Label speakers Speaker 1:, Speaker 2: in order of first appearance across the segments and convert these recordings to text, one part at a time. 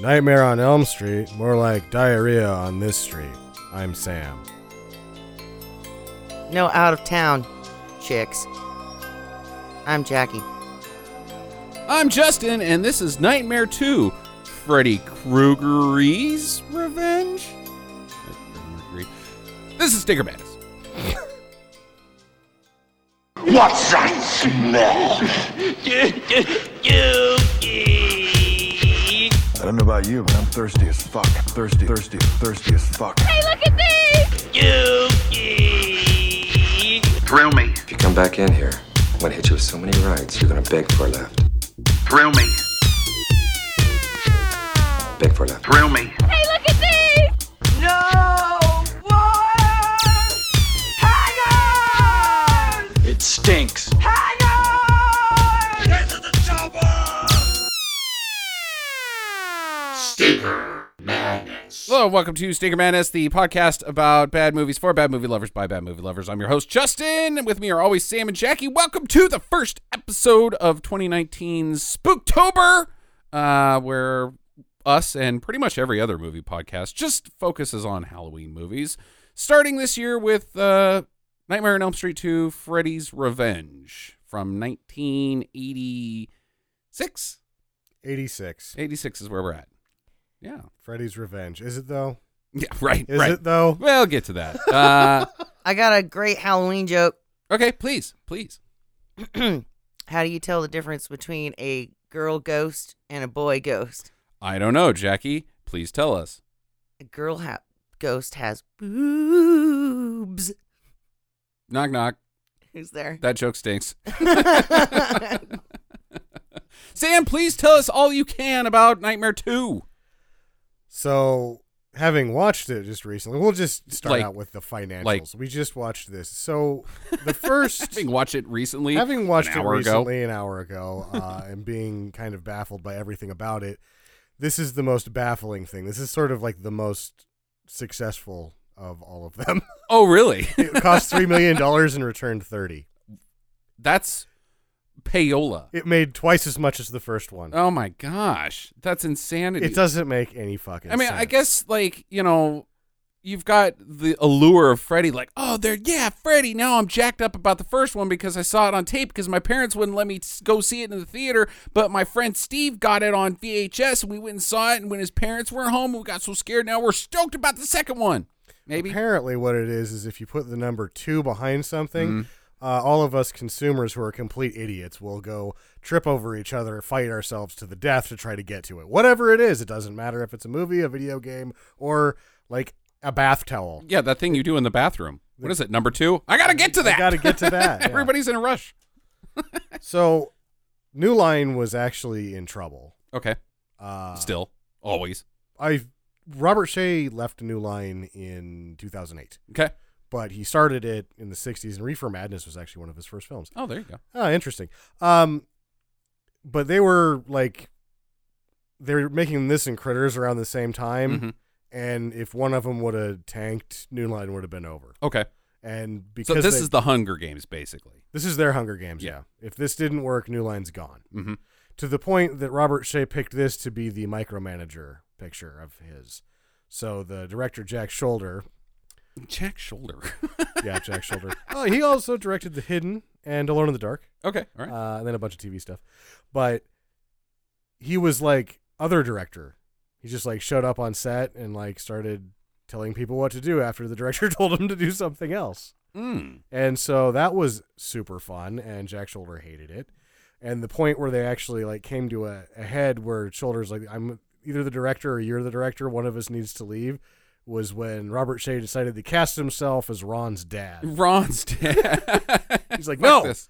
Speaker 1: Nightmare on Elm Street, more like diarrhea on this street. I'm Sam.
Speaker 2: No out of town chicks. I'm Jackie.
Speaker 3: I'm Justin, and this is Nightmare 2 Freddy Krueger's Revenge? This is Sticker Madness.
Speaker 4: What's that smell?
Speaker 5: I don't know about you, but I'm thirsty as fuck. Thirsty, thirsty, thirsty as fuck.
Speaker 4: Thrill me,
Speaker 6: If you come back in here, I'm gonna hit you with so many rights, you're gonna beg for a left.
Speaker 4: thrill me,
Speaker 6: Beg for a left.
Speaker 4: thrill me. It stinks.
Speaker 3: Hello, welcome to Sticker Madness, the podcast about bad movies for bad movie lovers by bad movie lovers. I'm your host, Justin, and with me are always Sam and Jackie. Welcome to the first episode of 2019's Spooktober, uh, where us and pretty much every other movie podcast just focuses on Halloween movies, starting this year with uh, Nightmare on Elm Street 2 Freddy's Revenge from 1986.
Speaker 1: 86.
Speaker 3: 86 is where we're at. Yeah.
Speaker 1: Freddy's Revenge. Is it though?
Speaker 3: Yeah, right.
Speaker 1: Is
Speaker 3: right.
Speaker 1: it though?
Speaker 3: Well, get to that. Uh,
Speaker 2: I got a great Halloween joke.
Speaker 3: okay, please, please.
Speaker 2: How do you tell the difference between a girl ghost and a boy ghost?
Speaker 3: I don't know, Jackie. Please tell us.
Speaker 2: A girl ha- ghost has boobs.
Speaker 3: Knock knock.
Speaker 2: Who's there?
Speaker 3: That joke stinks. Sam, please tell us all you can about Nightmare Two.
Speaker 1: So, having watched it just recently, we'll just start
Speaker 3: Like-
Speaker 1: out with the financials.
Speaker 3: like-
Speaker 1: we just watched this. So, the first.
Speaker 3: Having watched it recently,
Speaker 1: Having watched
Speaker 3: an
Speaker 1: it
Speaker 3: hour ago,
Speaker 1: recently, an hour ago, uh, and being kind of baffled by everything about it, this is the most baffling thing. This is sort of like the most successful of all of them.
Speaker 3: oh really?
Speaker 1: it cost three million dollars and returned thirty.
Speaker 3: That's payola.
Speaker 1: It made twice as much as the first one.
Speaker 3: Oh my gosh, that's insanity.
Speaker 1: it doesn't make any fucking.
Speaker 3: I mean,
Speaker 1: sense.
Speaker 3: I guess like you know, you've got the allure of Freddy. Like, oh, there, yeah, Freddy. Now I'm jacked up about the first one because I saw it on tape because my parents wouldn't let me s- go see it in the theater, but my friend Steve got it on VHS and we went and saw it. And when his parents were home, we got so scared. Now we're stoked about the second one. Maybe
Speaker 1: apparently what it is is if you put the number two behind something.
Speaker 3: Mm-hmm.
Speaker 1: Uh, all of us consumers who are complete idiots will go trip over each other, fight ourselves to the death to try to get to it. Whatever it is, it doesn't matter if it's a movie, a video game, or like a bath towel.
Speaker 3: yeah, that thing you do in the bathroom. What is it? Number two? I gotta get to that.
Speaker 1: gotta get to that, yeah.
Speaker 3: Everybody's in a rush.
Speaker 1: So, New Line was actually in trouble.
Speaker 3: Okay.
Speaker 1: Uh,
Speaker 3: Still, always.
Speaker 1: I Robert Shea left New Line in 2008,
Speaker 3: Okay.
Speaker 1: but he started it in the 60s, and Reefer Madness was actually one of his first films.
Speaker 3: Oh, there you go.
Speaker 1: Oh, interesting. Um, but they were like, they were making this and Critters around the same time,
Speaker 3: Mhm.
Speaker 1: and if one of them would have tanked, New Line would have been over.
Speaker 3: Okay.
Speaker 1: And
Speaker 3: So
Speaker 1: because
Speaker 3: this
Speaker 1: they-
Speaker 3: is the Hunger Games, basically.
Speaker 1: this is their Hunger Games.
Speaker 3: Yeah.
Speaker 1: If this didn't work, New Line's gone.
Speaker 3: Mm-hmm.
Speaker 1: to the point that Robert Shea picked this to be the micromanager picture of his. So the director Jack Shoulder,
Speaker 3: Jack Shoulder.
Speaker 1: yeah, Jack Shoulder. Oh, he also directed The Hidden and Alone in the Dark,
Speaker 3: okay. All right.
Speaker 1: uh, and then a bunch of TV stuff. But he was like other director. He just like showed up on set and like started telling people what to do after the director told him to do something else.
Speaker 3: Mm.
Speaker 1: And so that was super fun, and Jack Shoulder hated it. And the point where they actually like came to a, a head where Shoulder's like, I'm either the director or you're the director, one of us needs to leave, was when Robert Shea decided to cast himself as Ron's dad.
Speaker 3: Ron's dad.
Speaker 1: He's like,
Speaker 3: Fuck
Speaker 1: No,
Speaker 3: this.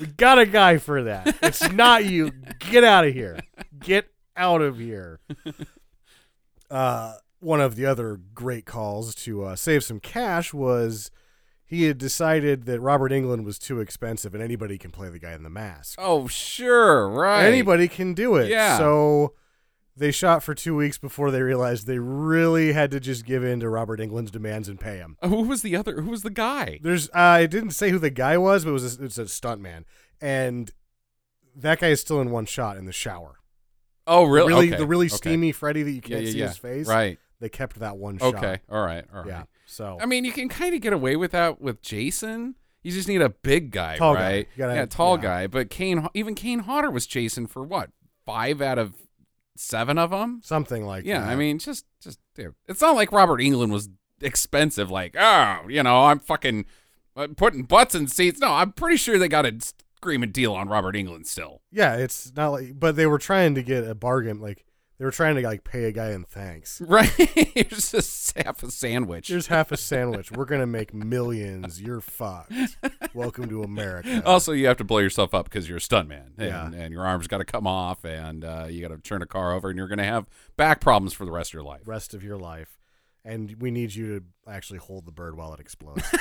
Speaker 1: we got a guy for that. It's not you. Get out of here. Get out of here. Uh, one of the other great calls to uh, save some cash was he had decided that Robert England was too expensive and anybody can play the guy in the mask.
Speaker 3: Oh, sure, right.
Speaker 1: Anybody can do it.
Speaker 3: Yeah.
Speaker 1: So they shot for two weeks before they realized they really had to just give in to Robert England's demands and pay him.
Speaker 3: Uh, Who was the other? Who was the guy?
Speaker 1: There's I didn't say who the guy was, but it was a, it's a stunt man, and that guy is still in one shot in the shower.
Speaker 3: Oh, really?
Speaker 1: really
Speaker 3: Okay.
Speaker 1: the really
Speaker 3: Okay.
Speaker 1: steamy Freddy that you
Speaker 3: Yeah,
Speaker 1: can't
Speaker 3: yeah,
Speaker 1: see
Speaker 3: yeah.
Speaker 1: his face.
Speaker 3: Right.
Speaker 1: They kept that one shot.
Speaker 3: Okay. All right. All right.
Speaker 1: Yeah. So
Speaker 3: I mean, you can kind of get away with that with Jason. You just need a big guy,
Speaker 1: Tall guy.
Speaker 3: right?
Speaker 1: You gotta-
Speaker 3: yeah, tall
Speaker 1: yeah.
Speaker 3: guy. But Kane, even Kane Hodder was chasing for what five out of seven of them.
Speaker 1: something like
Speaker 3: yeah,
Speaker 1: that.
Speaker 3: I mean, just just dude, it's not like Robert England was expensive. Like, oh, you know, I'm fucking uh, putting butts in seats. No, I'm pretty sure they got a screaming deal on Robert England still.
Speaker 1: yeah, it's not like, but they were trying to get a bargain. Like they were trying to like pay a guy in thanks.
Speaker 3: Right? Here's just half a sandwich.
Speaker 1: Here's half a sandwich. We're gonna make millions. You're fucked. Welcome to America.
Speaker 3: Also, you have to blow yourself up because you're a stuntman, and,
Speaker 1: Yeah.
Speaker 3: and your arm's got to come off, and uh, you got to turn a car over, and you're going to have back problems for the rest of your life.
Speaker 1: rest of your life, and we need you to actually hold the bird while it explodes.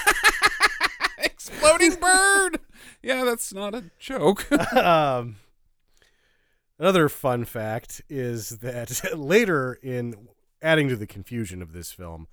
Speaker 3: Exploding bird. yeah, that's not a joke.
Speaker 1: um, another fun fact is that later in adding to the confusion of this film,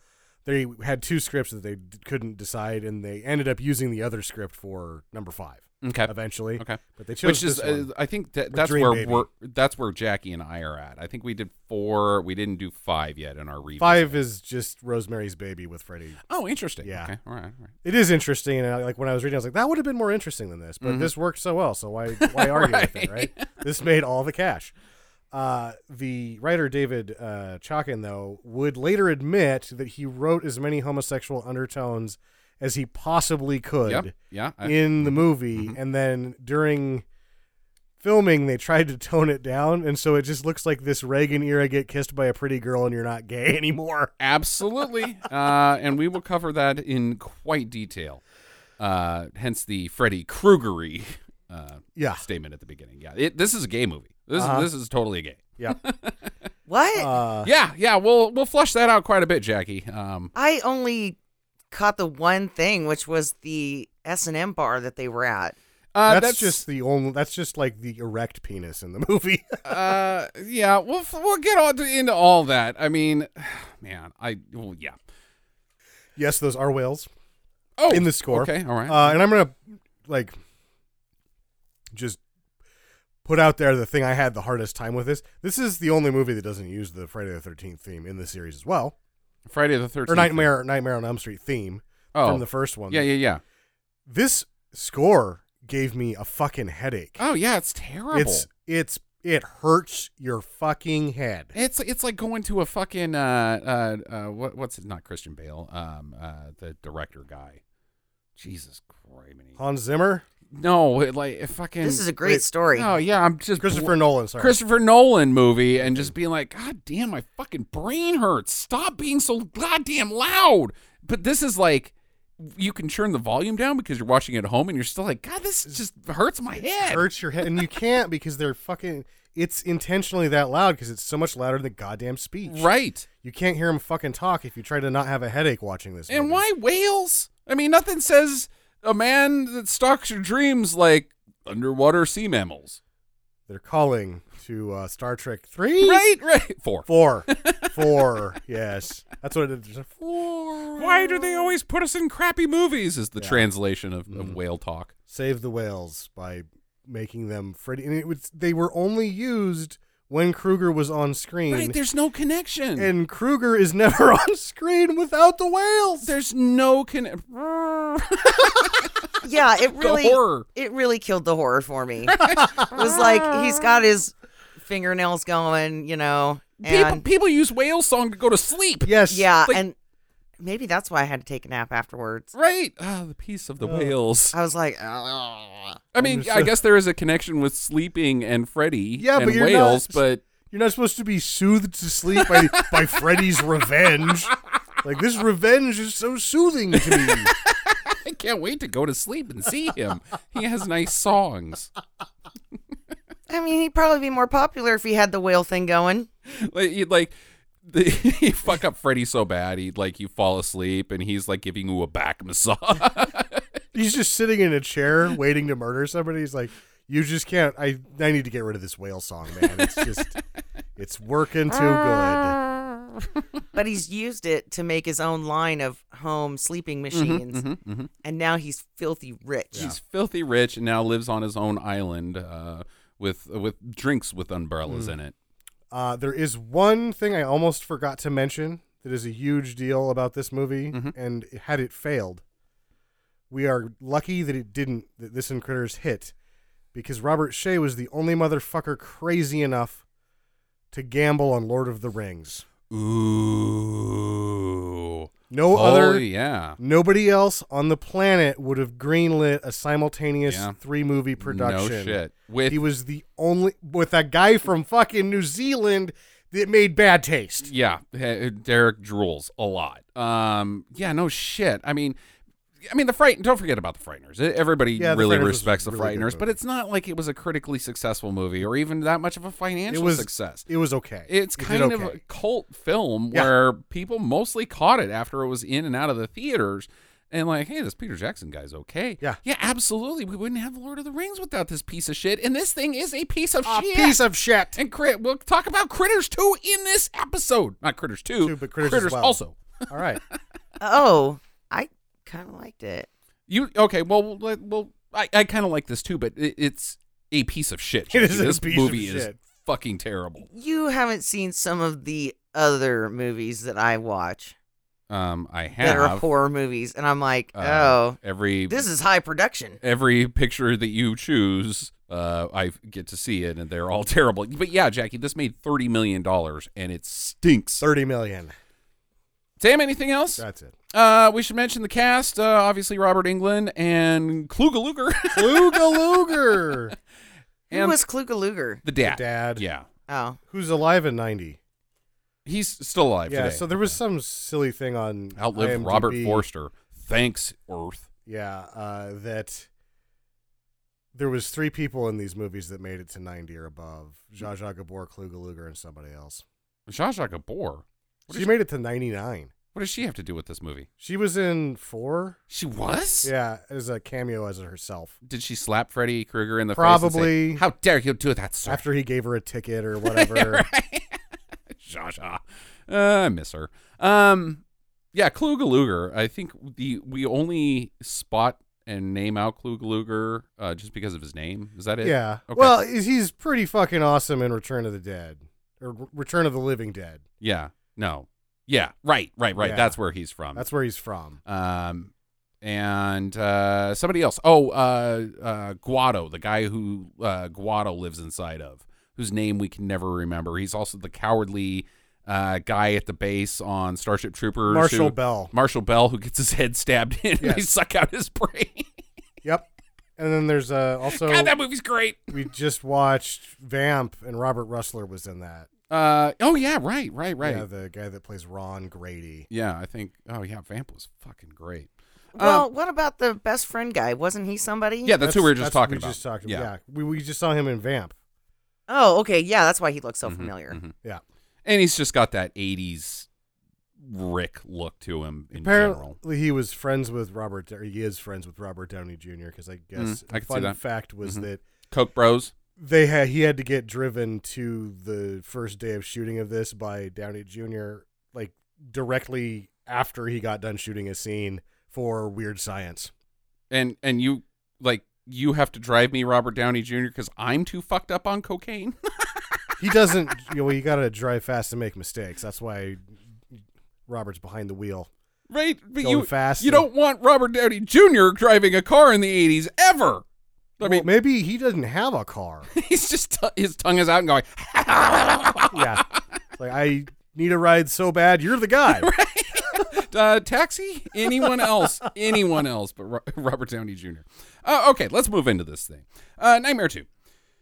Speaker 1: they had two scripts that they d- couldn't decide, and they ended up using the other script for number five
Speaker 3: okay.
Speaker 1: eventually.
Speaker 3: Okay.
Speaker 1: but they chose
Speaker 3: Which is,
Speaker 1: this one.
Speaker 3: uh, I think that, that's
Speaker 1: Dream
Speaker 3: where
Speaker 1: Baby.
Speaker 3: we're that's where Jackie and I are at. I think we did four. We didn't do five yet in our review.
Speaker 1: five is just Rosemary's Baby with Freddie.
Speaker 3: Oh, interesting.
Speaker 1: Yeah.
Speaker 3: Okay. All right. All right.
Speaker 1: It is interesting, and I, like when I was reading, I was like, that would have been more interesting than this, but this worked so well, so why why argue with it, right? This made all the cash. Uh, the writer David uh, Chockin, though, would later admit that he wrote as many homosexual undertones as he possibly could
Speaker 3: Yep. Yeah. uh, I-
Speaker 1: in the movie, and then during filming, they tried to tone it down, and so it just looks like this Reagan era get kissed by a pretty girl and you're not gay anymore.
Speaker 3: Absolutely. uh, and we will cover that in quite detail. Uh, hence the Freddy Kruegery uh,
Speaker 1: Yeah.
Speaker 3: statement at the beginning. Yeah, it, this is a gay movie. This
Speaker 1: Uh-huh.
Speaker 3: is this is totally gay.
Speaker 1: Yeah.
Speaker 2: What?
Speaker 1: Uh,
Speaker 3: yeah, yeah. We'll we'll flush that out quite a bit, Jackie. Um,
Speaker 2: I only caught the one thing, which was the S and M bar that they were at.
Speaker 3: uh,
Speaker 1: that's, just the only. That's just like the erect penis in the movie.
Speaker 3: uh, yeah. We'll f- we'll get all into all that. I mean, man, I well, yeah.
Speaker 1: yes, those are whales
Speaker 3: Oh,
Speaker 1: in the score.
Speaker 3: Okay, all right.
Speaker 1: Uh, and I'm gonna like just put out there the thing I had the hardest time with this. This is the only movie that doesn't use the Friday the Thirteenth theme in the series as well,
Speaker 3: Friday the Thirteenth
Speaker 1: or Nightmare Nightmare on Elm Street theme
Speaker 3: oh.
Speaker 1: from the first one.
Speaker 3: Yeah, yeah, yeah.
Speaker 1: This score gave me a fucking headache.
Speaker 3: Oh, yeah. It's terrible.
Speaker 1: it's it's it hurts your fucking head.
Speaker 3: It's it's like going to a fucking uh uh, uh what what's it? Not Christian Bale, um uh the director guy. Jesus Christ,
Speaker 1: Hans Zimmer,
Speaker 3: no, it, like it fucking.
Speaker 2: This is a great
Speaker 1: wait,
Speaker 2: story.
Speaker 3: Oh yeah, I'm just
Speaker 1: Christopher Nolan. Sorry,
Speaker 3: Christopher Nolan movie and just being like, God damn, my fucking brain hurts. Stop being so goddamn loud. But this is like. You can turn the volume down because you're watching it at home, and you're still like, God, this just hurts my head.
Speaker 1: hurts your head, and you can't because they're fucking. It's intentionally that loud because it's so much louder than goddamn speech.
Speaker 3: Right?
Speaker 1: You can't hear him fucking talk if you try to not have a headache watching this.
Speaker 3: And
Speaker 1: movie.
Speaker 3: why whales? I mean, nothing says a man that stalks your dreams like underwater sea mammals.
Speaker 1: They're calling to uh, Star Trek three,
Speaker 3: Right, right. Four.
Speaker 1: four, four. yes, that's what it is.
Speaker 3: Four. Why do they always put us in crappy movies? Is the
Speaker 1: Yeah. Mm-hmm.
Speaker 3: translation of, of whale talk.
Speaker 1: Save the whales by making them Freddy. And it was they were only used when Kruger was on screen.
Speaker 3: Right, there's no connection.
Speaker 1: and Kruger is never on screen without the whales.
Speaker 3: there's no connection.
Speaker 2: yeah, it really
Speaker 3: horror.
Speaker 2: it really killed the horror for me. it was like he's got his fingernails going, you know,
Speaker 3: people,
Speaker 2: and
Speaker 3: people use whale song to go to sleep.
Speaker 1: Yes.
Speaker 2: yeah,
Speaker 3: like-
Speaker 2: and maybe that's why I had to take a nap afterwards.
Speaker 3: Right. Ah, the peace of the whales.
Speaker 2: I was like, "Ah."
Speaker 3: I mean, I guess there is a connection with sleeping and Freddy
Speaker 1: Yeah,
Speaker 3: and
Speaker 1: but you're not-
Speaker 3: whales, but
Speaker 1: You're not supposed to be soothed to sleep by, by Freddy's revenge. Like this revenge is so soothing to me.
Speaker 3: I can't wait to go to sleep and see him. he has nice songs.
Speaker 2: I mean, he'd probably be more popular if he had the whale thing going.
Speaker 3: Like, you like the, you fuck up Freddy so bad, he like you fall asleep and he's like giving you a back massage.
Speaker 1: He's just sitting in a chair waiting to murder somebody. He's like, you just can't. I I need to get rid of this whale song, man. It's just, it's working too good.
Speaker 2: But he's used it to make his own line of home sleeping machines, and now he's filthy rich.
Speaker 3: Mm-hmm, He's filthy
Speaker 1: Mm.
Speaker 3: rich and now lives on his own island uh, with with drinks with umbrellas in it.
Speaker 1: Uh, there is one thing I almost forgot to mention that is a huge deal about this movie,
Speaker 3: Mm-hmm.
Speaker 1: and had it failed, we are lucky that it didn't, that this and Critters hit, because Robert Shea was the only motherfucker crazy enough to gamble on Lord of the Rings.
Speaker 3: Ooh.
Speaker 1: No
Speaker 3: oh,
Speaker 1: other
Speaker 3: yeah.
Speaker 1: Nobody else on the planet would have greenlit a simultaneous
Speaker 3: Yeah.
Speaker 1: three movie production.
Speaker 3: No shit. With
Speaker 1: He was the only with that guy from fucking New Zealand that made bad taste.
Speaker 3: yeah, he- Derek drools a lot. Um, yeah, no shit. I mean, I mean the fright. Don't forget about the Frighteners. E- Everybody
Speaker 1: Yeah, The
Speaker 3: really
Speaker 1: Frighteners was
Speaker 3: respects the
Speaker 1: a really good
Speaker 3: Frighteners, but
Speaker 1: movie.
Speaker 3: it's not like it was a critically successful movie or even that much of a financial
Speaker 1: was-
Speaker 3: success.
Speaker 1: It was okay.
Speaker 3: It's
Speaker 1: It did
Speaker 3: kind of
Speaker 1: okay.
Speaker 3: a cult film
Speaker 1: Yeah.
Speaker 3: where people mostly caught it after it was in and out of the theaters. And like, hey, this Peter Jackson guy's okay.
Speaker 1: Yeah.
Speaker 3: yeah, absolutely. We wouldn't have Lord of the Rings without this piece of shit. And this thing is a piece of
Speaker 1: a
Speaker 3: shit.
Speaker 1: piece of shit.
Speaker 3: and crit. We'll talk about Critters Two in this episode. Not Critters Two,
Speaker 1: Two, but Critters as well.
Speaker 3: also.
Speaker 1: All right.
Speaker 2: Oh, I kind of liked it.
Speaker 3: You okay? Well, we'll, let- well I, I kind of like this too, but it, it's a piece of shit.
Speaker 1: It
Speaker 3: Jackie.
Speaker 1: is a
Speaker 3: this
Speaker 1: piece of
Speaker 3: movie is
Speaker 1: shit.
Speaker 3: fucking terrible.
Speaker 2: You haven't seen some of the other movies that I watch
Speaker 3: Um, I have
Speaker 2: that are horror movies, and I'm like,
Speaker 3: uh,
Speaker 2: oh,
Speaker 3: every
Speaker 2: this is high production.
Speaker 3: every picture that you choose, uh, I get to see it, and they're all terrible. But yeah, Jackie, this made thirty million dollars, and it stinks.
Speaker 1: Thirty million.
Speaker 3: Sam, anything else?
Speaker 1: That's it.
Speaker 3: Uh, we should mention the cast. Uh, obviously, Robert England and Kluga Luger
Speaker 1: Luga Luger.
Speaker 2: Who
Speaker 3: and Uh,
Speaker 2: was Kluka Luger?
Speaker 3: the dad.
Speaker 1: Dad.
Speaker 3: Yeah,
Speaker 2: Oh,
Speaker 1: Who's alive in ninety?
Speaker 3: he's still alive.
Speaker 1: Yeah.
Speaker 3: today.
Speaker 1: So there was some silly thing on
Speaker 3: outlived
Speaker 1: IMDb.
Speaker 3: Robert Forster. Thanks, Earth.
Speaker 1: Yeah. Uh, that there was three people in these movies that made it to ninety or above: Zsa Zsa Gabor, Kluga Luger, and somebody else.
Speaker 3: Zsa Zsa Gabor. What
Speaker 1: She
Speaker 3: does,
Speaker 1: made it to 99.
Speaker 3: what does she have to do with this movie?
Speaker 1: She was in four.
Speaker 3: She was.
Speaker 1: Yeah, as a cameo as herself.
Speaker 3: Did she slap Freddy Krueger in the face? and say,
Speaker 1: Probably.
Speaker 3: How dare you do that, sir?
Speaker 1: After he gave her a ticket or whatever.
Speaker 3: Zsa Zsa. Uh, I miss her. Um, yeah, Klugaluger. I think the we only spot and name out Klugaluger uh, just because of his name. Is that it?
Speaker 1: Yeah.
Speaker 3: Okay.
Speaker 1: Well, he's pretty fucking awesome in Return of the Dead or Re- Return of the Living Dead.
Speaker 3: Yeah. No. Yeah. Right. Right. Right.
Speaker 1: Yeah.
Speaker 3: That's where he's from.
Speaker 1: That's where he's from.
Speaker 3: um, and uh, somebody else. Oh, uh, uh, Guado, the guy who uh, Guado lives inside of, whose name we can never remember. He's also the cowardly uh, guy at the base on Starship Troopers.
Speaker 1: Marshall
Speaker 3: who-
Speaker 1: Bell.
Speaker 3: Marshall Bell, who gets his head stabbed in, and they
Speaker 1: Yes.
Speaker 3: suck out his brain.
Speaker 1: Yep. And then there's uh, also
Speaker 3: God, that movie's great.
Speaker 1: we just watched Vamp and Robert Russler was in that.
Speaker 3: Uh, oh yeah, right, right, right.
Speaker 1: Yeah,
Speaker 3: Yeah,
Speaker 1: the guy that plays Ron Grady.
Speaker 3: I think. Oh yeah, Vamp was fucking great.
Speaker 2: well, what about the best friend guy? Wasn't he somebody?
Speaker 3: Yeah, that's, who we were just
Speaker 1: that's what
Speaker 3: talking
Speaker 1: we
Speaker 3: about.
Speaker 1: Just talked about. Yeah. We, we just saw him in Vamp.
Speaker 2: Oh, okay. Yeah, that's why he looks so
Speaker 3: Mm-hmm.
Speaker 2: familiar.
Speaker 1: Yeah.
Speaker 3: and he's just got that '80s Rick look to him in
Speaker 1: Apparently,
Speaker 3: general.
Speaker 1: he was friends with Robert. Or he is friends with Robert Downey Jr. Because I guess
Speaker 3: Mm, I can see
Speaker 1: fun
Speaker 3: that.
Speaker 1: fact was
Speaker 3: Mhm.
Speaker 1: that
Speaker 3: Coke Bros.
Speaker 1: they had he had to get driven to the first day of shooting of this by Downey Jr. Like directly after he got done shooting a scene for Weird Science.
Speaker 3: and and you like you have to drive me Robert Downey Jr. because I'm too fucked up on cocaine.
Speaker 1: He doesn't. you know, you got to drive fast and make mistakes. That's why Robert's behind the wheel.
Speaker 3: right? But
Speaker 1: Going
Speaker 3: you
Speaker 1: fast
Speaker 3: you
Speaker 1: and-
Speaker 3: don't want Robert Downey Jr. driving a car in the '80s ever. I
Speaker 1: Well,
Speaker 3: mean,
Speaker 1: maybe he doesn't have a car.
Speaker 3: he's just t- his tongue is out and going.
Speaker 1: yeah, It's like I need a ride so bad. You're the guy.
Speaker 3: uh, taxi? Anyone else? Anyone else but Ro- Robert Downey Jr. Uh, okay, let's move into this thing. Uh, Nightmare 2.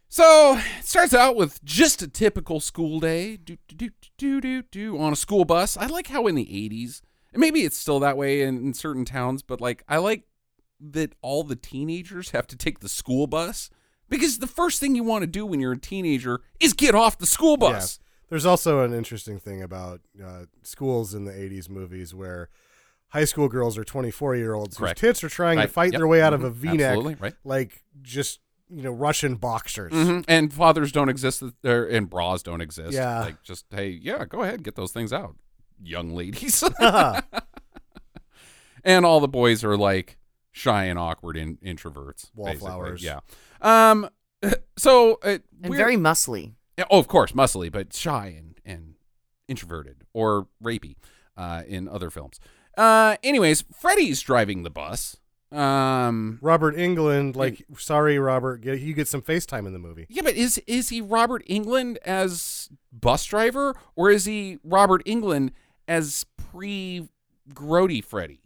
Speaker 3: So it starts out with just a typical school day do, do, do, do, do, do, on a school bus. I like how in the 80s, and maybe it's still that way in, in certain towns, but like I like that all the teenagers have to take the school bus because the first thing you want to do when you're a teenager is get off the school
Speaker 1: Yeah.
Speaker 3: bus.
Speaker 1: There's also an interesting thing about uh, schools in the 80s movies where high school girls are 24 year olds whose
Speaker 3: Correct.
Speaker 1: tits are trying
Speaker 3: Right.
Speaker 1: to fight
Speaker 3: Yep.
Speaker 1: their way out of a
Speaker 3: Mhm.
Speaker 1: v neck.
Speaker 3: Absolutely, right.
Speaker 1: Like just, you know, Russian boxers.
Speaker 3: Mhm. And fathers don't exist, or, and bras don't exist.
Speaker 1: Yeah.
Speaker 3: Like, just, hey, yeah, go ahead, get those things out, young ladies. and all the boys are like shy and awkward in, introverts. basically.
Speaker 1: Wallflowers.
Speaker 3: Yeah. Um. So, uh,
Speaker 2: And
Speaker 3: we're-
Speaker 2: very muscly.
Speaker 3: Yeah, oh, of course, muscly, but shy and, and introverted or rapey uh, in other films. Uh, anyways, Freddy's driving the bus. Um,
Speaker 1: Robert England, like,
Speaker 3: Mm.
Speaker 1: sorry, Robert, get, you get some FaceTime in the movie.
Speaker 3: yeah, but is is he Robert England as bus driver or is he Robert England as pre Grody Freddy?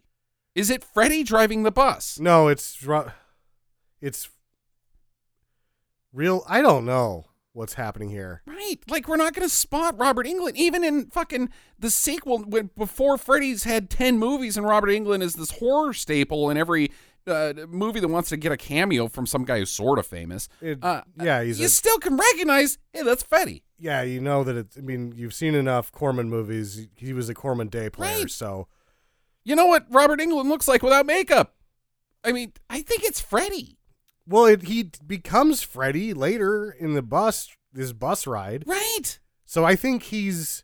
Speaker 3: Is it Freddy driving the bus?
Speaker 1: No, it's Ro- it's real. I don't know what's happening here.
Speaker 3: Right. Like we're not going to spot Robert England even in fucking the sequel when before Freddy's had 10 movies and Robert England is this horror staple in every uh, movie that wants to get a cameo from some guy who's sort of famous.
Speaker 1: It-
Speaker 3: uh,
Speaker 1: yeah, he's
Speaker 3: you
Speaker 1: a-
Speaker 3: still can recognize, hey, that's Freddy.
Speaker 1: Yeah, you know that it. I mean, you've seen enough Corman movies. He was a Corman day player,
Speaker 3: Right.
Speaker 1: so
Speaker 3: You know what Robert England looks like without makeup? I mean, I think it's Freddy.
Speaker 1: well, it, he becomes Freddy later in the bus this bus ride.
Speaker 3: Right.
Speaker 1: So I think he's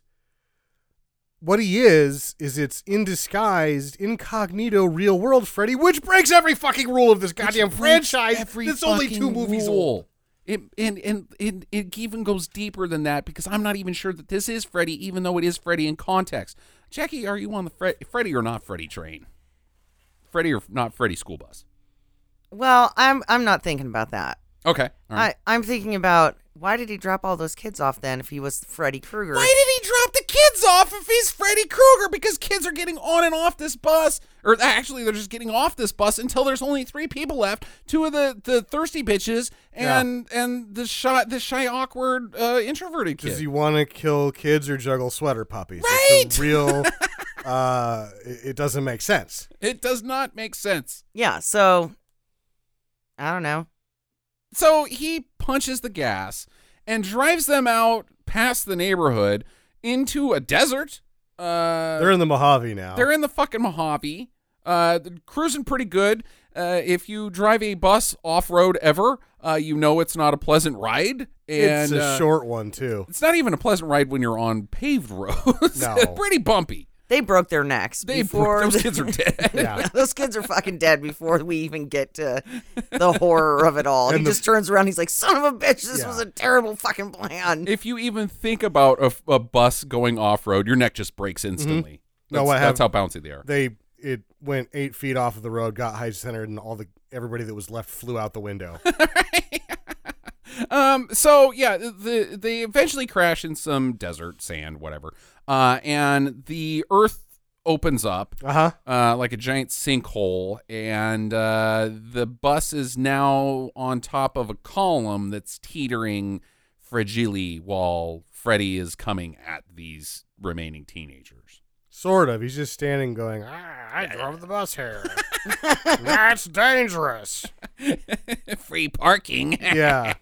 Speaker 1: what he is is it's in disguised, incognito, real world Freddy, which breaks every fucking rule of this goddamn
Speaker 3: Which breaks
Speaker 1: franchise.
Speaker 3: every
Speaker 1: It's only two
Speaker 3: fucking
Speaker 1: movies
Speaker 3: rule.
Speaker 1: old.
Speaker 3: It, and, and, and it even goes deeper than that because I'm not even sure that this is Freddy, even though it is Freddy in context. Jackie, are you on the Fre- Freddy or not Freddy train? Freddy or not Freddy school bus?
Speaker 2: Well, I'm I'm not thinking about that.
Speaker 3: Okay. All right.
Speaker 2: I I'm thinking about why did he drop all those kids off then if he was Freddy Krueger?
Speaker 3: Why did he drop the kids off if he's Freddy Krueger? Because kids are getting on and off this bus, or actually, they're just getting off this bus until there's only three people left: two of the, the thirsty bitches and and the shy the shy awkward uh, introverted kid.
Speaker 1: Does he want to kill kids or juggle sweater puppies? It's
Speaker 3: Right!
Speaker 1: a real. uh, it, it doesn't make sense.
Speaker 3: It does not make sense.
Speaker 2: Yeah, so I don't know.
Speaker 3: So he punches the gas and drives them out past the neighborhood into a desert. Uh,
Speaker 1: They're in the Mojave now.
Speaker 3: They're in the fucking Mojave. Uh, they're cruising pretty good. Uh, if you drive a bus off road ever, uh, you know it's not a pleasant ride. And,
Speaker 1: it's a
Speaker 3: uh,
Speaker 1: short one too.
Speaker 3: It's not even a pleasant ride when you're on paved roads.
Speaker 1: No.
Speaker 3: They're pretty bumpy.
Speaker 2: They broke their necks
Speaker 3: They
Speaker 2: before the-
Speaker 3: those kids are dead.
Speaker 1: Yeah.
Speaker 2: those kids are fucking dead before we even get to the horror of it all. he
Speaker 1: And the-
Speaker 2: just turns around. He's like, "Son of a bitch, this
Speaker 1: Yeah.
Speaker 2: was a terrible fucking plan."
Speaker 3: If you even think about a, a bus going off road, your neck just breaks instantly.
Speaker 1: Mm-hmm. No,
Speaker 3: That's,
Speaker 1: I have-
Speaker 3: that's how bouncy they are.
Speaker 1: They it went eight feet off of the road, got high centered, and all the everybody that was left flew out the window.
Speaker 3: Um. So yeah, the they eventually crash in some desert sand, whatever. Uh, and the Earth opens up,
Speaker 1: Uh huh.
Speaker 3: uh, like a giant sinkhole, and uh, the bus is now on top of a column that's teetering fragilely while Freddy is coming at these remaining teenagers.
Speaker 1: Sort of. He's just standing, going, ah, "I drove the bus here. That's dangerous."
Speaker 3: Free parking.
Speaker 1: Yeah.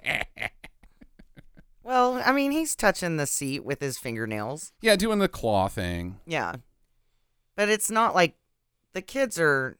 Speaker 2: well, I mean, he's touching the seat with his fingernails.
Speaker 3: yeah, doing the claw thing.
Speaker 2: Yeah, but it's not like the kids are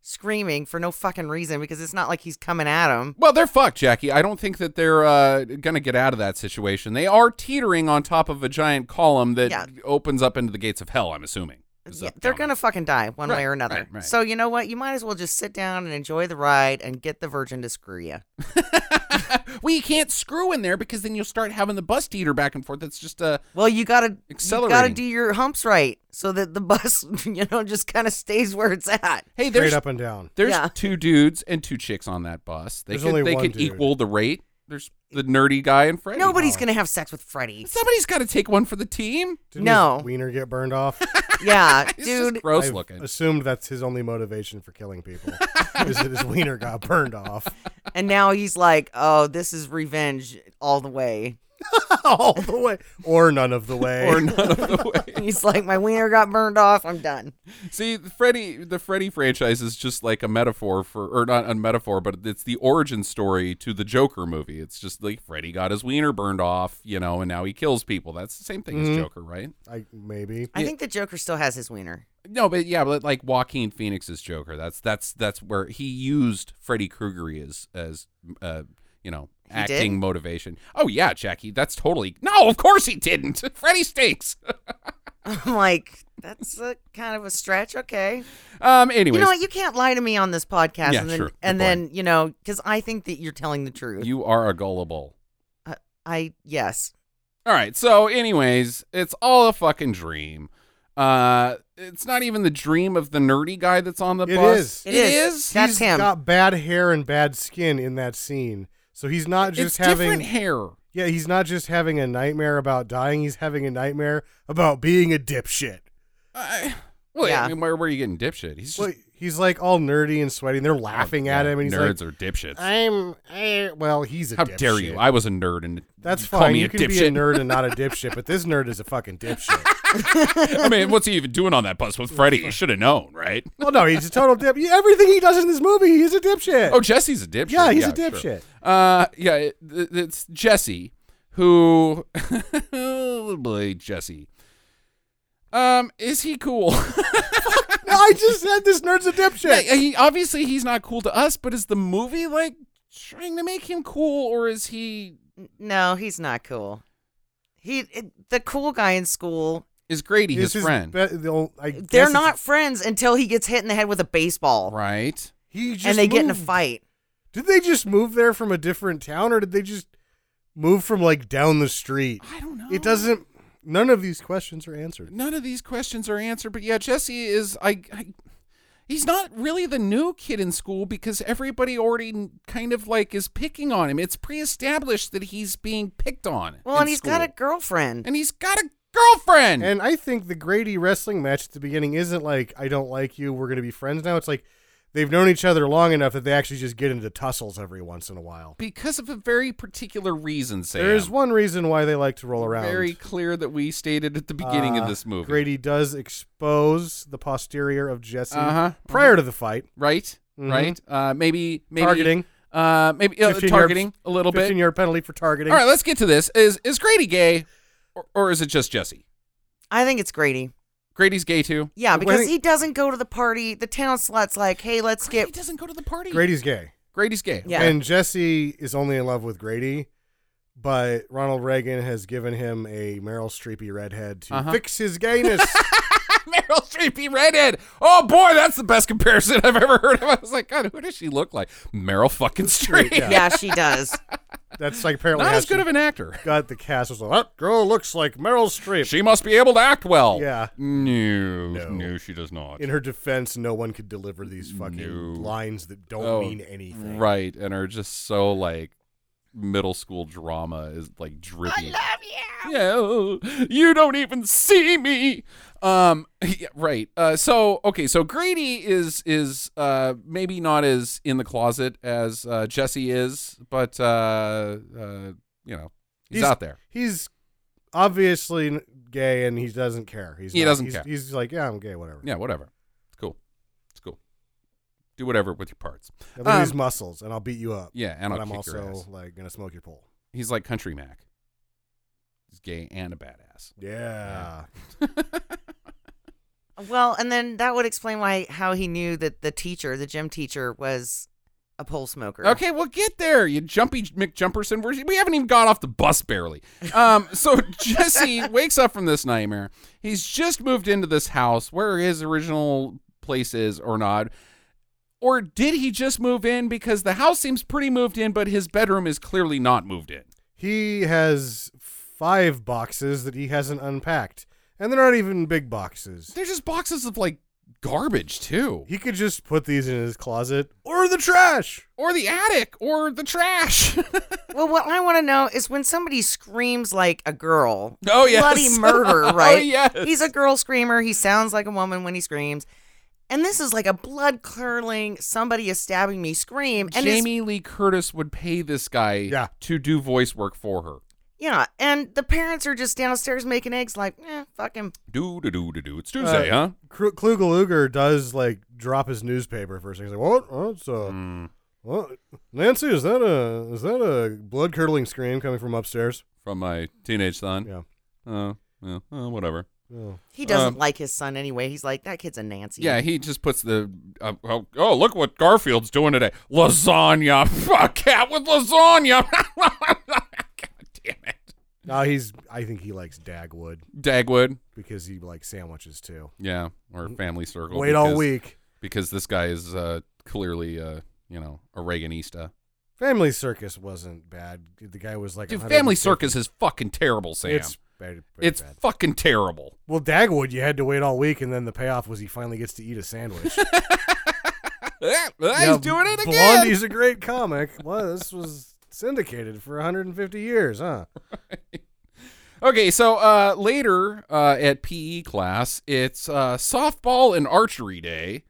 Speaker 2: screaming for no fucking reason because it's not like he's coming at him.
Speaker 3: Well, they're fucked, Jackie. I don't think that they're uh, gonna get out of that situation. They are teetering on top of a giant column that
Speaker 2: Yeah.
Speaker 3: opens up into the gates of hell. I'm assuming. Is
Speaker 2: Yeah,
Speaker 3: that
Speaker 2: they're
Speaker 3: down
Speaker 2: gonna fucking die one way
Speaker 3: Right,
Speaker 2: or another.
Speaker 3: right, right.
Speaker 2: So you know what? You might as well just sit down and enjoy the ride and get the virgin to screw you.
Speaker 3: there? well, you can't screw in there because then you'll start having the bus teeter back and forth. It's just uh,
Speaker 2: Well, you gotta You gotta
Speaker 3: Accelerating.
Speaker 2: do your humps right so that the bus, you know, just kind of stays where it's at.
Speaker 3: hey, there's
Speaker 1: Straight up and down.
Speaker 3: there's
Speaker 2: Yeah.
Speaker 3: two dudes and two chicks on that bus. They
Speaker 1: There's
Speaker 3: could
Speaker 1: only
Speaker 3: they
Speaker 1: one
Speaker 3: could
Speaker 1: dude.
Speaker 3: equal the rate. There's the nerdy guy and Freddy.
Speaker 2: Nobody's gonna have sex with Freddy.
Speaker 3: Somebody's got to take one for the team.
Speaker 1: Didn't
Speaker 2: No.
Speaker 1: his wiener get burned off?
Speaker 2: Yeah,
Speaker 3: It's just
Speaker 2: dude.
Speaker 3: gross
Speaker 1: I've
Speaker 3: looking.
Speaker 1: Assumed that's his only motivation for killing people. is that his wiener got burned off.
Speaker 2: And now he's like, oh, this is revenge all the way.
Speaker 1: all the way or none of the way.
Speaker 3: Or none of the way.
Speaker 2: He's like, my wiener got burned off. I'm done.
Speaker 3: See, the Freddy, the Freddy franchise is just like a metaphor for, or not a metaphor, but it's the origin story to the Joker movie. It's just like Freddy got his wiener burned off, you know, and now he kills people. That's the same thing
Speaker 1: Mm-hmm.
Speaker 3: as Joker, right?
Speaker 1: I maybe.
Speaker 2: I think the Joker still has his wiener.
Speaker 3: No, but yeah, but like Joaquin Phoenix's Joker. That's that's that's where he used Freddy Krueger as as uh, you know
Speaker 2: did?
Speaker 3: acting motivation. Oh yeah, Jackie, that's totally no. Of course he didn't. Freddy stinks.
Speaker 2: I'm like, that's a kind of a stretch. Okay.
Speaker 3: Um. Anyways,
Speaker 2: You know what? You can't lie to me on this podcast.
Speaker 3: Yeah,
Speaker 2: and then,
Speaker 3: sure. Good
Speaker 2: And then you know, because I think that you're telling the truth.
Speaker 3: you are a gullible.
Speaker 2: I, I yes.
Speaker 3: All right. So, anyways, it's all a fucking dream. Uh, it's not even the dream of the nerdy guy that's on the
Speaker 1: It
Speaker 3: bus.
Speaker 1: is.
Speaker 2: It is.
Speaker 1: He's
Speaker 2: That's him.
Speaker 1: got bad hair and bad skin in that scene. So he's not just
Speaker 3: it's
Speaker 1: having
Speaker 3: different hair.
Speaker 1: Yeah, he's not just having a nightmare about dying, he's having a nightmare about being a dipshit.
Speaker 3: I, well,
Speaker 2: Yeah.
Speaker 3: I mean, where where are you getting dipshit? He's just
Speaker 1: Well, he's like all nerdy and sweaty and they're laughing at him and he's
Speaker 3: nerds
Speaker 1: like
Speaker 3: are dipshits.
Speaker 1: I'm I, well, he's a
Speaker 3: How
Speaker 1: dipshit.
Speaker 3: dare you? I was a nerd and
Speaker 1: That's
Speaker 3: you
Speaker 1: fine.
Speaker 3: Call me
Speaker 1: you
Speaker 3: a
Speaker 1: can
Speaker 3: dipshit.
Speaker 1: be a nerd and not a dipshit, but this nerd is a fucking dipshit.
Speaker 3: I mean, what's he even doing on that bus with Freddy? You should have known, right?
Speaker 1: well, no, he's a total dip. Everything he does in this movie, he's a dipshit.
Speaker 3: Oh, Jesse's a dipshit.
Speaker 1: Yeah, he's a
Speaker 3: sure.
Speaker 1: dipshit.
Speaker 3: Uh, yeah, it, th- it's Jesse who, oh boy, Jesse. Um, is he cool?
Speaker 1: No, I just said this nerd's a dipshit.
Speaker 3: Yeah, he obviously he's not cool to us, but is the movie like trying to make him cool, or is he
Speaker 2: N- No, he's not cool. He it- the cool guy in school.
Speaker 3: is Grady
Speaker 1: This
Speaker 3: his,
Speaker 1: is
Speaker 3: friend?
Speaker 1: be- the ol- I guess
Speaker 2: They're
Speaker 1: it's-
Speaker 2: not friends until he gets hit in the head with a baseball,
Speaker 3: right.
Speaker 1: He just
Speaker 2: and they get in a
Speaker 1: moved.
Speaker 2: fight.
Speaker 1: Did they just move there from a different town, or did they just move from like down the street?
Speaker 3: I don't know.
Speaker 1: It doesn't. None of these questions are answered.
Speaker 3: None of these questions are answered, but yeah, Jesse is I. I He's not really the new kid in school because everybody already n- kind of like is picking on him. It's pre-established that he's being picked on.
Speaker 2: Well,
Speaker 3: in
Speaker 2: and he's got a
Speaker 3: school.
Speaker 2: girlfriend.
Speaker 3: and he's got a girlfriend.
Speaker 1: And I think the Grady wrestling match at the beginning isn't like I don't like you. We're gonna be friends now. It's like they've known each other long enough that they actually just get into tussles every once in a while.
Speaker 3: because of a very particular reason, Sam.
Speaker 1: There is one reason why they like to roll around.
Speaker 3: very clear that we stated at the beginning of
Speaker 1: Uh,
Speaker 3: this movie.
Speaker 1: Grady does expose the posterior of Jesse
Speaker 3: Uh-huh.
Speaker 1: prior to the fight.
Speaker 3: right?
Speaker 2: Mm-hmm.
Speaker 1: Mhm.
Speaker 3: Right? Uh, maybe maybe
Speaker 1: Targeting.
Speaker 3: Uh, maybe uh,
Speaker 1: 15 yard-
Speaker 3: targeting a little bit.
Speaker 1: 15 yard penalty for targeting.
Speaker 3: All right, let's get to this. Is is Grady gay, or, or is it just Jesse?
Speaker 2: I think it's Grady.
Speaker 3: Grady's gay too.
Speaker 2: Yeah,
Speaker 1: Wait.
Speaker 2: because he doesn't go to the party. The town slut's like, "Hey, let's
Speaker 3: Grady
Speaker 2: get."
Speaker 3: doesn't go to the party.
Speaker 1: Grady's gay.
Speaker 3: Grady's gay.
Speaker 2: Yeah.
Speaker 1: And Jesse is only in love with Grady, but Ronald Reagan has given him a Meryl Streepy redhead to
Speaker 3: Uh-huh.
Speaker 1: fix his gayness.
Speaker 3: Meryl Streep, he redhead. Oh boy, that's the best comparison I've ever heard of. I was like, God, who does she look like? Meryl fucking Streep.
Speaker 1: Yeah.
Speaker 2: Yeah, she does.
Speaker 1: That's like apparently
Speaker 3: Not
Speaker 1: how
Speaker 3: as good
Speaker 1: she
Speaker 3: of an actor.
Speaker 1: got the cast was like that girl looks like Meryl Streep.
Speaker 3: She must be able to act well.
Speaker 1: Yeah.
Speaker 3: No, no,
Speaker 1: No.
Speaker 3: she does not.
Speaker 1: in her defense, no one could deliver these fucking
Speaker 3: No.
Speaker 1: lines that don't
Speaker 3: Oh,
Speaker 1: mean anything.
Speaker 3: Right, and are just so like middle school drama is like dripping. I love you. Yeah, you don't even see me. Um, yeah, right. Uh, so okay, so Grady is is uh maybe not as in the closet as uh, Jesse is, but uh, uh you know he's, out there.
Speaker 1: He's obviously n- gay and he doesn't care. He's
Speaker 3: He
Speaker 1: not-
Speaker 3: doesn't
Speaker 1: he's,
Speaker 3: care.
Speaker 1: He's like, yeah, I'm gay, whatever.
Speaker 3: Yeah, whatever. It's cool. It's cool. Do whatever with your parts.
Speaker 1: Now, look at these
Speaker 3: Um,
Speaker 1: muscles, and I'll beat you up.
Speaker 3: Yeah, and
Speaker 1: but
Speaker 3: I'll
Speaker 1: I'm
Speaker 3: kick
Speaker 1: also
Speaker 3: your ass.
Speaker 1: like gonna smoke your pole.
Speaker 3: He's like country Mac. He's gay and a badass.
Speaker 1: Yeah.
Speaker 2: Well, and then that would explain why how he knew that the teacher, the gym teacher, was a pole smoker.
Speaker 3: Okay, we'll get there. You jumpy McJumperson. We're, we haven't even got off the bus barely. Um, so Jesse wakes up from this nightmare. He's just moved into this house where his original place is, or not. Or did he just move in? Because the house seems pretty moved in, but his bedroom is clearly not moved in.
Speaker 1: He has five boxes that he hasn't unpacked, and they're not even big boxes.
Speaker 3: They're just boxes of like garbage too,
Speaker 1: He could just put these in his closet or the trash.
Speaker 3: or the attic, or the trash.
Speaker 2: Well, what I want to know is when somebody screams like a girl.
Speaker 3: Oh, yes.
Speaker 2: Bloody murder,
Speaker 3: Oh,
Speaker 2: right?
Speaker 3: yes.
Speaker 2: He's a girl screamer. He sounds like a woman when he screams. And this is like a blood curdling, somebody is stabbing me scream. And it's-
Speaker 3: Jamie Lee Curtis would pay this guy
Speaker 1: Yeah.
Speaker 3: to do voice work for her.
Speaker 2: yeah. And the parents are just downstairs making eggs, like, eh, fuck him.
Speaker 3: Do do do do do. It's Tuesday, huh?
Speaker 1: Kru- Klugeluger does like drop his newspaper for a second. He's like, what? Oh, it's, uh, what? Nancy, is that a is that a blood curdling scream coming from upstairs?
Speaker 3: From my teenage son.
Speaker 1: Yeah.
Speaker 3: Uh, yeah, uh, whatever.
Speaker 1: Oh.
Speaker 2: He doesn't
Speaker 3: Um,
Speaker 2: like his son anyway. He's like, that kid's a Nancy.
Speaker 3: Yeah, he just puts the uh, oh, oh look what Garfield's doing today. Lasagna. Fuck cat with lasagna. God damn it.
Speaker 1: No, Uh, he's. I think he likes Dagwood
Speaker 3: Dagwood.
Speaker 1: because he likes sandwiches too.
Speaker 3: Yeah, or family circle.
Speaker 1: Wait all
Speaker 3: because-
Speaker 1: week.
Speaker 3: because this guy is uh, clearly uh, you know a Reaganista.
Speaker 1: Family Circus wasn't bad. The guy was like
Speaker 3: Dude,
Speaker 1: 150
Speaker 3: Family Circus is fucking terrible, Sam.
Speaker 1: It's
Speaker 3: It's,
Speaker 1: bad, pretty bad.
Speaker 3: fucking terrible.
Speaker 1: well, Dagwood, you had to wait all week, and then the payoff was he finally gets to eat a sandwich.
Speaker 3: Ah, ah,
Speaker 1: Now,
Speaker 3: he's doing it again.
Speaker 1: Blondie's a great comic. Well, this was syndicated for 150 years, huh?
Speaker 3: Okay, so uh, later uh, at PE class, it's uh, softball and archery day.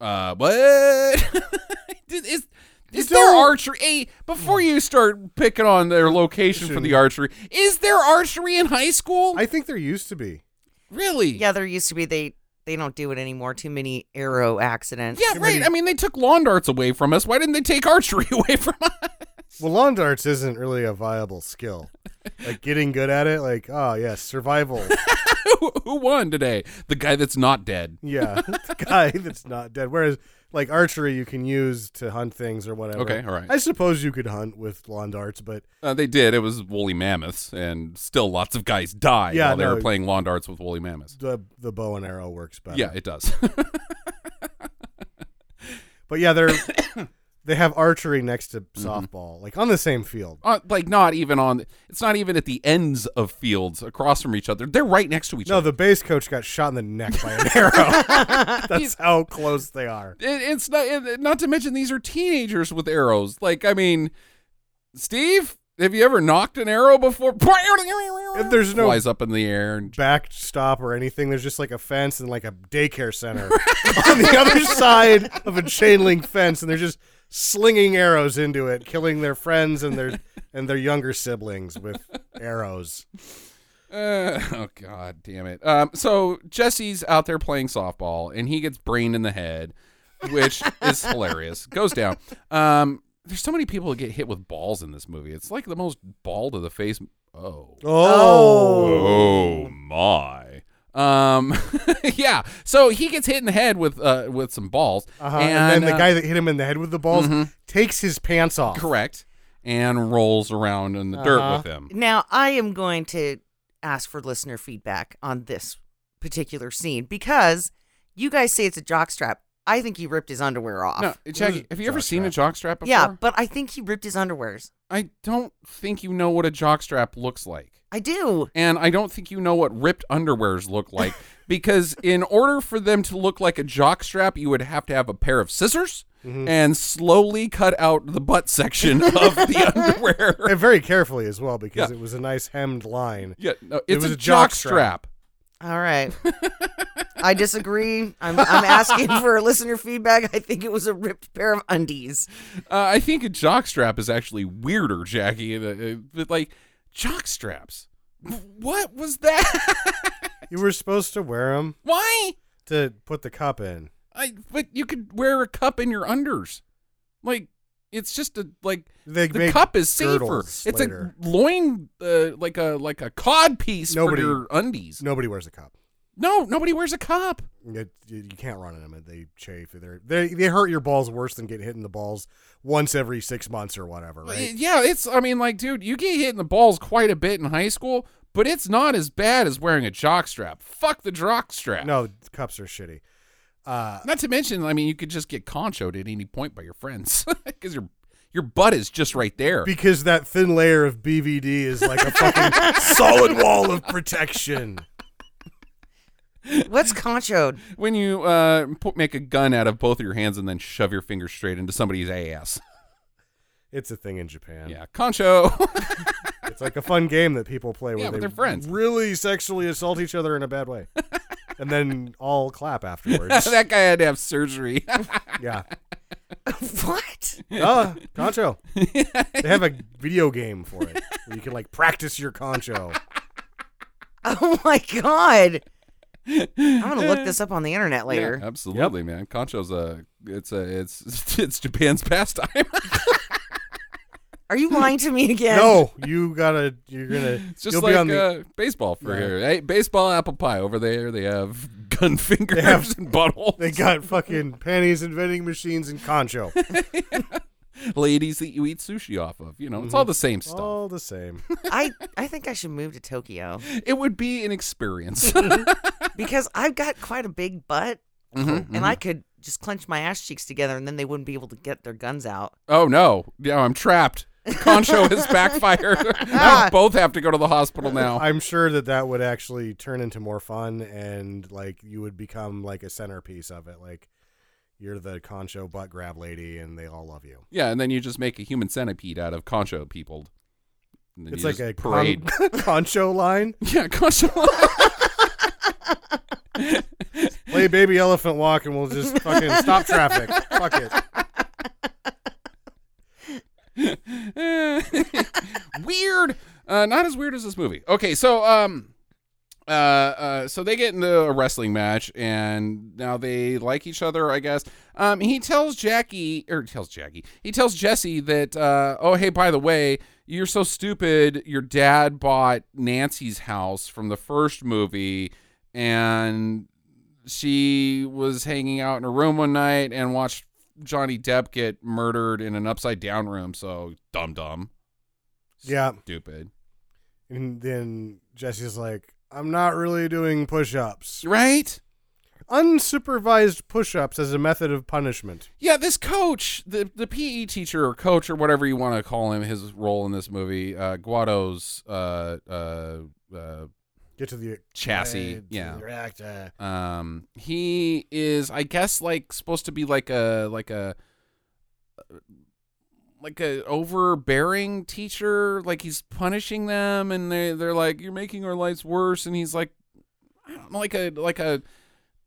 Speaker 3: Uh, what is is, is there
Speaker 1: don't-
Speaker 3: archery? Hey, before you start picking on their location for the archery, is there archery in high school?
Speaker 1: I think there used to be.
Speaker 3: really?
Speaker 2: Yeah, there used to be they they don't do it anymore. Too many arrow accidents.
Speaker 3: Yeah, right. I mean, they took lawn darts away from us. Why didn't they take archery away from us?
Speaker 1: Well, lawn darts isn't really a viable skill. Like getting good at it, like oh yes, survival.
Speaker 3: who, who won today? The guy that's not dead.
Speaker 1: Yeah, the guy that's not dead. Whereas like archery, you can use to hunt things or whatever.
Speaker 3: Okay, all right.
Speaker 1: I suppose you could hunt with lawn darts, but
Speaker 3: Uh, they did. It was woolly mammoths, and still lots of guys died
Speaker 1: Yeah,
Speaker 3: while they
Speaker 1: no.
Speaker 3: were playing lawn darts with woolly mammoths.
Speaker 1: the the bow and arrow works better.
Speaker 3: Yeah, it does.
Speaker 1: but yeah, they're they have archery next to
Speaker 3: Mm-hmm.
Speaker 1: softball, like on the same field.
Speaker 3: Uh, like not even on. It's not even at the ends of fields across from each other. They're right next to each
Speaker 1: No,
Speaker 3: other.
Speaker 1: Oh, the base coach got shot in the neck by an arrow. That's how close they are.
Speaker 3: It, it's not. It, not to mention these are teenagers with arrows. Like I mean, Steve, have you ever knocked an arrow before?
Speaker 1: If there's no-
Speaker 3: flies up in the air. And,
Speaker 1: Backstop or anything. There's just like a fence and like a daycare center on the other side of a chain link fence, and they're just slinging arrows into it, killing their friends and their and their younger siblings with arrows.
Speaker 3: uh, oh god, damn it. Um, so Jesse's out there playing softball, and he gets brained in the head, which is hilarious. Goes down. Um, there's so many people that get hit with balls in this movie. It's like the most ball to the face. Oh.
Speaker 1: Oh,
Speaker 3: Oh my. Um, yeah. So he gets hit in the head with uh with some balls,
Speaker 1: Uh-huh. and, then the
Speaker 3: uh, Mm-hmm.
Speaker 1: guy that hit him in the head with the balls takes his pants off.
Speaker 3: correct and rolls around in the dirt with him.
Speaker 2: Now I am going to ask for listener feedback on this particular scene because you guys say it's a jockstrap. I think he ripped his underwear off.
Speaker 3: No, Jackie, have you ever seen a jockstrap before?
Speaker 2: yeah, but I think he ripped his underwears.
Speaker 3: I don't think you know what a jockstrap looks like.
Speaker 2: I do.
Speaker 3: And I don't think you know what ripped underwears look like because in order for them to look like a jockstrap, you would have to have a pair of scissors
Speaker 1: Mm-hmm.
Speaker 3: and slowly cut out the butt section of the underwear.
Speaker 1: And very carefully as well because
Speaker 3: Yeah.
Speaker 1: it was a nice hemmed line.
Speaker 3: Yeah, no,
Speaker 1: It
Speaker 3: it's
Speaker 1: was
Speaker 3: a
Speaker 1: a jock
Speaker 3: jockstrap.
Speaker 1: strap.
Speaker 2: All right. I disagree. I'm, I'm asking for listener feedback. I think it was a ripped pair of undies.
Speaker 3: Uh, I think a jockstrap is actually weirder, Jackie. and, uh, uh, But like jockstraps, what was that?
Speaker 1: You were supposed to wear them
Speaker 3: Why?
Speaker 1: to put the cup in.
Speaker 3: I but you could wear a cup in your unders. Like it's just a like
Speaker 1: They
Speaker 3: the
Speaker 1: make
Speaker 3: cup is safer.
Speaker 1: girdles
Speaker 3: It's
Speaker 1: later.
Speaker 3: a loin uh, like a like a cod piece
Speaker 1: Nobody-
Speaker 3: for your undies.
Speaker 1: Nobody wears a cup.
Speaker 3: No, nobody wears a cup.
Speaker 1: It- you you can't run in them. They chafe. They're, they they hurt your balls worse than getting hit in the balls once every six months or whatever,
Speaker 3: Y-
Speaker 1: right?
Speaker 3: Yeah, it's. I mean, like, dude, you get hit in the balls quite a bit in high school, but it's not as bad as wearing a jock strap. Fuck the jock strap.
Speaker 1: No, cups are shitty. Uh,
Speaker 3: Not to mention, I mean, you could just get conchoed at any point by your friends because your your butt is just right there.
Speaker 1: because that thin layer of BVD is like a fucking solid wall of protection.
Speaker 2: What's conchoed?
Speaker 3: when you uh, put, make a gun out of both of your hands and then shove your finger straight into somebody's ass.
Speaker 1: It's a thing in Japan.
Speaker 3: Yeah, concho.
Speaker 1: It's like a fun game that people play where
Speaker 3: Yeah,
Speaker 1: they
Speaker 3: with their friends.
Speaker 1: really sexually assault each other in a bad way. and then all clap afterwards.
Speaker 3: that guy had to have surgery.
Speaker 1: yeah.
Speaker 2: What?
Speaker 1: Ah, concho. They have a video game for it where you can like practice your concho.
Speaker 2: Oh my god. I'm gonna look this up on the internet later.
Speaker 3: Yeah, absolutely, man. Concho's a it's a it's it's Japan's pastime.
Speaker 2: Are you lying to me again?
Speaker 1: No, you gotta. You're gonna.
Speaker 3: It's just
Speaker 1: you'll
Speaker 3: like
Speaker 1: be on the.
Speaker 3: uh, baseball for
Speaker 1: Yeah.
Speaker 3: here. Hey, baseball apple pie over there. They have gun fingers
Speaker 1: have-
Speaker 3: and butthole.
Speaker 1: they got fucking panties and vending machines and concho.
Speaker 3: Ladies that you eat sushi off of. You know, it's all
Speaker 1: Mm-hmm.
Speaker 3: the same stuff.
Speaker 1: All the same.
Speaker 2: I, I think I should move to Tokyo
Speaker 3: It would be an experience. Mm-hmm,
Speaker 2: because I've got quite a big butt and I could just clench my ass cheeks together, and then they wouldn't be able to get their guns out.
Speaker 3: Oh no! Yeah, I'm trapped. Concho has backfired. now both have to go to the hospital now.
Speaker 1: I'm sure that that would actually turn into more fun, and like you would become like a centerpiece of it. Like you're the concho butt grab lady, and they all love you.
Speaker 3: Yeah, and then you just make a human centipede out of Concho people. And then
Speaker 1: It's
Speaker 3: you
Speaker 1: like
Speaker 3: just
Speaker 1: a con- concho line.
Speaker 3: yeah, Concho.
Speaker 1: Play baby elephant walk, and we'll just fucking stop traffic. Fuck it.
Speaker 3: weird. Uh, not as weird as this movie. Okay, so um, uh, uh, so they get into a wrestling match, and now they like each other, I guess. Um, he tells Jackie, or tells Jackie, he tells Jesse that, uh, oh hey, by the way, you're so stupid. Your dad bought Nancy's house from the first movie, and she was hanging out in her room one night and watched Johnny Depp get murdered in an upside down room. So dumb, dumb,
Speaker 1: Yeah,
Speaker 3: stupid.
Speaker 1: and then Jesse's like, "I'm not really doing push-ups.
Speaker 3: Right?
Speaker 1: Unsupervised push-ups as a method of punishment."
Speaker 3: Yeah, this coach, the the PE teacher or coach or whatever you want to call him, his role in this movie, uh, Guado's uh, uh, uh,
Speaker 1: Get to the
Speaker 3: chassis.
Speaker 1: Uh,
Speaker 3: yeah.
Speaker 1: direct, uh,
Speaker 3: Um, he is, I guess, like supposed to be like a like a uh, like a overbearing teacher. Like he's punishing them, and they they're like, "You're making our lives worse." And he's like, I don't know, like a like a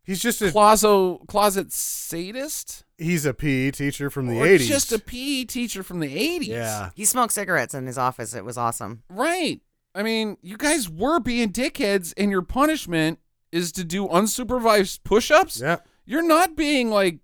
Speaker 1: He's just a
Speaker 3: closet closet sadist.
Speaker 1: he's a PE teacher from the
Speaker 3: Or
Speaker 1: 80s.
Speaker 3: Just a E PE teacher from the 80s.
Speaker 1: yeah.
Speaker 2: He smoked cigarettes in his office. It was awesome.
Speaker 3: Right. I mean, you guys were being dickheads, and your punishment is to do unsupervised push ups.
Speaker 1: Yeah.
Speaker 3: You're not being like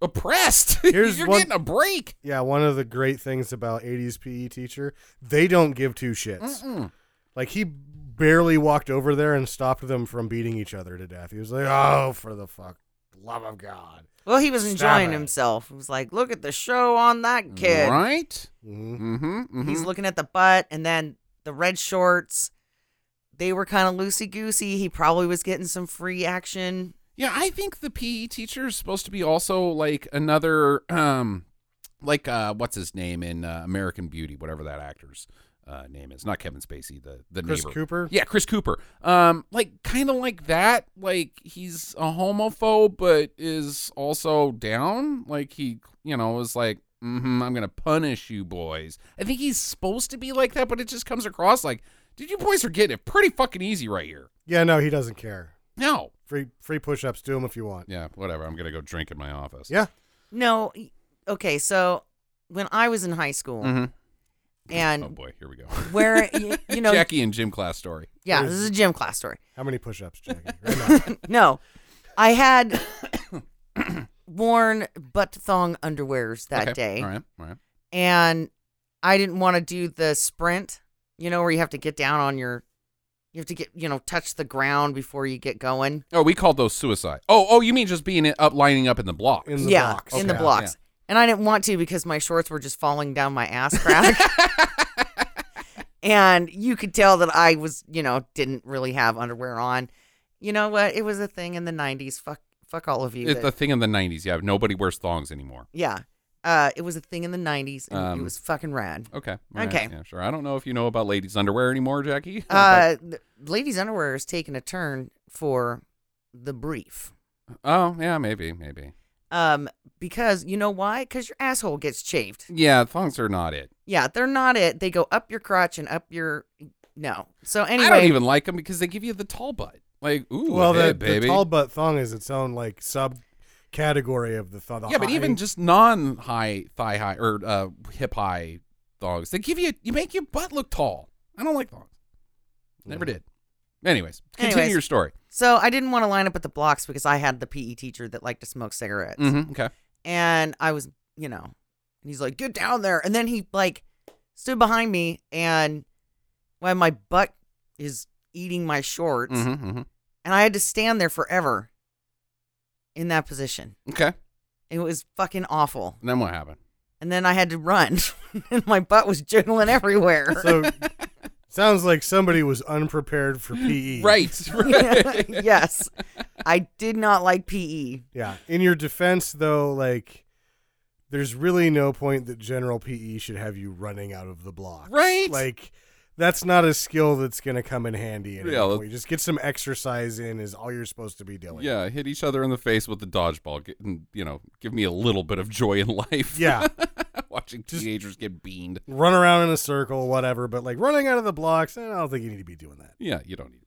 Speaker 3: oppressed.
Speaker 1: Here's
Speaker 3: You're
Speaker 1: one-
Speaker 3: getting a break.
Speaker 1: Yeah, one of the great things about 80s PE teacher, they don't give two shits.
Speaker 3: Mm-mm.
Speaker 1: Like he barely walked over there and stopped them from beating each other to death. He was like, "Oh, for the fuck love of God."
Speaker 2: Well, he was
Speaker 1: Stop
Speaker 2: enjoying
Speaker 1: it.
Speaker 2: himself. He was like, look at the show on that kid.
Speaker 3: Right?
Speaker 1: Mhm.
Speaker 3: Mm hmm. Mm-hmm.
Speaker 2: He's looking at the butt and then the red shorts. They were kind of loosey goosey. He probably was getting some free action.
Speaker 3: Yeah, I think the PE teacher is supposed to be also like another um like uh what's his name in uh, American Beauty, whatever that actor's uh name is. Not Kevin Spacey, the the
Speaker 1: Chris
Speaker 3: neighbor.
Speaker 1: Cooper?
Speaker 3: Yeah, Chris Cooper. Um like kind of like that, like he's a homophobe but is also down, like he, you know, is like Mm-hmm, I'm gonna punish you boys. I think he's supposed to be like that, but it just comes across like, dude, you boys are getting it pretty fucking easy right here.
Speaker 1: Yeah, no, he doesn't care.
Speaker 3: No,
Speaker 1: Free free push-ups, do them if you want.
Speaker 3: yeah, whatever. I'm gonna go drink in my office.
Speaker 1: Yeah.
Speaker 2: No. y- Okay. So when I was in high school and
Speaker 3: Mm-hmm. Oh boy, here we go.
Speaker 2: where, you, you know,
Speaker 3: Jackie and gym class story.
Speaker 2: yeah, this is a gym class story.
Speaker 1: How many push-ups, Jackie? Right now.
Speaker 2: No, I had worn butt thong underwears that
Speaker 3: Okay,
Speaker 2: day.
Speaker 3: All right. All right.
Speaker 2: and I didn't want to do the sprint, you know, where you have to get down on your, you have to get, you know, touch the ground before you get going.
Speaker 3: Oh, we called those suicide. Oh, oh, you mean just being in- up lining up in the block?
Speaker 1: In the
Speaker 2: yeah,
Speaker 1: blocks.
Speaker 2: in the
Speaker 1: Yeah.
Speaker 2: blocks. And I didn't want to because my shorts were just falling down my ass crack. and you could tell that I was, you know, didn't really have underwear on. You know what? It was a thing in the 90s. Fuck fuck all of you.
Speaker 3: It's
Speaker 2: that-
Speaker 3: the thing in the '90s. Yeah, nobody wears thongs anymore.
Speaker 2: yeah. Uh, it was a thing in the 90s and it
Speaker 3: Um,
Speaker 2: was fucking rad.
Speaker 3: Okay. all right,
Speaker 2: Okay.
Speaker 3: Yeah, sure. I don't know if you know about ladies' underwear anymore, Jackie.
Speaker 2: Uh, th- ladies' underwear is taking a turn for the brief.
Speaker 3: oh, yeah, maybe, maybe.
Speaker 2: Um, because you know why? Because your asshole gets chafed.
Speaker 3: Yeah, thongs are not it.
Speaker 2: Yeah, they're not it. They go up your crotch and up your no. So anyway,
Speaker 3: I don't even like them because they give you the tall butt. Like, ooh,
Speaker 1: Well,
Speaker 3: hey,
Speaker 1: the,
Speaker 3: baby.
Speaker 1: the tall butt thong is its own like subcategory of the thong.
Speaker 3: yeah, but even just non-high thigh high or uh, hip high thongs, they give you you make your butt look tall. I don't like thongs. Never did. Anyways, continue
Speaker 2: Anyways.
Speaker 3: your story.
Speaker 2: so I didn't want to line up at the blocks because I had the PE teacher that liked to smoke cigarettes,
Speaker 3: Mhm, Okay.
Speaker 2: and I was, you know, and he's like, "Get down there," and then he like stood behind me, and when my butt is eating my shorts,
Speaker 3: Mhm, mhm.
Speaker 2: and I had to stand there forever in that position.
Speaker 3: Okay.
Speaker 2: It was fucking awful.
Speaker 3: And then what happened?
Speaker 2: And then I had to run, and my butt was jiggling everywhere.
Speaker 1: so E. sounds like somebody was unprepared for PE.
Speaker 3: Right. right.
Speaker 2: yes. I did not like E. PE.
Speaker 1: Yeah. In your defense, though, like, there's really no point that General PE should have you running out of the block.
Speaker 3: Right?
Speaker 1: Like, that's not a skill that's going to come in handy. At
Speaker 3: Yeah,
Speaker 1: any
Speaker 3: let-
Speaker 1: point. Just get some exercise in is all you're supposed to be doing.
Speaker 3: Yeah, hit each other in the face with the dodgeball. Get, and, you know, give me a little bit of joy in life.
Speaker 1: Yeah.
Speaker 3: watching teenagers get beaned.
Speaker 1: Run around in a circle, whatever. But, like, running out of the blocks, eh, I don't think you need to be doing that.
Speaker 3: Yeah, you don't need to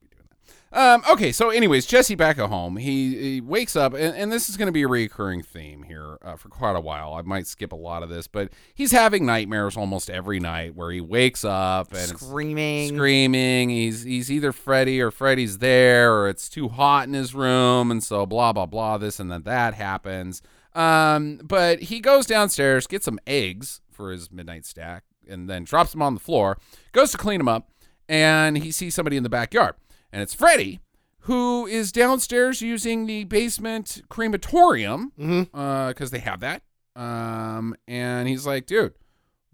Speaker 3: be doing that. Um, okay, so anyways, Jesse back at home. He, he wakes up, and, and this is going to be a recurring theme here uh, for quite a while. I might skip a lot of this, but he's having nightmares almost every night where he wakes up and it's-
Speaker 2: Screaming.
Speaker 3: screaming. He's he's either Freddy or Freddy's there, or it's too hot in his room, and so blah blah blah. This and then that happens. Um, but he goes downstairs, gets some eggs for his midnight stack, and then drops them on the floor. Goes to clean them up, and he sees somebody in the backyard, and it's Freddy. Who is downstairs using the basement crematorium? Because they have that. Um, and he's like, dude,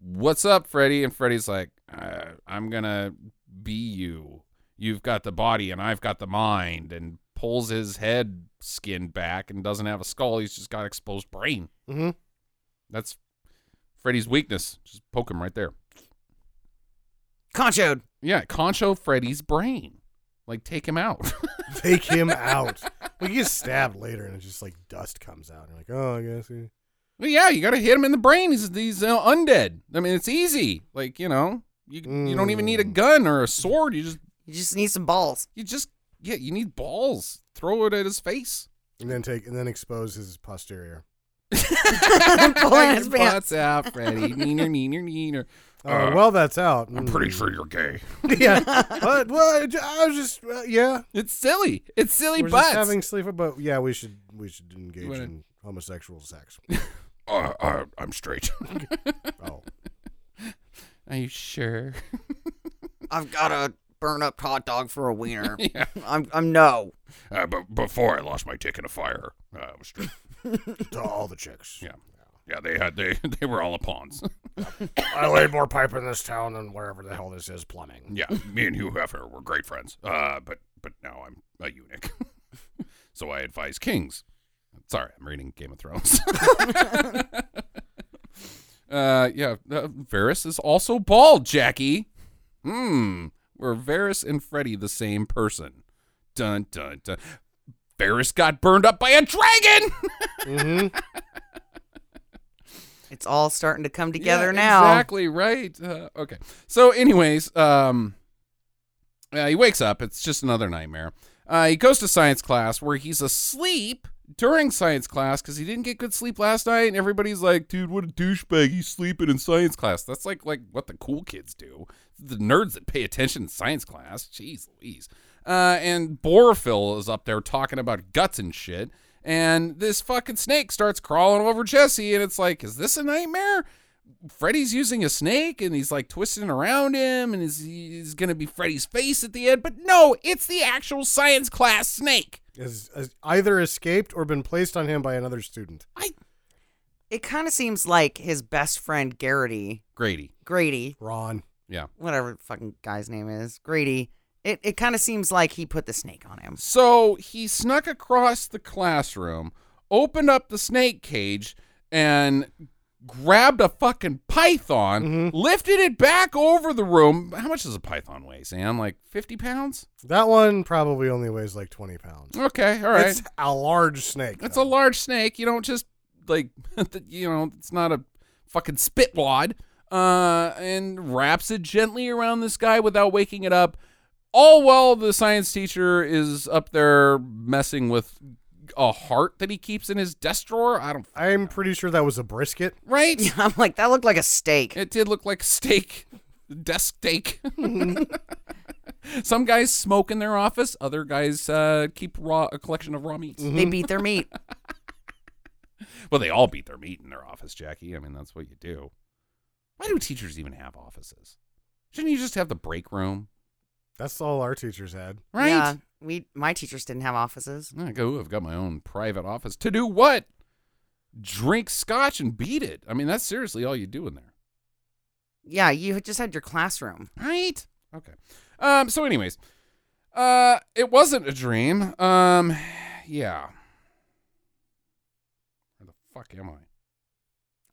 Speaker 3: what's up freddy and freddy's like uh, i'm gonna be you you've got the body and i've got the mind and pulls his head skin back and doesn't have a skull he's just got exposed brain
Speaker 1: Mhm.
Speaker 3: that's freddy's weakness just poke him right there
Speaker 2: Conchoed.
Speaker 3: yeah concho freddy's brain like take him out
Speaker 1: Take him out. Like, you get stabbed later and it's just like dust comes out. And you're like, oh, I guess. he-
Speaker 3: Well, yeah you gotta hit him in the brain he's, he's uh, undead i mean it's easy like you know you, you don't even need a
Speaker 1: Mm.
Speaker 3: gun or a sword you just
Speaker 2: You just need some balls.
Speaker 3: you just yeah you need balls throw it at his face
Speaker 1: And then take, and then expose his posterior.
Speaker 2: Pulling his pants.
Speaker 3: Butts out, Freddy. Neener, neener, neener. Oh,
Speaker 1: Uh, well, that's out.
Speaker 3: I'm
Speaker 1: Mm.
Speaker 3: pretty sure you're gay.
Speaker 1: yeah. But well, I j- I was just well, yeah.
Speaker 3: It's silly. It's silly
Speaker 1: We're
Speaker 3: butts.
Speaker 1: just having sleeper, but yeah, we should we should engage
Speaker 3: wanna-
Speaker 1: in homosexual sex.
Speaker 3: Uh, uh, I'm straight.
Speaker 1: oh,
Speaker 3: Are you sure?
Speaker 2: I've got a burn up hot dog for a wiener.
Speaker 3: yeah.
Speaker 2: I'm, I'm no.
Speaker 3: Uh, but before I lost my dick in a fire, uh, I was straight.
Speaker 1: to all the chicks.
Speaker 3: Yeah. Yeah, they had they they were all a pawns.
Speaker 1: I laid more pipe in this town than wherever the hell this is plumbing.
Speaker 3: Yeah, me and Hugh Hefner were great friends. Uh, but but now I'm a eunuch, so I advise kings. Sorry, I'm reading Game of Thrones. uh, yeah, uh, Varys is also bald, Jackie. Hmm, were Varys and Freddy the same person? Dun dun dun. Varys got burned up by a dragon.
Speaker 1: Mm-hmm.
Speaker 2: It's all starting to come together
Speaker 3: Yeah,
Speaker 2: now.
Speaker 3: Exactly right. Uh, okay. So, anyways, um, uh, he wakes up. It's just another nightmare. Uh, he goes to science class where he's asleep during science class because he didn't get good sleep last night, and everybody's like, "Dude, what a douchebag! He's sleeping in science class." That's like like what the cool kids do. The nerds that pay attention in science class. Jeez Louise. Uh, and Borophyll is up there talking about guts and shit. And this fucking snake starts crawling over Jesse, and it's like, is this a nightmare? Freddy's using a snake and he's like twisting around him and is he's gonna be Freddy's face at the end, but no, it's the actual science class snake.
Speaker 1: Has, has either escaped or been placed on him by another student.
Speaker 2: It kind of seems like his best friend Garrity,
Speaker 3: Grady.
Speaker 2: Grady,
Speaker 1: Ron.
Speaker 3: Yeah.
Speaker 2: whatever the fucking guy's name is, Grady. It it kind of seems like he put the snake on him.
Speaker 3: So he snuck across the classroom, opened up the snake cage, and grabbed a fucking python, lifted it back over the room. How much does a python weigh, Sam? Like fifty pounds?
Speaker 1: That one probably only weighs like twenty pounds.
Speaker 3: Okay, all right.
Speaker 1: It's a large snake.
Speaker 3: It's a
Speaker 1: though.
Speaker 3: large snake. You don't just like you know. It's not a fucking spit wad. Uh, and wraps it gently around this guy without waking it up. All while the science teacher is up there messing with a heart that he keeps in his desk drawer. I don't
Speaker 1: I'm pretty sure that was a brisket.
Speaker 3: right.
Speaker 2: Yeah, I'm like that looked like a steak.
Speaker 3: It did look like steak, desk steak. Some guys smoke in their office. Other guys uh, keep raw a collection of raw meats.
Speaker 2: They beat their meat.
Speaker 3: Well, they all beat their meat in their office, Jackie. I mean, that's what you do. Why do teachers even have offices? Shouldn't you just have the break room,
Speaker 1: That's all our teachers had.
Speaker 3: right?
Speaker 2: Yeah, we my teachers didn't have offices.
Speaker 3: I go, "Ooh, I've got my own private office to do what? Drink scotch and beat it. I mean, that's seriously all you do in there,
Speaker 2: Yeah, you just had your classroom.
Speaker 3: right? Okay. Um. So, anyways, uh, it wasn't a dream. Um, Yeah. Where the fuck am I?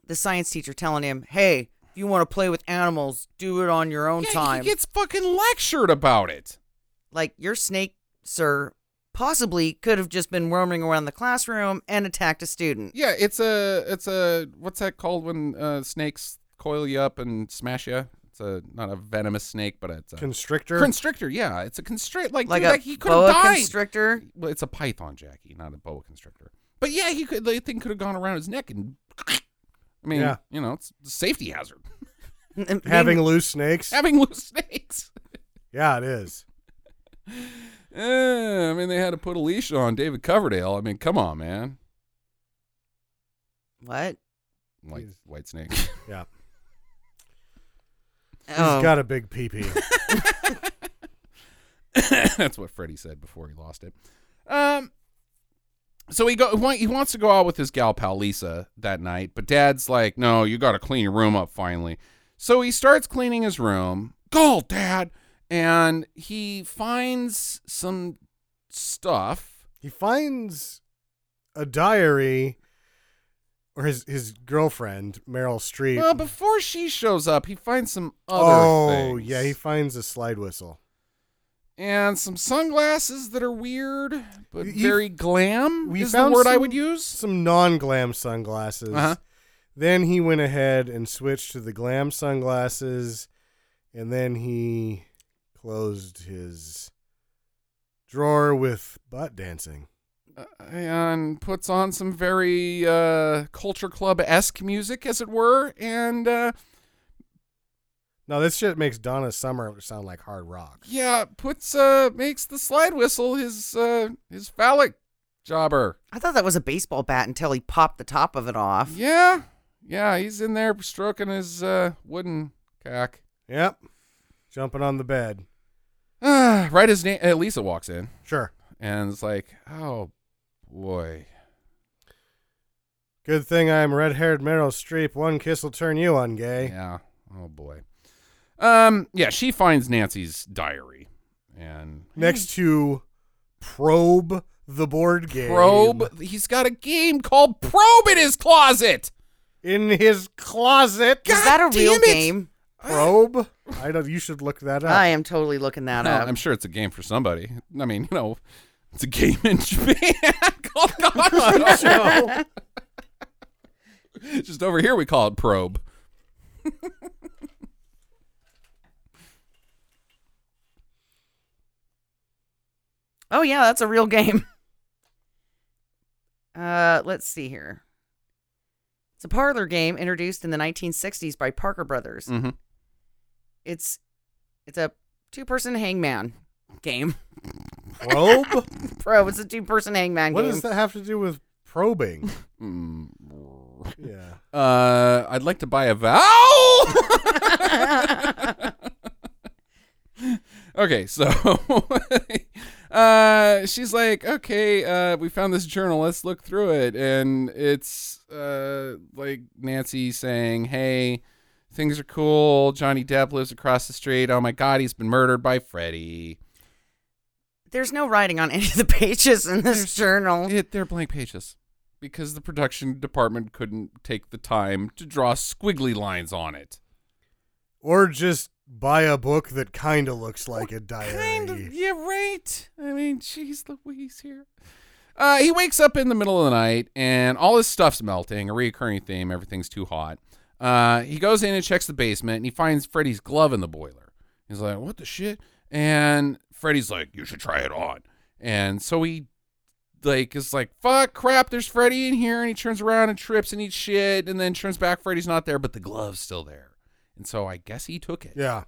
Speaker 2: The science teacher telling him, hey, if you want to play with animals, do it on your own time.
Speaker 3: he gets fucking lectured about it.
Speaker 2: like, your snake, sir, possibly could have just been roaming around the classroom and attacked a student.
Speaker 3: Yeah, it's a it's a what's that called when uh, snakes coil you up and smash you? It's a not a venomous snake, but it's a
Speaker 1: Constrictor.
Speaker 3: constrictor. Yeah, it's a constrict. Like,
Speaker 2: Like
Speaker 3: dude,
Speaker 2: a
Speaker 3: like he could have
Speaker 2: boa
Speaker 3: died.
Speaker 2: constrictor.
Speaker 3: well, it's a python, Jackie, not a boa constrictor. But yeah, he could. The thing could have gone around his neck, and I mean,
Speaker 1: Yeah.
Speaker 3: you know, it's a safety hazard.
Speaker 1: having loose snakes.
Speaker 3: Having loose snakes.
Speaker 1: Yeah, it is.
Speaker 3: Eh, I mean, they had to put a leash on David Coverdale. I mean, come on, man.
Speaker 2: What?
Speaker 3: Like
Speaker 1: He's-
Speaker 3: white snake.
Speaker 1: Yeah.
Speaker 2: Oh.
Speaker 3: Um.
Speaker 1: He's got a big pee pee.
Speaker 3: That's what Freddie said before he lost it. Um, so he go wa- he wants to go out with his gal pal Lisa that night, but Dad's like, "No, you got to clean your room up finally." So he starts cleaning his room. Go, Dad! And he finds some stuff.
Speaker 1: he finds a diary or his his girlfriend, Meryl Streep.
Speaker 3: Well, before she shows up, he finds some other
Speaker 1: oh,
Speaker 3: things.
Speaker 1: yeah, he finds a slide whistle.
Speaker 3: and some sunglasses that are weird but
Speaker 1: You-
Speaker 3: very glam.
Speaker 1: we
Speaker 3: is the
Speaker 1: found
Speaker 3: word I
Speaker 1: some-
Speaker 3: would use.
Speaker 1: Some non glam sunglasses.
Speaker 3: Uh-huh.
Speaker 1: Then he went ahead and switched to the glam sunglasses, and then he closed his drawer with butt dancing.
Speaker 3: uh, and puts on some very uh, culture club esque music, as it were, and uh,
Speaker 1: Now this shit makes Donna Summer sound like hard rock.
Speaker 3: yeah, puts uh, makes the slide whistle his uh, his phallic jobber.
Speaker 2: I thought that was a baseball bat until he popped the top of it off.
Speaker 3: Yeah, yeah, he's in there stroking his uh, wooden cock.
Speaker 1: Yep, jumping on the bed.
Speaker 3: Ah, right, his name. Uh, Lisa walks in
Speaker 1: Sure,
Speaker 3: and it's like, oh boy,
Speaker 1: good thing I'm red-haired Meryl Streep. One kiss will turn you on gay.
Speaker 3: Yeah. Oh boy. Um. Yeah. She finds Nancy's diary, and
Speaker 1: Next to probe the board game.
Speaker 3: probe. He's got a game called Probe in his closet.
Speaker 1: in his closet.
Speaker 2: Is that
Speaker 3: God
Speaker 2: a real
Speaker 3: damn it!
Speaker 2: game?
Speaker 1: Probe. I don't. You should look that up.
Speaker 2: I am totally looking that
Speaker 3: No,
Speaker 2: up.
Speaker 3: I'm sure it's a game for somebody. I mean, you know, it's a game in Japan called Mahjong. Just over here, we call it Probe.
Speaker 2: Oh yeah, that's a real game. Uh, let's see here. It's a parlor game introduced in the 1960s by Parker Brothers.
Speaker 3: Mm-hmm.
Speaker 2: It's it's a two-person hangman game.
Speaker 1: probe.
Speaker 2: Probe. It's a two-person hangman
Speaker 1: what
Speaker 2: game.
Speaker 1: does that have to do with probing?
Speaker 3: Mm.
Speaker 1: yeah.
Speaker 3: Uh, I'd like to buy a vowel. okay, so uh, she's like, okay, uh, we found this journal. Let's look through it, and it's uh, like Nancy saying, hey. Things are cool. Johnny Depp lives across the street. Oh my God, he's been murdered by Freddy.
Speaker 2: There's no writing on any of the pages in this journal.
Speaker 3: It, they're blank pages because the production department couldn't take the time to draw squiggly lines on it.
Speaker 1: Or just buy a book that kind of looks like a diary.
Speaker 3: Kind of, yeah, right. I mean, jeez Louise here. Uh, he wakes up in the middle of the night and all his stuff's melting, a recurring theme, everything's too hot. Uh, he goes in and checks the basement and he finds Freddy's glove in the boiler. He's like, what the shit? And Freddy's like, you should try it on. And so he like is like, fuck, crap, there's Freddy in here. And he turns around and trips and eats shit and then turns back. Freddy's not there, but the glove's still there. And so I guess he took it.
Speaker 1: Yeah.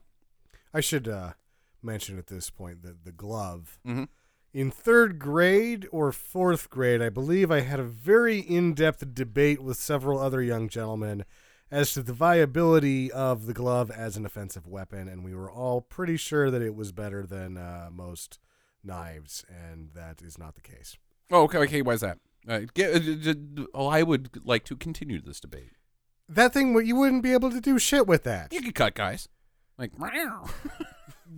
Speaker 1: I should uh, mention at this point that the glove.
Speaker 3: Mhm.
Speaker 1: In third grade or fourth grade, I believe I had a very in depth debate with several other young gentlemen as to the viability of the glove as an offensive weapon, and we were all pretty sure that it was better than uh, most knives, and that is not the case.
Speaker 3: Oh, okay. Okay, why is that? Uh, get, uh, d- d- d- oh, I would like to continue this debate.
Speaker 1: That thing, you wouldn't be able to do shit with that.
Speaker 3: You could cut guys, like meow.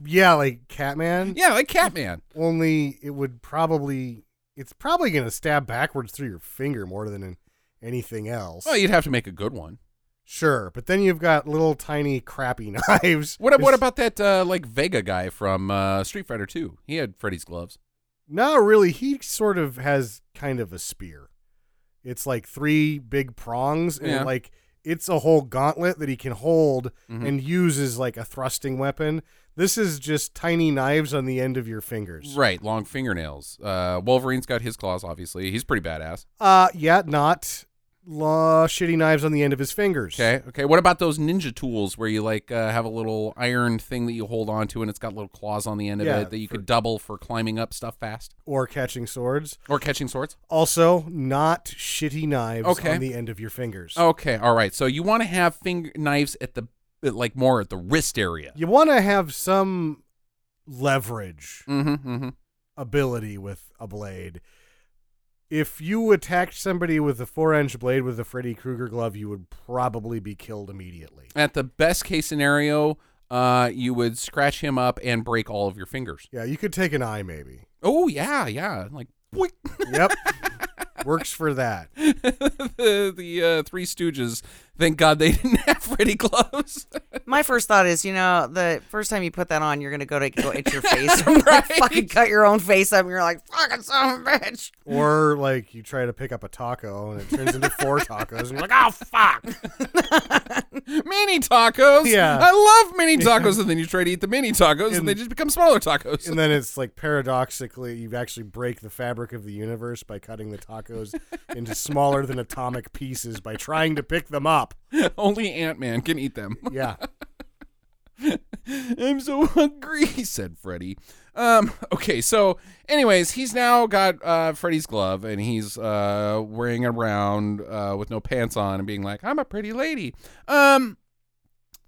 Speaker 1: Yeah, like Catman.
Speaker 3: yeah, like Catman.
Speaker 1: Only it would probably it's probably going to stab backwards through your finger more than in anything else.
Speaker 3: Well, you'd have to make a good one.
Speaker 1: Sure, but then you've got little tiny crappy knives.
Speaker 3: What what
Speaker 1: It's-
Speaker 3: about that uh, like Vega guy from uh, Street Fighter Two? He had Freddy's gloves.
Speaker 1: No, really, he sort of has kind of a spear. It's like three big prongs, and
Speaker 3: Yeah.
Speaker 1: like it's a whole gauntlet that he can hold
Speaker 3: Mhm.
Speaker 1: and use as like a thrusting weapon. This is just tiny knives on the end of your fingers.
Speaker 3: Right, long fingernails. Uh, Wolverine's got his claws. Obviously, he's pretty badass.
Speaker 1: Uh, yeah, not law shitty knives on the end of his fingers.
Speaker 3: Okay, okay. What about those ninja tools where you like uh, have a little iron thing that you hold onto and it's got little claws on the end of
Speaker 1: Yeah,
Speaker 3: it that you
Speaker 1: for-
Speaker 3: could double for climbing up stuff fast
Speaker 1: Or catching swords.
Speaker 3: or catching swords?
Speaker 1: Also, not shitty knives
Speaker 3: Okay. Oh.
Speaker 1: on the end of your fingers.
Speaker 3: Okay, all right. So you want to have finger knives at the at, like more at the wrist area.
Speaker 1: You want to have some leverage.
Speaker 3: Mm-hmm, mm-hmm.
Speaker 1: ability with a blade. If you attacked somebody with a four inch blade with a Freddy Krueger glove, you would probably be killed immediately.
Speaker 3: At the best case scenario, uh, you would scratch him up and break all of your fingers.
Speaker 1: Yeah, you could take an eye maybe.
Speaker 3: Oh yeah, yeah. Like boink.
Speaker 1: Yep. Works for that.
Speaker 3: the the uh, Three Stooges. Thank God they didn't have Freddy gloves.
Speaker 2: My first thought is, you know, the first time you put that on, you're gonna go to go itch your face, and
Speaker 3: Right.
Speaker 2: like, fucking cut your own face up, and you're like, fucking son of a bitch.
Speaker 1: Or like you try to pick up a taco and it turns into four tacos and you're like, oh fuck.
Speaker 3: mini tacos.
Speaker 1: Yeah.
Speaker 3: I love mini tacos, and then you try to eat the mini tacos, and,
Speaker 1: And-
Speaker 3: they just become smaller tacos.
Speaker 1: And then it's like paradoxically you actually break the fabric of the universe by cutting the tacos into smaller than atomic pieces by trying to pick them up.
Speaker 3: Only Ant Man can eat them.
Speaker 1: Yeah.
Speaker 3: I'm so hungry," said Freddy. Um, okay, so anyways, he's now got uh, Freddy's glove, and he's uh, wearing it around uh, with no pants on, and being like, "I'm a pretty lady." Um,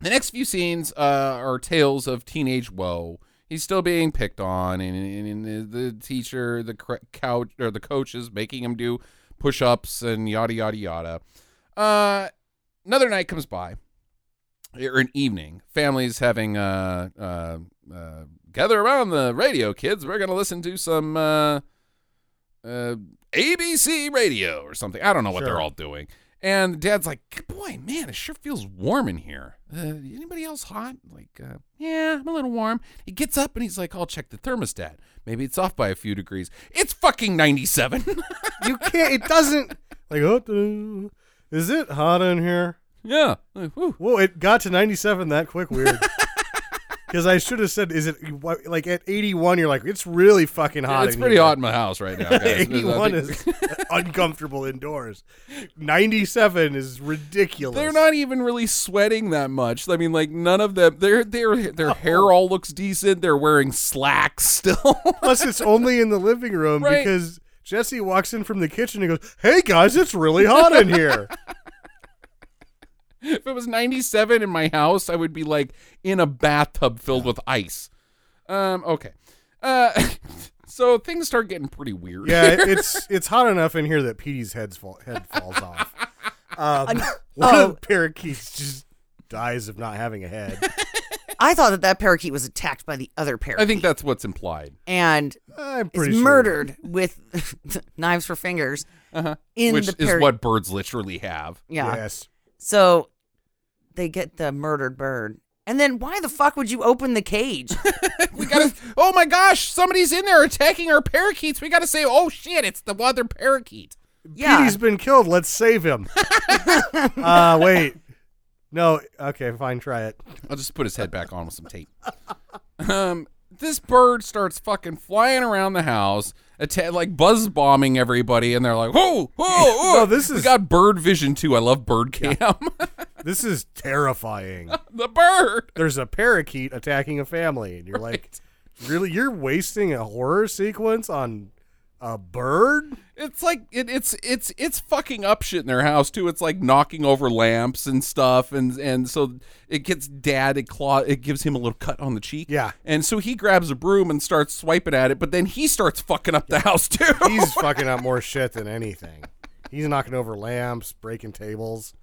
Speaker 3: the next few scenes uh, are tales of teenage woe. He's still being picked on, and, and, and the teacher, the cr- couch, or the coach is making him do push-ups and yada yada yada. Uh, another night comes by or an evening. Families having uh, uh, uh, gather around the radio, kids. We're gonna listen to some uh, uh, ABC radio or something. I don't know what
Speaker 1: Sure.
Speaker 3: they're all doing. And dad's like, "Boy, man, it sure feels warm in here. Uh, anybody else hot? Like, uh, yeah, I'm a little warm." He gets up and he's like, "I'll check the thermostat. Maybe it's off by a few degrees. It's fucking 97."
Speaker 1: You can't. It doesn't. Like, oh, duh. is it hot in here?
Speaker 3: yeah. Like, whew.
Speaker 1: Whoa, it got to 97 that quick. Weird. Because I should have said, is it what- like at 81? You're like, it's really fucking hot.
Speaker 3: it's
Speaker 1: in
Speaker 3: pretty
Speaker 1: here.
Speaker 3: hot in my house right now, guys. I
Speaker 1: 81
Speaker 3: think-
Speaker 1: is uncomfortable indoors. 97 is ridiculous.
Speaker 3: They're not even really sweating that much. I mean, like none of them. Their their their hair all looks decent. They're wearing slacks still.
Speaker 1: Plus, it's only in the living room
Speaker 3: Right.
Speaker 1: because Jesse walks in from the kitchen and goes, "Hey guys, it's really hot in here."
Speaker 3: if it was 97 in my house, I would be like in a bathtub filled with ice. Um. Okay. Uh. so things start getting pretty weird.
Speaker 1: Yeah, it- it's it's hot enough in here that Petey's head's fall, head falls off. Um, one of
Speaker 2: oh.
Speaker 1: the parakeets just dies of not having a head.
Speaker 2: I thought that that parakeet was attacked by the other parakeet.
Speaker 3: I think that's what's implied.
Speaker 2: and
Speaker 1: I'm
Speaker 2: is
Speaker 1: pretty sure.
Speaker 2: murdered with knives for fingers in
Speaker 3: Uh-huh. Which
Speaker 2: the
Speaker 3: is
Speaker 2: par-
Speaker 3: what birds literally have.
Speaker 2: yeah.
Speaker 1: Yes.
Speaker 2: So they get the murdered bird, and then why the fuck would you open the cage?
Speaker 3: We gotta. oh my gosh! Somebody's in there attacking our parakeets. We gotta say, oh shit! It's the other parakeet.
Speaker 2: yeah,
Speaker 1: Petey's been killed. Let's save him. uh, wait. No. Okay. Fine. Try it.
Speaker 3: I'll just put his head back on with some tape. Um, this bird starts fucking flying around the house, atta- like buzz bombing everybody, and they're like, "Whoa, whoa, whoa!"
Speaker 1: No, this
Speaker 3: we
Speaker 1: is-
Speaker 3: got bird vision too. I love bird cam.
Speaker 1: This is terrifying.
Speaker 3: the bird.
Speaker 1: There's a parakeet attacking a family, and you're like, really? You're wasting a horror sequence on a bird?
Speaker 3: It's like it, it's it's it's fucking up shit in their house too. It's like knocking over lamps and stuff, and and so it gets dad it claw it gives him a little cut on the cheek.
Speaker 1: Yeah.
Speaker 3: and so he grabs a broom and starts swiping at it, but then he starts fucking up the house too.
Speaker 1: He's fucking up more shit than anything. He's knocking over lamps, breaking tables.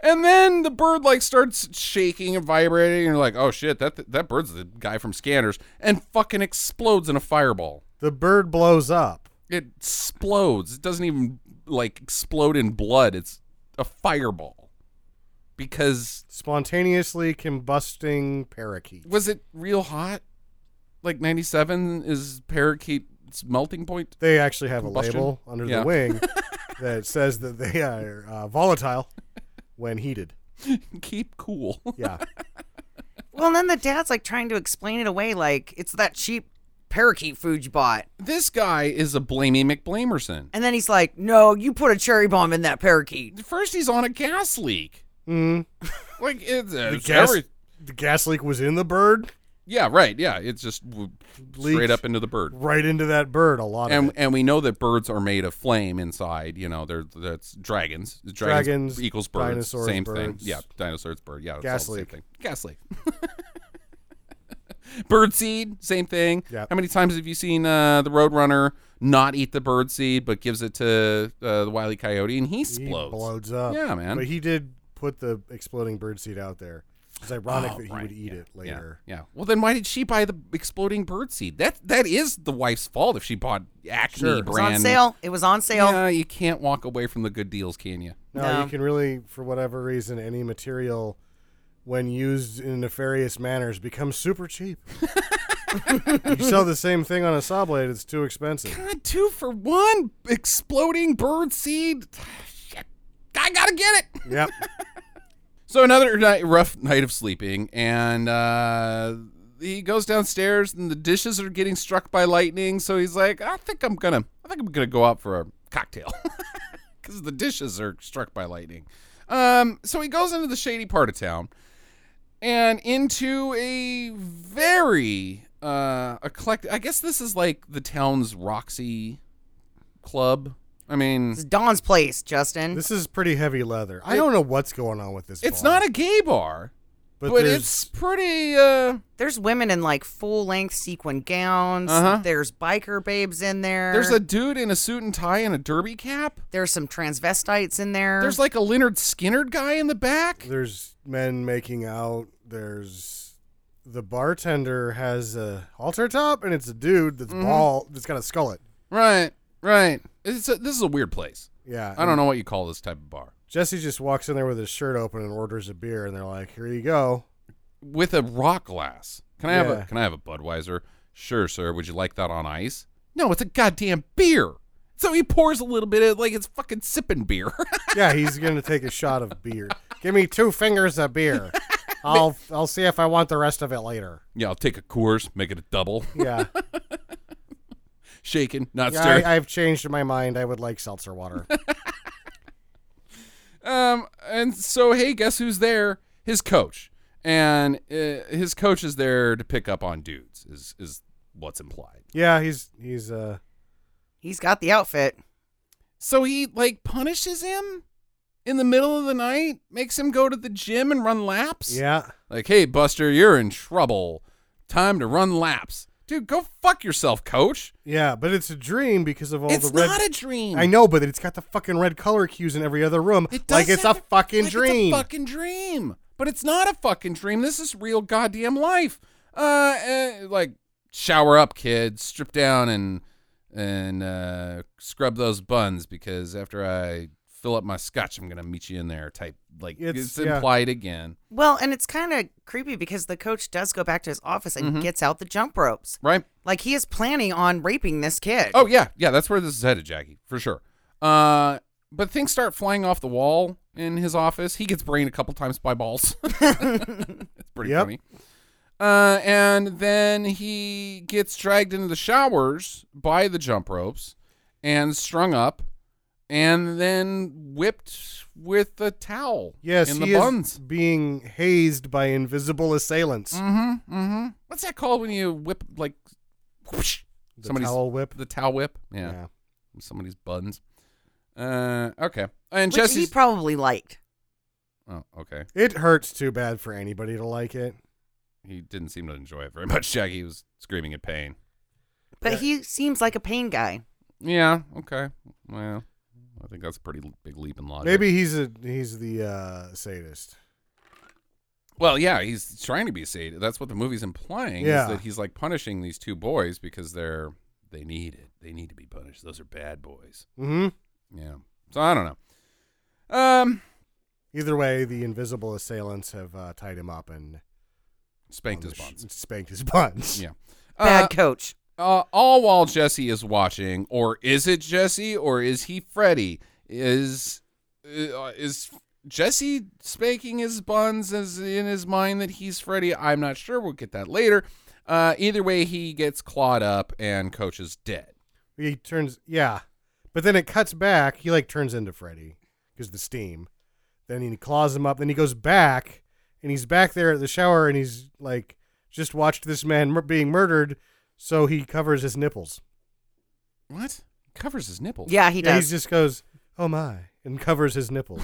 Speaker 3: And then the bird like starts shaking and vibrating, and you're like, "Oh shit, that that bird's the guy from Scanners," and fucking explodes in a fireball.
Speaker 1: The bird blows up.
Speaker 3: It explodes. It doesn't even like explode in blood. It's a fireball. Because
Speaker 1: Spontaneously combusting parakeet.
Speaker 3: was it real hot? Like 97 is parakeet's melting point?
Speaker 1: They actually have
Speaker 3: Combustion?
Speaker 1: a label under
Speaker 3: Yeah.
Speaker 1: the wing that says that they are uh, volatile when heated.
Speaker 3: Keep cool.
Speaker 1: Yeah.
Speaker 2: Well, and then the dad's like trying to explain it away, like it's that cheap parakeet food you bought,
Speaker 3: this guy is a blamey McBlamerson.
Speaker 2: and then he's like, "No, you put a cherry bomb in that parakeet."
Speaker 3: First, he's on a gas leak.
Speaker 1: Mm.
Speaker 3: Like, it's, uh,
Speaker 1: The
Speaker 3: it's
Speaker 1: gas,
Speaker 3: every-
Speaker 1: the gas leak was in the bird,
Speaker 3: Yeah, right. Yeah, it's just w- straight
Speaker 1: Leaked.
Speaker 3: up into the bird.
Speaker 1: right into that bird. A lot
Speaker 3: and
Speaker 1: of it.
Speaker 3: and we know that birds are made of flame inside. You know, they're that's dragons. Dragons,
Speaker 1: Dragons,
Speaker 3: equals birds.
Speaker 1: dinosaurs,
Speaker 3: same thing.
Speaker 1: birds.
Speaker 3: Yeah, dinosaurs, bird. Yeah, it's
Speaker 1: Gas
Speaker 3: all the
Speaker 1: leak.
Speaker 3: Same thing. Gas leak. bird seed, same thing.
Speaker 1: Yep.
Speaker 3: How many times have you seen uh, the Roadrunner not eat the bird seed, but gives it to uh, the wily coyote, and he
Speaker 1: He
Speaker 3: explodes.
Speaker 1: blows up.
Speaker 3: Yeah, man.
Speaker 1: But he did put the exploding bird seed out there. It's ironic that he would eat it
Speaker 3: Oh, Yeah,
Speaker 1: later.
Speaker 3: yeah. Well, then why did she buy the exploding bird seed? That that is the wife's fault if she bought Acme
Speaker 1: Sure. It
Speaker 2: It was on
Speaker 3: brand.
Speaker 2: sale. It was on sale.
Speaker 3: Yeah, you can't walk away from the good deals, can you?
Speaker 1: No,
Speaker 2: No.
Speaker 1: you can really, for whatever reason, any material, when used in nefarious manners, becomes super cheap. you sell the same thing on a saw blade; it's too expensive.
Speaker 3: God, two for one exploding bird seed. Shit. I gotta get it.
Speaker 1: Yep.
Speaker 3: So another night, rough night of sleeping, and uh, he goes downstairs, and the dishes are getting struck by lightning. So he's like, I think I'm gonna, I think I'm gonna go out for a cocktail because the dishes are struck by lightning. Um, so he goes into the shady part of town, and into a very uh, eclectic. I guess this is like the town's Roxy club. I mean,
Speaker 2: It's Don's place, Justin.
Speaker 1: This is pretty heavy leather. I don't know what's going on with this.
Speaker 3: it's
Speaker 1: bar,
Speaker 3: not a gay bar, but,
Speaker 1: there's-
Speaker 3: it's pretty. Uh,
Speaker 2: There's women in like full length sequin gowns.
Speaker 3: Uh-huh.
Speaker 2: There's biker babes in there.
Speaker 3: There's a dude in a suit and tie and a derby cap.
Speaker 2: there's some transvestites in there.
Speaker 3: There's like a Leonard Skinner guy in the back.
Speaker 1: There's men making out. There's the bartender has a halter top, and it's a dude
Speaker 3: Mm-hmm.
Speaker 1: that's bald. That's got a skullet.
Speaker 3: Right, right. It's a, this is a weird place.
Speaker 1: Yeah.
Speaker 3: I don't know what you call this type of bar.
Speaker 1: Jesse just walks in there with his shirt open and orders a beer, and they're like, "Here you go."
Speaker 3: With a rock glass. Can I have
Speaker 1: Yeah.
Speaker 3: a Can I have a Budweiser? Sure, sir. Would you like that on ice? No, it's a goddamn beer. So he pours a little bit of like it's fucking sipping beer.
Speaker 1: Yeah, he's gonna take a shot of beer. Give me two fingers of beer. I'll I'll see if I want the rest of it later.
Speaker 3: yeah, I'll take a Coors, make it a double,
Speaker 1: Yeah,
Speaker 3: shaken, not
Speaker 1: yeah
Speaker 3: stirred.
Speaker 1: I, I've changed my mind. I would like seltzer water.
Speaker 3: Um, and so hey, guess who's there? His coach, and uh, his coach is there to pick up on dudes. Is is what's implied.
Speaker 1: Yeah, he's he's uh
Speaker 2: He's got the outfit.
Speaker 3: So he like punishes him in the middle of the night, makes him go to the gym and run laps.
Speaker 1: yeah
Speaker 3: Like, hey, Buster, you're in trouble. Time to run laps, dude. Go fuck yourself, coach.
Speaker 1: yeah, but it's a dream because of all
Speaker 3: it's
Speaker 1: the red.
Speaker 3: not a dream.
Speaker 1: I know, but it's got the fucking red color cues in every other room.
Speaker 3: It does
Speaker 1: like it's a
Speaker 3: have-
Speaker 1: fucking
Speaker 3: like
Speaker 1: dream.
Speaker 3: It's a fucking dream. But it's not a fucking dream. This is real goddamn life. Uh, uh, like shower up, kid. Strip down and and uh, scrub those buns because after I fill up my scotch, I'm gonna meet you in there. Type like it's,
Speaker 1: It's- yeah.
Speaker 3: implied again,
Speaker 2: Well, and it's kind of creepy because the coach does go back to his office
Speaker 3: Mm-hmm.
Speaker 2: and gets out the jump ropes.
Speaker 3: right?
Speaker 2: Like he is planning on raping this kid.
Speaker 3: Oh yeah, yeah. That's where this is headed, Jackie, for sure. Uh, but things start flying off the wall in his office. He gets brained a couple times by balls. it's pretty
Speaker 1: Yep.
Speaker 3: funny. Uh, and then he gets dragged into the showers by the jump ropes and strung up, and then whipped with a towel.
Speaker 1: yes,
Speaker 3: in
Speaker 1: he
Speaker 3: the
Speaker 1: is
Speaker 3: buns.
Speaker 1: being hazed by invisible assailants.
Speaker 3: Mm-hmm. Mm-hmm. What's that called when you whip like? Whoosh,
Speaker 1: The
Speaker 3: somebody's
Speaker 1: towel whip.
Speaker 3: the towel whip. Yeah. somebody's buns. Uh, okay. And
Speaker 2: which he
Speaker 3: Jesse's.
Speaker 2: probably liked.
Speaker 3: oh, okay.
Speaker 1: It hurts too bad for anybody to like it.
Speaker 3: He didn't seem to enjoy it very much. Jackie was screaming in pain.
Speaker 2: But
Speaker 1: Yeah.
Speaker 2: he seems like a pain guy.
Speaker 3: Yeah. Okay. Well, I think that's a pretty l- big leap in logic.
Speaker 1: Maybe he's a he's the uh, sadist.
Speaker 3: Well, yeah. He's trying to be sadist. That's what the movie's implying. Is
Speaker 1: Yeah.
Speaker 3: that he's like punishing these two boys because they're They need it. They need to be punished. Those are bad boys.
Speaker 1: Mm-hmm.
Speaker 3: Yeah. So I don't know. Um,
Speaker 1: Either way, the invisible assailants have uh, tied him up and
Speaker 3: spanked his
Speaker 1: on the sh-
Speaker 3: buns.
Speaker 1: Spanked his buns.
Speaker 3: Yeah. Uh,
Speaker 2: Bad coach.
Speaker 3: Uh, all while Jesse is watching, or is it Jesse, or is he Freddy? Is uh, is Jesse spanking his buns as in his mind that he's Freddy? I'm not sure. We'll get that later. Uh, either way, he gets clawed up, and Coach is dead.
Speaker 1: He turns, yeah, but then it cuts back. He like turns into Freddy because the steam. Then he claws him up. Then he goes back, and he's back there at the shower, and he's like, just watched this man mur- being murdered, so he covers his nipples.
Speaker 3: What covers his nipples?
Speaker 2: Yeah, he
Speaker 1: Yeah,
Speaker 2: does.
Speaker 1: he just goes, "Oh my," and covers his nipples.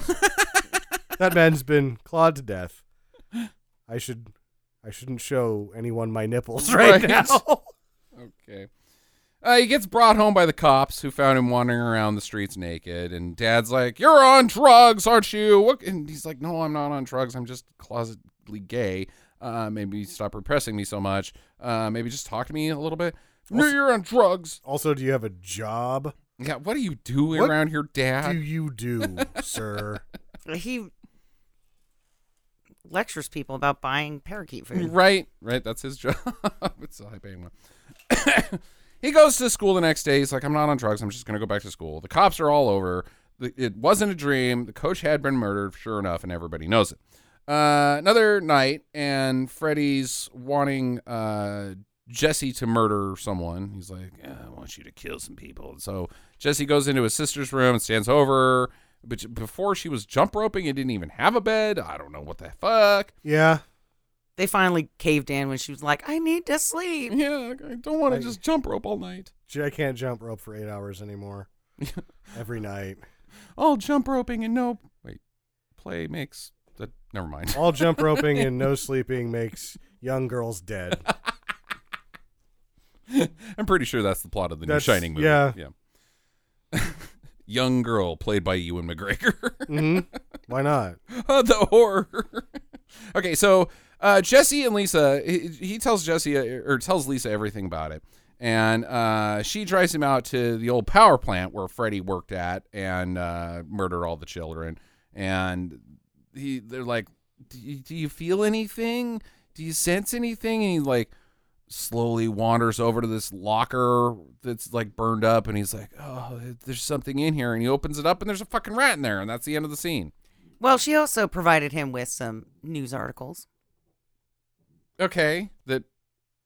Speaker 1: that man's been clawed to death. I should, I shouldn't show anyone my nipples right,
Speaker 3: Right.
Speaker 1: now.
Speaker 3: Okay. Uh, he gets brought home by the cops who found him wandering around the streets naked. And dad's like, You're on drugs, aren't you? What? And he's like, No, I'm not on drugs. I'm just closetly gay. Uh, maybe stop repressing me so much. Uh, maybe just talk to me a little bit. No, you're on drugs.
Speaker 1: also, do you have a job?
Speaker 3: Yeah, what are you doing
Speaker 1: What
Speaker 3: around here, dad?
Speaker 1: Do you do, sir?
Speaker 2: he lectures people about buying parakeet food.
Speaker 3: Right, right. That's his job. it's a high paying one. he goes to school the next day. He's like, I'm not on drugs. I'm just going to go back to school. The cops are all over. The, it wasn't a dream. The coach had been murdered, sure enough, and everybody knows it. Uh, another night, and Freddy's wanting uh, Jesse to murder someone. He's like, "Yeah, I want you to kill some people. And so Jesse goes into his sister's room and stands over. her. But j- before she was jump roping and didn't even have a bed. I don't know what the fuck.
Speaker 1: Yeah.
Speaker 2: They finally caved in when she was like, "I need to sleep."
Speaker 3: Yeah, I don't want to
Speaker 1: Like-
Speaker 3: just jump rope all night.
Speaker 1: Gee, I can't jump rope for eight hours anymore. Every night.
Speaker 3: All jump roping and no wait, play makes that. Never mind.
Speaker 1: All jump roping and no sleeping makes young girls dead.
Speaker 3: I'm pretty sure that's the plot of the new
Speaker 1: That's-
Speaker 3: Shining movie.
Speaker 1: yeah.
Speaker 3: yeah. Young girl played by Ewan McGregor.
Speaker 1: hmm Why not?
Speaker 3: Oh, the horror. okay, so uh, Jesse and Lisa, he, he tells Jesse uh, or tells Lisa everything about it, and uh, she drives him out to the old power plant where Freddy worked at and uh, murdered all the children. And he, they're like, do you, "Do you feel anything? Do you sense anything?" And he like slowly wanders over to this locker that's like burned up, and he's like, "Oh, there's something in here." And he opens it up, and there's a fucking rat in there, and that's the end of the scene.
Speaker 2: Well, she also provided him with some news articles.
Speaker 3: okay that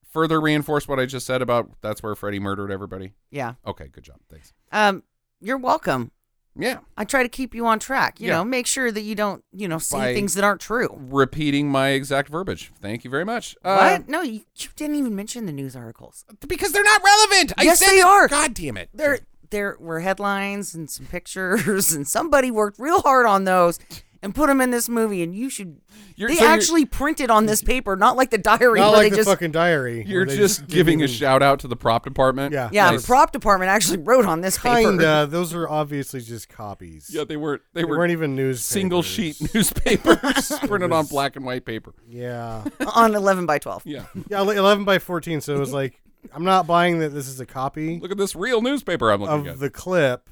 Speaker 3: further reinforce what i just said about that's where freddy murdered everybody
Speaker 2: Yeah.
Speaker 3: okay good job thanks
Speaker 2: Um, you're welcome.
Speaker 3: yeah
Speaker 2: I try to keep you on track. You
Speaker 3: Yeah.
Speaker 2: know, make sure that you don't, you know, say
Speaker 3: By-
Speaker 2: things that aren't true.
Speaker 3: repeating my exact verbiage thank you very much Uh,
Speaker 2: what? No, you, you didn't even mention the news articles.
Speaker 3: because they're not relevant I
Speaker 2: Yes,
Speaker 3: said
Speaker 2: they
Speaker 3: it.
Speaker 2: are.
Speaker 3: god damn it
Speaker 2: There, there were headlines and some pictures, and somebody worked real hard on those and put them in this movie. And you should.
Speaker 3: You're-
Speaker 2: they
Speaker 3: so you're-
Speaker 2: actually printed on this paper, not like the diary
Speaker 1: Not
Speaker 2: where
Speaker 1: like
Speaker 2: they
Speaker 1: the
Speaker 2: just.
Speaker 1: fucking diary. where
Speaker 3: you're
Speaker 1: they
Speaker 3: just
Speaker 1: didn't
Speaker 3: giving a
Speaker 1: even-
Speaker 3: shout out to the prop department
Speaker 1: Yeah.
Speaker 2: yeah,
Speaker 3: Nice.
Speaker 2: the prop department actually wrote on this paper.
Speaker 1: Kinda. Those are obviously just copies.
Speaker 3: yeah they weren't they,
Speaker 1: They
Speaker 3: were
Speaker 1: weren't even news.
Speaker 3: single sheet newspapers printed on
Speaker 1: was-
Speaker 3: black and white paper
Speaker 1: Yeah.
Speaker 2: on eleven by twelve.
Speaker 3: yeah
Speaker 1: Yeah. ele- Eleven by fourteen. So it was like, I'm not buying that. This is a copy
Speaker 3: look at this real newspaper i'm looking at
Speaker 1: of the clip,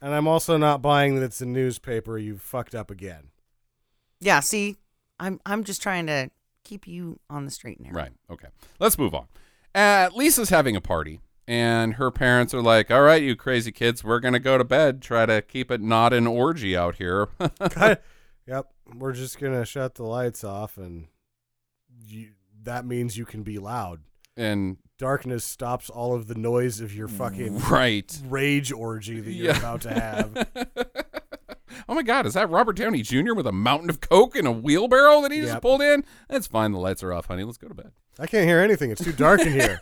Speaker 1: and I'm also not buying that it's a newspaper. You fucked up again.
Speaker 2: Yeah, see, I'm I'm just trying to keep you on the straight and narrow.
Speaker 3: Right. Okay. Let's move on. Uh, Lisa's having a party, and her parents are like, "All right, you crazy kids, we're gonna go to bed. Try to keep it not an orgy out here."
Speaker 1: Cut. yep. We're just gonna shut the lights off, and you, that means you can be loud.
Speaker 3: and
Speaker 1: Darkness stops all of the noise of your fucking
Speaker 3: right.
Speaker 1: rage orgy that you're
Speaker 3: Yeah.
Speaker 1: about to have.
Speaker 3: Oh my God, is that Robert Downey Jr. with a mountain of coke and a wheelbarrow that he just
Speaker 1: Yep.
Speaker 3: pulled in? That's fine. The lights are off, honey. Let's go to bed.
Speaker 1: I can't hear anything. It's too dark in here.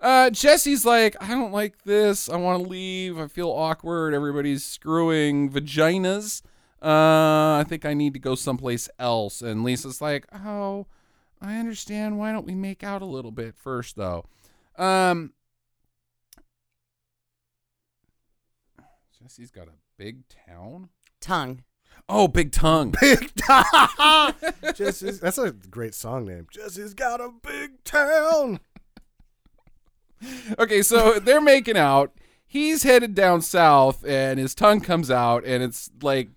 Speaker 3: Uh, Jesse's like, I don't like this. I want to leave. I feel awkward. Everybody's screwing vaginas. Uh, I think I need to go someplace else. And Lisa's like, Oh, I understand. Why don't we make out a little bit first, though? Um, Jesse's got a big town.
Speaker 2: Tongue.
Speaker 3: Oh, big tongue. Big tongue.
Speaker 1: Jesse's, that's a great song name. Jesse's got a big town.
Speaker 3: Okay, so they're making out. He's headed down south, and his tongue comes out, and it's like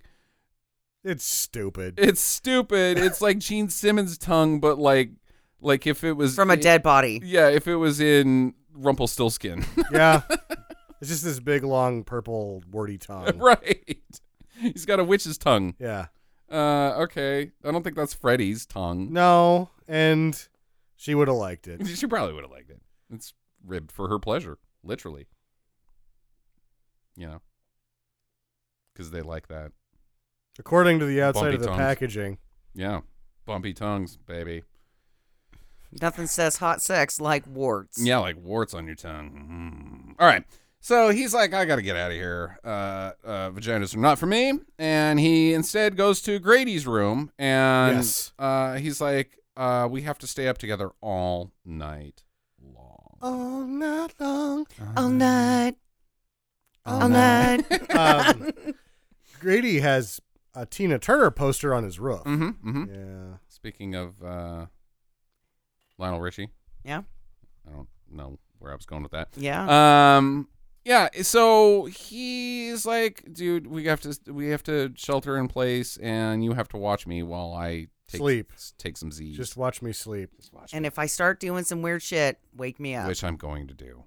Speaker 1: It's stupid.
Speaker 3: it's stupid. It's like Gene Simmons' tongue, but like like if it was
Speaker 2: from a dead body.
Speaker 3: Yeah, if it was in Rumpelstiltskin,
Speaker 1: yeah. It's just this big, long, purple, wordy tongue.
Speaker 3: right? He's got a witch's tongue.
Speaker 1: Yeah.
Speaker 3: Uh, okay. I don't think that's Freddy's tongue.
Speaker 1: No, and she would have liked it.
Speaker 3: She probably would have liked it. It's ribbed for her pleasure, literally. You know, because they like that.
Speaker 1: According to the outside
Speaker 3: Bumpy
Speaker 1: of the
Speaker 3: tongues.
Speaker 1: packaging.
Speaker 3: Yeah, bumpy tongues, baby.
Speaker 2: Nothing says hot sex like warts.
Speaker 3: Yeah, like warts on your tongue. Mm. All right. So he's like, I gotta get out of here. Uh, uh, vaginas are not for me. And he instead goes to Grady's room, and
Speaker 1: Yes.
Speaker 3: uh, he's like, uh, we have to stay up together all night long.
Speaker 1: All night long.
Speaker 2: All night,
Speaker 3: All
Speaker 2: all night.
Speaker 1: Um, Grady has a Tina Turner poster on his roof.
Speaker 3: hmm hmm
Speaker 1: Yeah.
Speaker 3: Speaking of uh, Lionel Richie,
Speaker 2: yeah,
Speaker 3: I don't know where I was going with that.
Speaker 2: yeah.
Speaker 3: Um, yeah. So he's like, dude, we have to we have to shelter in place, and you have to watch me while I take,
Speaker 1: Sleep.
Speaker 3: s- Take some Z's.
Speaker 1: Just watch me sleep.
Speaker 3: Just watch
Speaker 2: and
Speaker 3: me,
Speaker 2: if I start doing some weird shit, wake me up.
Speaker 3: which I'm going to do.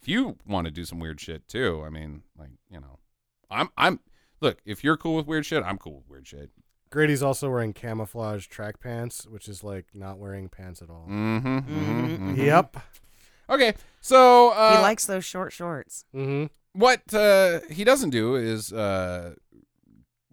Speaker 3: If you want to do some weird shit too, I mean, like you know, I'm I'm look. If you're cool with weird shit, I'm cool with weird shit.
Speaker 1: Grady's also wearing camouflage track pants, which is like not wearing pants at all.
Speaker 3: Mm-hmm.
Speaker 2: Mhm,
Speaker 3: mm-hmm.
Speaker 1: Yep.
Speaker 3: Okay. So uh,
Speaker 2: he likes those short shorts.
Speaker 1: Mm-hmm.
Speaker 3: what uh, he doesn't do is uh,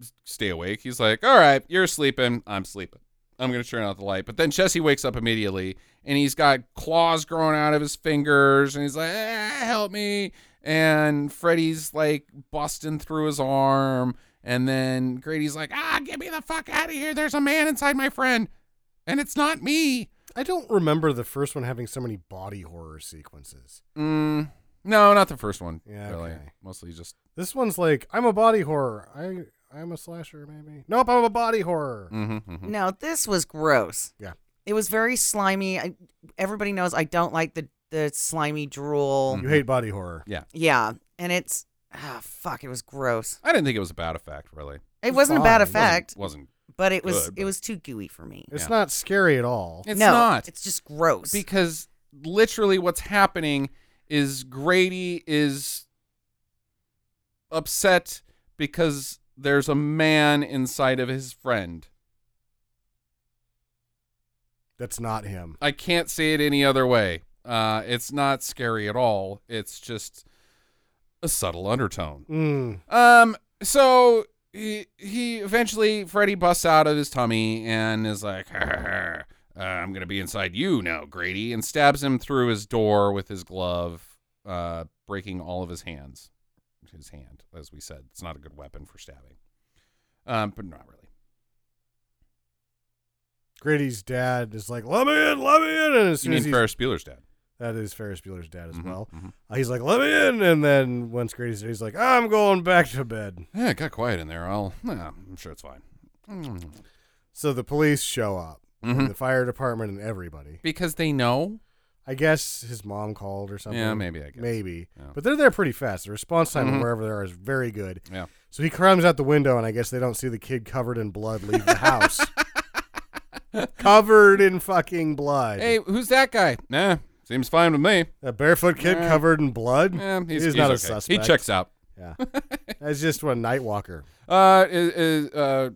Speaker 3: s- stay awake. He's like, "All right, you're sleeping. I'm sleeping. I'm gonna turn out the light." But then Jesse wakes up immediately, and he's got claws growing out of his fingers, and he's like, ah, "Help me!" And Freddy's like busting through his arm, and then Grady's like, "Ah, get me the fuck out of here! There's a man inside my friend, and it's not me."
Speaker 1: I don't remember the first one having so many body horror sequences.
Speaker 3: Mm, no, not the first one.
Speaker 1: Yeah,
Speaker 3: really.
Speaker 1: okay.
Speaker 3: Mostly just.
Speaker 1: This one's like, I'm a body horror. I I'm a slasher, maybe. Nope, I'm a body horror.
Speaker 3: hmm hmm
Speaker 2: Now this was gross.
Speaker 1: Yeah.
Speaker 2: it was very slimy. I, everybody knows I don't like the the slimy drool.
Speaker 3: Hmm. Mm-hmm.
Speaker 1: You hate body horror.
Speaker 2: Yeah, and it's ah fuck. It was gross.
Speaker 3: I didn't think it was a bad effect, really.
Speaker 2: It wasn't a bad
Speaker 1: fine. It wasn't-
Speaker 2: effect,
Speaker 3: wasn't.
Speaker 2: but it was
Speaker 3: good,
Speaker 2: it
Speaker 3: but-
Speaker 2: was too gooey for me.
Speaker 1: It's
Speaker 3: Yeah.
Speaker 1: not scary at all.
Speaker 3: It's
Speaker 2: no,
Speaker 3: not
Speaker 2: It's just gross.
Speaker 3: because literally what's happening is Grady is upset because there's a man inside of his friend.
Speaker 1: That's not him.
Speaker 3: I can't say it any other way. Uh, it's not scary at all. It's just a subtle undertone.
Speaker 1: Mm.
Speaker 3: Um. So he, he eventually Freddy busts out of his tummy and is like, "Uh, "I'm gonna be inside you now, Grady," and stabs him through his door with his glove, uh, breaking all of his hands. His hand, as we said, it's not a good weapon for stabbing. Um, but not really.
Speaker 1: Grady's dad is like, let me in, let me in. And as
Speaker 3: You
Speaker 1: soon
Speaker 3: mean
Speaker 1: as he's,
Speaker 3: Ferris Bueller's dad?
Speaker 1: that is Ferris Bueller's dad as
Speaker 3: Mhm,
Speaker 1: well.
Speaker 3: mhm.
Speaker 1: Uh, he's like, let me in. And then once Grady's there, he's like, I'm going back to bed.
Speaker 3: Yeah, it got quiet in there. I'll. Yeah, I'm sure it's fine. Mm.
Speaker 1: So the police show up,
Speaker 3: Mhm.
Speaker 1: the fire department, and everybody.
Speaker 3: Because they know.
Speaker 1: I guess his mom called or something.
Speaker 3: Yeah, maybe, I guess.
Speaker 1: Maybe.
Speaker 3: Yeah.
Speaker 1: But they're there pretty fast. The response time
Speaker 3: Mhm.
Speaker 1: wherever they are is very good.
Speaker 3: Yeah.
Speaker 1: So he climbs out the window, and I guess they don't see the kid covered in blood leave the house. covered in fucking blood.
Speaker 3: Hey, who's that guy? Nah, seems fine with me.
Speaker 1: That barefoot kid
Speaker 3: Yeah.
Speaker 1: covered in blood?
Speaker 3: Yeah, Eh, he's,
Speaker 1: He's
Speaker 3: he's
Speaker 1: not a
Speaker 3: okay.
Speaker 1: suspect.
Speaker 3: He checks out.
Speaker 1: Yeah. That's just one night walker.
Speaker 3: Uh, is, is uh,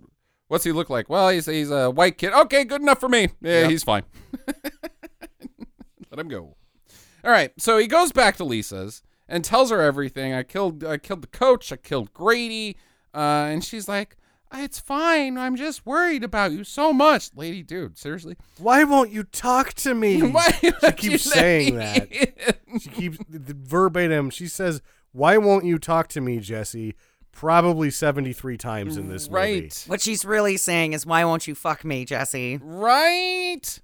Speaker 3: what's he look like? Well, he's he's a white kid. Okay, good enough for me. Yeah,
Speaker 1: Yep.
Speaker 3: he's fine. Let him go. All right, so he goes back to Lisa's and tells her everything. I killed I killed the coach. I killed Grady. Uh, and she's like, "Ah, "It's fine. I'm just worried about you so much, lady, dude. Seriously,
Speaker 1: Why won't you talk to me?
Speaker 3: she
Speaker 1: keeps saying that. She keeps the, the verbatim. She says, "Why won't you talk to me, Jesse?" Probably seventy-three times in this movie.
Speaker 3: right?
Speaker 2: what she's really saying is, why won't you fuck me, Jesse?
Speaker 3: Right.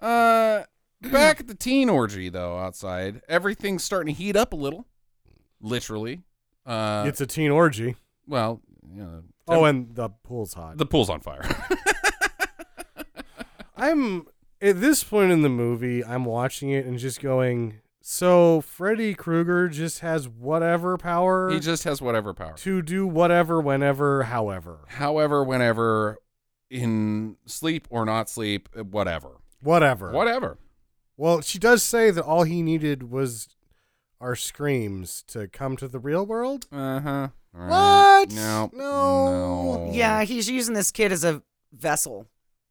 Speaker 3: Uh back at the teen orgy though outside, everything's starting to heat up a little. Literally. Uh
Speaker 1: it's a teen orgy.
Speaker 3: well, you know,
Speaker 1: Oh, and the pool's hot.
Speaker 3: the pool's on fire.
Speaker 1: I'm at this point in the movie. I'm watching it and just going. So Freddy Krueger just has whatever power
Speaker 3: He just has whatever power.
Speaker 1: to do whatever, whenever, however,
Speaker 3: However, whenever in sleep or not sleep, whatever.
Speaker 1: whatever.
Speaker 3: Whatever.
Speaker 1: Well, she does say that all he needed was our screams to come to the real world.
Speaker 3: Uh-huh. All
Speaker 1: What?
Speaker 3: No.
Speaker 1: No.
Speaker 3: No.
Speaker 2: Yeah, he's using this kid as a vessel,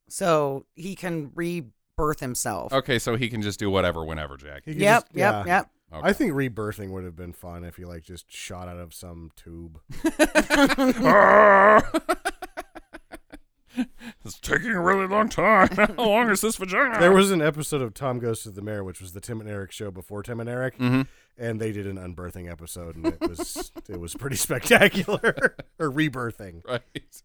Speaker 2: so he can rebirth himself.
Speaker 3: Okay, so he can just do whatever whenever, Jack.
Speaker 1: He could
Speaker 2: Yep,
Speaker 1: just-
Speaker 2: yep,
Speaker 1: yeah.
Speaker 2: yep.
Speaker 1: I think rebirthing would have been fun if he like just shot out of some tube.
Speaker 3: it's taking a really long time. How long is this vagina?
Speaker 1: There was an episode of Tom Goes to the Mayor, which was the Tim and Eric show before Tim and Eric,
Speaker 3: Mhm.
Speaker 1: and they did an unbirthing episode, and it was it was pretty spectacular or rebirthing.
Speaker 3: right.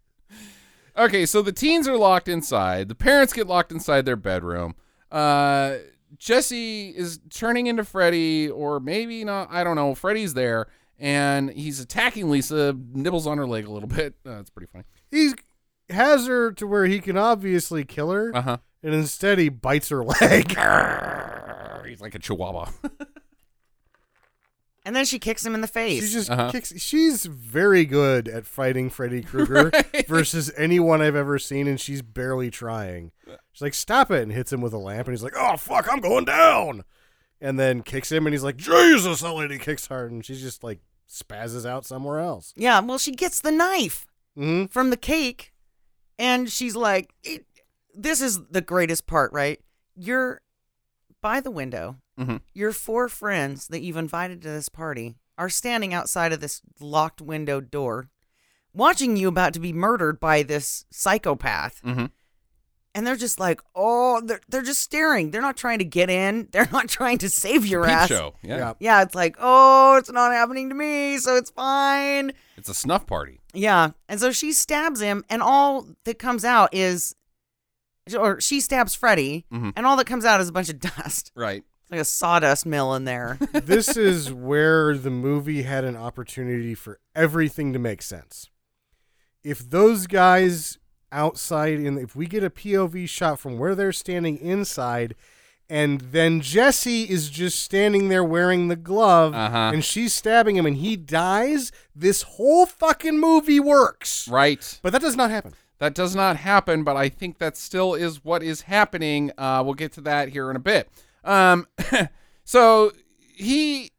Speaker 3: Okay, so the teens are locked inside. The parents get locked inside their bedroom. Uh, Jesse is turning into Freddy, or maybe not. I don't know. Freddy's there, and he's attacking Lisa. Nibbles on her leg a little bit. Uh, that's pretty funny.
Speaker 1: He has her to where he can obviously kill her,
Speaker 3: Uh huh.
Speaker 1: and instead he bites her leg.
Speaker 3: He's like a chihuahua.
Speaker 2: And then she kicks him in the
Speaker 1: She
Speaker 2: face.
Speaker 1: just
Speaker 3: Uh-huh.
Speaker 1: kicks. She's very good at fighting Freddy Krueger versus anyone I've ever seen, and she's barely trying. She's like, "Stop it!" and hits him with a lamp, and he's like, "Oh fuck, I'm going down!" And then kicks him, and he's like, "Jesus!" That lady kicks hard, and she's just like spazzes out somewhere else.
Speaker 2: yeah, well, she gets the knife
Speaker 1: hmm
Speaker 2: from the cake, and she's like, it, "This is the greatest part, right? You're by the window.
Speaker 3: Mhm.
Speaker 2: Your four friends that you've invited to this party are standing outside of this locked window door, watching you about to be murdered by this psychopath."
Speaker 3: mm-hmm.
Speaker 2: and they're just like, oh, they're, they're just staring. They're not trying to get in. They're not trying to save your ass.
Speaker 3: show. Yeah.
Speaker 1: Yeah.
Speaker 2: Yeah, it's like, oh, it's not happening to me, so it's fine.
Speaker 3: It's a snuff party.
Speaker 2: Yeah. And so she stabs him, and all that comes out is, or she stabs Freddy,
Speaker 1: Mm-hmm.
Speaker 3: Mhm.
Speaker 2: and all that comes out is a bunch of dust,
Speaker 3: Right.
Speaker 2: like a sawdust mill in there.
Speaker 1: this is where the movie had an opportunity for everything to make sense. If those guys outside in if we get a POV shot from where they're standing inside and then Jesse is just standing there wearing the glove
Speaker 3: Uh-huh.
Speaker 1: and she's stabbing him and he dies, this whole fucking movie works.
Speaker 3: Right.
Speaker 1: But that does not happen.
Speaker 3: That does not happen, but I think that still is what is happening. Uh, we'll get to that here in a bit. Um, so he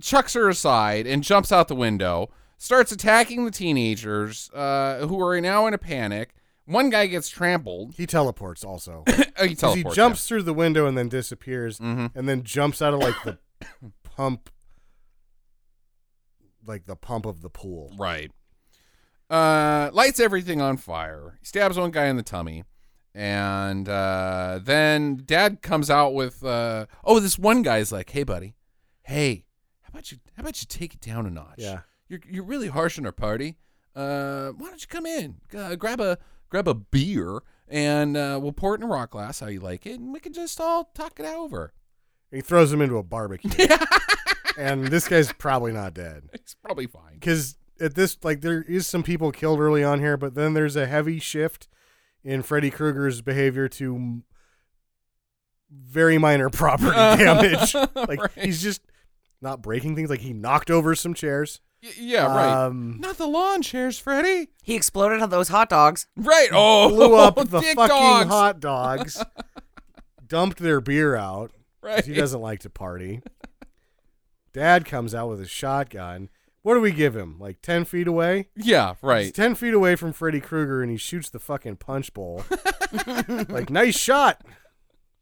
Speaker 3: chucks her aside and jumps out the window, starts attacking the teenagers uh, who are now in a panic. One guy gets trampled.
Speaker 1: He teleports also.
Speaker 3: Oh, he
Speaker 1: 'Cause
Speaker 3: teleports.
Speaker 1: he jumps through the window and then disappears
Speaker 3: Mhm.
Speaker 1: and then jumps out of like the pump like the pump of the pool
Speaker 3: yeah. Right. Uh, lights everything on fire. He stabs one guy in the tummy. And uh, then dad comes out with, uh, oh, this one guy's like, hey, buddy, hey, how about you, how about you take it down a notch?
Speaker 1: Yeah.
Speaker 3: you're you're really harsh on our party. Uh, why don't you come in, uh, grab a grab a beer, and uh, we'll pour it in a rock glass how you like it, and we can just all talk it over.
Speaker 1: he throws him into a barbecue and this guy's probably not dead
Speaker 3: It's probably fine.
Speaker 1: because at this like there is some people killed early on here but then there's a heavy shift in freddy krueger's behavior to m- very minor property damage like
Speaker 3: Right.
Speaker 1: he's just not breaking things like he knocked over some chairs
Speaker 3: Y- yeah, right.
Speaker 1: um,
Speaker 3: Not the lawn chairs, Freddy.
Speaker 2: he exploded on those hot dogs.
Speaker 3: Right. Oh,
Speaker 1: blew up the
Speaker 3: dick
Speaker 1: fucking
Speaker 3: dogs.
Speaker 1: hot dogs, dumped their beer out. 'cause
Speaker 3: Right.
Speaker 1: He doesn't like to party. Dad comes out with a shotgun. What do we give him? Like 10 feet away?
Speaker 3: Yeah.
Speaker 1: He's
Speaker 3: Right.
Speaker 1: 10 feet away from Freddy Krueger and he shoots the fucking punch bowl. like, nice shot.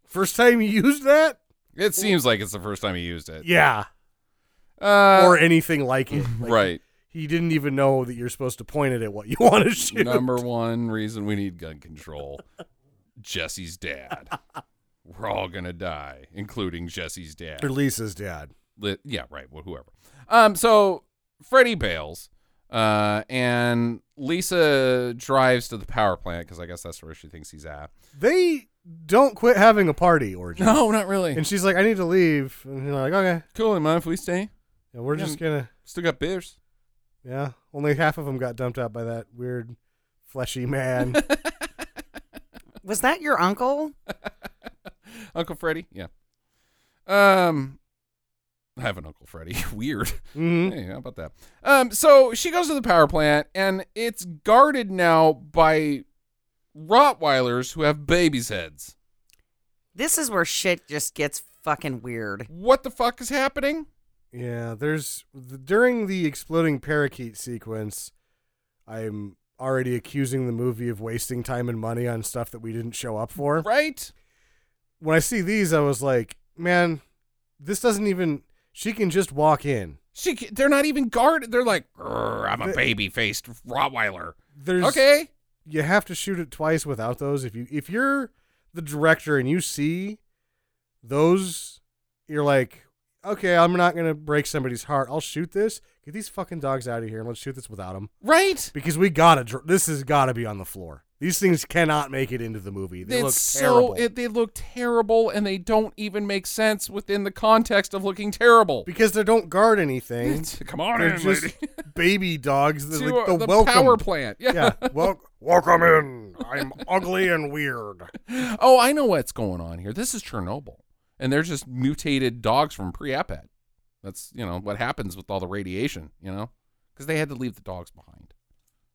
Speaker 1: First time you used that?
Speaker 3: It seems like it's the first time he used it.
Speaker 1: Yeah.
Speaker 3: Uh,
Speaker 1: or anything like it. Like,
Speaker 3: right.
Speaker 1: He didn't even know that you're supposed to point it at what you want to shoot.
Speaker 3: Number one reason we need gun control Jesse's dad. We're all going to die, including Jesse's dad.
Speaker 1: Or Lisa's dad.
Speaker 3: Li- yeah, right. Well, whoever. Um, so Freddie bails, uh, and Lisa drives to the power plant because I guess that's where she thinks he's at.
Speaker 1: They don't quit having a party, Origin.
Speaker 3: No, not really.
Speaker 1: And she's like, I need to leave. And you're like, okay.
Speaker 3: cool, and mind if we stay?
Speaker 1: Yeah, we're
Speaker 3: Yeah.
Speaker 1: just gonna.
Speaker 3: Still got beers.
Speaker 1: Yeah, only half of them got dumped out by that weird fleshy man.
Speaker 2: Was that your uncle?
Speaker 3: Uncle Freddie? Yeah. Um, I have an Uncle Freddy. Weird.
Speaker 1: Mhm.
Speaker 3: Hey, how about that? Um, so she goes to the power plant, and it's guarded now by Rottweilers who have babies' heads.
Speaker 2: This is where shit just gets fucking weird.
Speaker 3: What the fuck is happening?
Speaker 1: Yeah, there's during the exploding parakeet sequence, I'm already accusing the movie of wasting time and money on stuff that we didn't show up for.
Speaker 3: Right?
Speaker 1: When I see these, I was like, man, this doesn't even. She can just walk in.
Speaker 3: She, ca- they're not even guarded. They're like, "Grr, I'm a baby-faced Rottweiler.
Speaker 1: There's
Speaker 3: Okay.
Speaker 1: You have to shoot it twice without those. If you if you're the director and you see those, you're like, okay, I'm not gonna break somebody's heart. I'll shoot this. Get these fucking dogs out of here and let's shoot this without them.
Speaker 3: Right?
Speaker 1: because we gotta dr- this has gotta be on the floor these things cannot make it into the movie they look
Speaker 3: it's
Speaker 1: terrible
Speaker 3: so it, they look terrible and they don't even make sense within the context of looking terrible.
Speaker 1: because they don't guard anything
Speaker 3: Come on
Speaker 1: they're
Speaker 3: in,
Speaker 1: just
Speaker 3: lady.
Speaker 1: baby dogs They're
Speaker 3: To,
Speaker 1: like
Speaker 3: uh,
Speaker 1: the, welcome
Speaker 3: power plant. Yeah.
Speaker 1: yeah wel- welcome in i'm ugly and weird
Speaker 3: Oh, I know what's going on here. This is Chernobyl, and they're just mutated dogs from pre-Apet. That's you know what happens with all the radiation. You know, because they had to leave the dogs behind.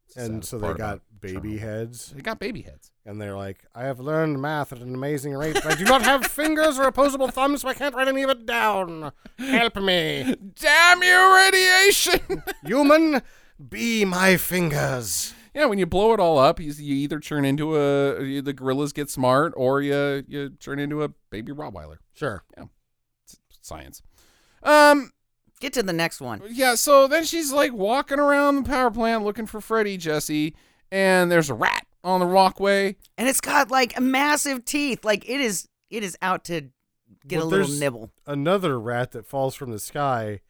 Speaker 3: It's the
Speaker 1: and
Speaker 3: saddest
Speaker 1: so they
Speaker 3: part
Speaker 1: got
Speaker 3: about
Speaker 1: baby
Speaker 3: Chernobyl.
Speaker 1: heads
Speaker 3: They got baby heads.
Speaker 1: and they're like i have learned math at an amazing rate i do not have fingers or opposable thumbs so i can't write any of it down help me
Speaker 3: Damn you, radiation!
Speaker 1: human be my fingers
Speaker 3: yeah, when you blow it all up, you, you either turn into a you, the gorillas get smart, or you you turn into a baby Rottweiler.
Speaker 1: sure
Speaker 3: Science. Um.
Speaker 2: Get to the next one.
Speaker 3: Yeah, so then she's like walking around the power plant looking for Freddy, Jesse, and there's a rat on the walkway.
Speaker 2: And it's got like massive teeth. Like it is it is out to get
Speaker 1: Well,
Speaker 2: a little
Speaker 1: there's-
Speaker 2: nibble.
Speaker 1: another rat that falls from the sky.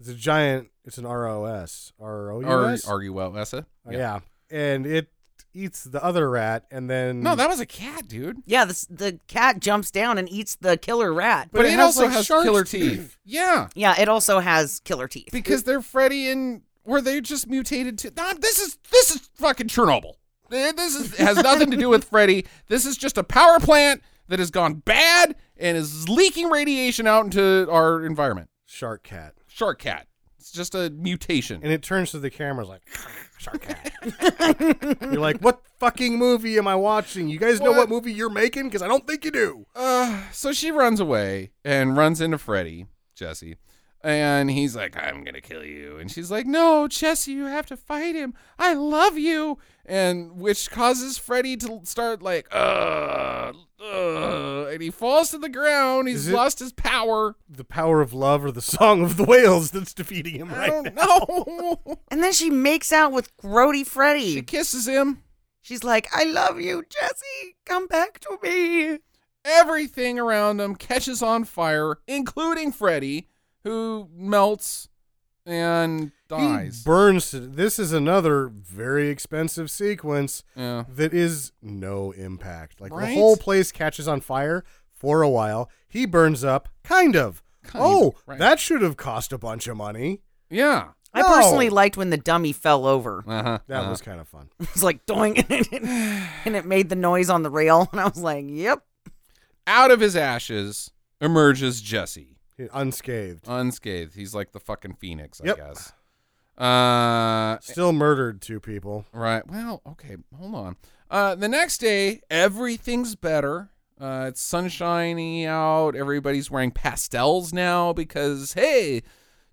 Speaker 1: It's a giant. It's an ROS.
Speaker 3: Ar-
Speaker 1: ROUS?
Speaker 3: Argue well, Essa.
Speaker 1: Oh, yeah. And it eats the other rat, and then
Speaker 3: No, that was a cat, dude.
Speaker 2: Yeah, this, the cat jumps down and eats the killer rat.
Speaker 3: But,
Speaker 1: But
Speaker 3: it,
Speaker 1: it has,
Speaker 3: also
Speaker 1: like,
Speaker 3: has
Speaker 1: shark's
Speaker 3: killer teeth.
Speaker 1: teeth.
Speaker 3: Yeah,
Speaker 2: Yeah, it also has killer teeth.
Speaker 3: because they're Freddy and were they just mutated to? Nah, this is this is fucking Chernobyl. Eh, This is has nothing to do with Freddy. This is just a power plant that has gone bad and is leaking radiation out into our environment.
Speaker 1: shark cat,
Speaker 3: Shark cat. It's just a mutation.
Speaker 1: and it turns to the camera like shark cat. you're like, what fucking movie am I watching? You guys know
Speaker 3: What?
Speaker 1: what movie you're making? Because I don't think you do.
Speaker 3: Uh, so she runs away and runs into Freddy, Jesse, and he's like, I'm gonna kill you. And she's like, No, Jesse, you have to fight him. I love you. And which causes Freddy to start like, uh, uh, and he falls to the ground. He's
Speaker 1: Is it-
Speaker 3: lost his power.
Speaker 1: The power of love or the song of the whales that's defeating him
Speaker 3: I
Speaker 1: right
Speaker 3: don't
Speaker 1: now.
Speaker 3: know.
Speaker 2: And then she makes out with Grody Freddy.
Speaker 3: she kisses him.
Speaker 2: She's like, I love you, Jesse. Come back to me.
Speaker 3: Everything around him catches on fire, including Freddy, who melts and
Speaker 1: He
Speaker 3: dies.
Speaker 1: burns. to- This is another very expensive sequence.
Speaker 3: yeah.
Speaker 1: that is no impact. Like
Speaker 3: Right?
Speaker 1: the whole place catches on fire for a while. He burns up, kind of.
Speaker 3: Kind of,
Speaker 1: oh,
Speaker 3: right.
Speaker 1: that should have cost a bunch of money.
Speaker 3: Yeah.
Speaker 2: I personally
Speaker 1: No.
Speaker 2: liked when the dummy fell over.
Speaker 3: Uh-huh.
Speaker 1: That
Speaker 3: uh-huh.
Speaker 1: was kind of fun.
Speaker 2: It was like doing it, and it made the noise on the rail. And I was like, yep.
Speaker 3: out of his ashes emerges Jesse,
Speaker 1: Unscathed,
Speaker 3: unscathed. He's like the fucking phoenix, I
Speaker 1: Yep.
Speaker 3: guess. Uh,
Speaker 1: still murdered two people.
Speaker 3: right. Well, okay. Hold on. Uh, the next day, everything's better. Uh, it's sunshiny out. Everybody's wearing pastels now because hey,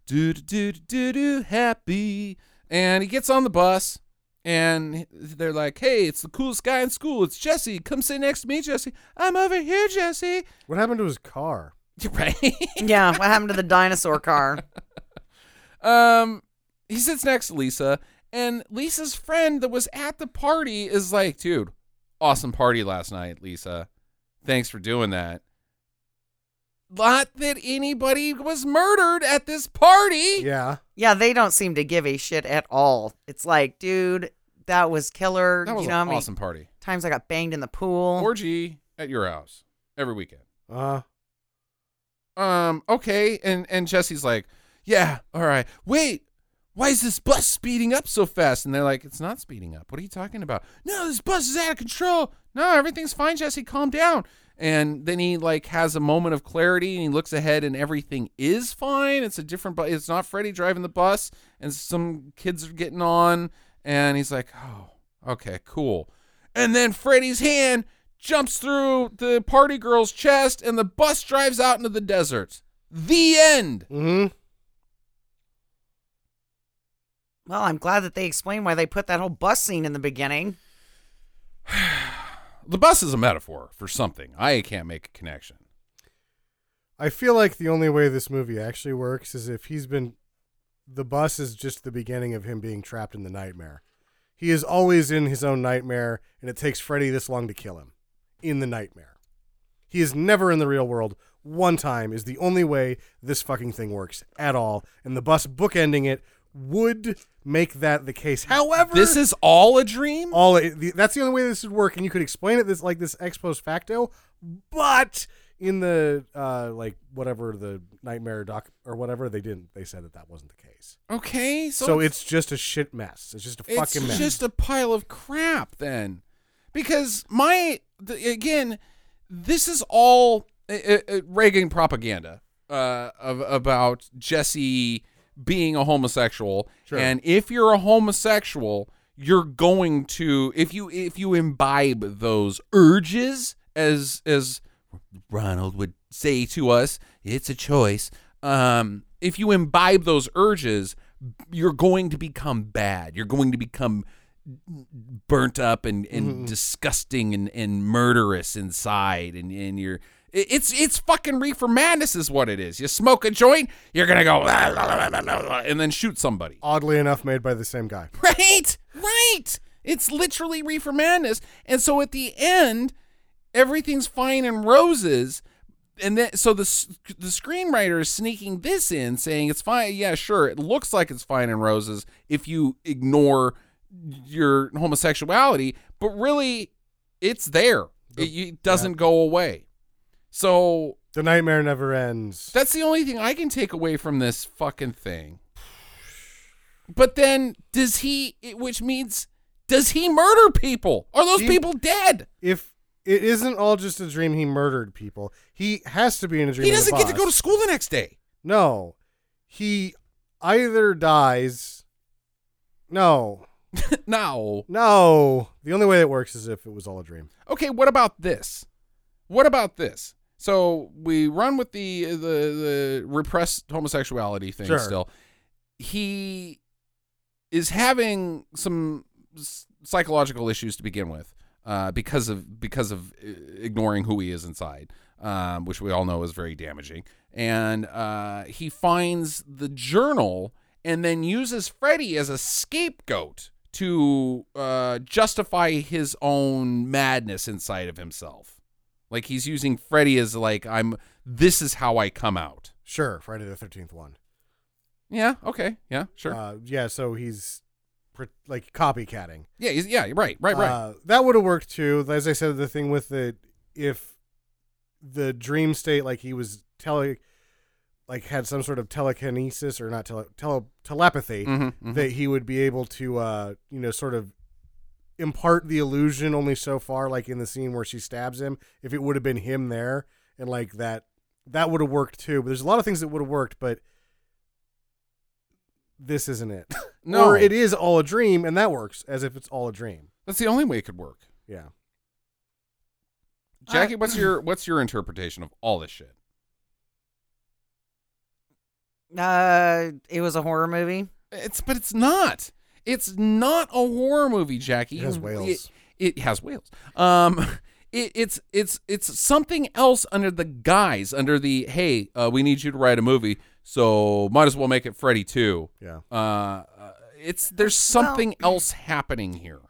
Speaker 3: do do do do do happy. And he gets on the bus, and they're like, "Hey, it's the coolest guy in school. It's Jesse. Come sit next to me, Jesse. I'm over here, Jesse."
Speaker 1: What happened to his car?
Speaker 3: Right.
Speaker 2: Yeah, what happened to the dinosaur car?
Speaker 3: Um, he sits next to Lisa, and Lisa's friend that was at the party is like, dude, awesome party last night, Lisa. Thanks for doing that. Not that anybody was murdered at this party.
Speaker 1: Yeah,
Speaker 2: Yeah, they don't seem to give a shit at all. It's like, dude, that was killer.
Speaker 3: That was
Speaker 2: you know how
Speaker 3: an
Speaker 2: many
Speaker 3: awesome party.
Speaker 2: times I got banged in the pool?
Speaker 3: Orgy at your house every weekend.
Speaker 1: uh,
Speaker 3: Um, okay. And and Jesse's like, yeah, all right. Wait, why is this bus speeding up so fast? And they're like, it's not speeding up. What are you talking about? No, this bus is out of control. No, everything's fine, Jesse. Calm down. and then he like has a moment of clarity and he looks ahead and everything is fine it's a different but it's not freddy driving the bus and some kids are getting on and he's like oh okay cool and then freddy's hand jumps through the party girl's chest and the bus drives out into the desert the end
Speaker 1: Mm-hmm.
Speaker 2: Well, I'm glad that they explained why they put that whole bus scene in the beginning.
Speaker 3: the bus is a metaphor for something i can't make a connection
Speaker 1: I feel like the only way this movie actually works is if he's been. The bus is just the beginning of him being trapped in the nightmare. He is always in his own nightmare, and it takes Freddy this long to kill him in the nightmare. He is never in the real world. One time is the only way this fucking thing works at all, and the bus bookending it would make that the case. However,
Speaker 3: this is all a dream
Speaker 1: all it- the, that's the only way this would work and you could explain it this like this ex post facto but in the uh like whatever the nightmare doc or whatever they didn't they said that that wasn't the case
Speaker 3: okay
Speaker 1: so, it's, just a shit mess it's just a fucking mess
Speaker 3: It's just a pile of crap then. Because my the, again, this is all uh, uh, Reagan propaganda uh, of, about Jesse being a homosexual.
Speaker 1: Sure.
Speaker 3: And if you're a homosexual, you're going to if you if you imbibe those urges as as Ronald would say to us, it's a choice. Um, if you imbibe those urges, you're going to become bad. You're going to become burnt up and, and disgusting and, and murderous inside and, and you're it- it's it's fucking reefer madness is what it is. You smoke a joint, you're gonna go "La, la, la, la, la, la," and then shoot somebody.
Speaker 1: oddly enough made by the same guy
Speaker 3: Right, right. It's literally reefer madness. And so at the end, everything's fine and roses. And then, so the s- the screenwriter is sneaking this in, saying it's fine. Yeah, sure, it looks like it's fine and roses if you ignore your homosexuality, but really, it's there. It, it doesn't go away. So
Speaker 1: the nightmare never ends
Speaker 3: that's the only thing I can take away from this fucking thing. But then, does he? it- Which means, does he murder people? Are those
Speaker 1: He-
Speaker 3: people dead?
Speaker 1: if it isn't all just a dream he murdered people he has to be in a dream
Speaker 3: He
Speaker 1: in the
Speaker 3: doesn't get to
Speaker 1: bus.
Speaker 3: go to school the next day.
Speaker 1: no he either dies no
Speaker 3: no.
Speaker 1: No, the only way it works is if it was all a dream.
Speaker 3: Okay. What about this? What about this? So we run with the the, the repressed homosexuality thing
Speaker 1: Sure.
Speaker 3: still. He is having some s- psychological issues to begin with uh, because of because of uh, ignoring who he is inside, um, which we all know is very damaging. And uh, he finds the journal and then uses Freddy as a scapegoat to uh, justify his own madness inside of himself. Like he's using Freddy as like I'm. This is how I come out.
Speaker 1: Sure, Friday the Thirteenth one.
Speaker 3: Yeah. Okay. Yeah. Sure.
Speaker 1: Uh, yeah, so he's pre- like copycatting.
Speaker 3: yeah. he's- Yeah. Right. Right. Right.
Speaker 1: Uh, that would have worked too. As I said, the thing with the if the dream state, like he was tele, like had some sort of telekinesis or not tele, tele telepathy,
Speaker 3: Mhm, mhm.
Speaker 1: that he would be able to, uh, you know, sort of impart the illusion only so far. Like in the scene where she stabs him, if it would have been him there, and like that, that would have worked too. But there's a lot of things that would have worked, but this isn't it.
Speaker 3: No.
Speaker 1: or it is all a dream, and that works as if it's all a dream.
Speaker 3: That's the only way it could work.
Speaker 1: Yeah.
Speaker 3: Jackie, what's your what's your interpretation of all this shit?
Speaker 2: Uh, it was a horror movie.
Speaker 3: It's but it's not. It's not a horror movie, Jackie.
Speaker 1: It has whales.
Speaker 3: It, it has whales. Um, it, it's it's it's something else under the guise under the hey, uh, we need you to write a movie, so might as well make it Freddy too.
Speaker 1: Yeah.
Speaker 3: Uh, uh, it's there's something else happening here.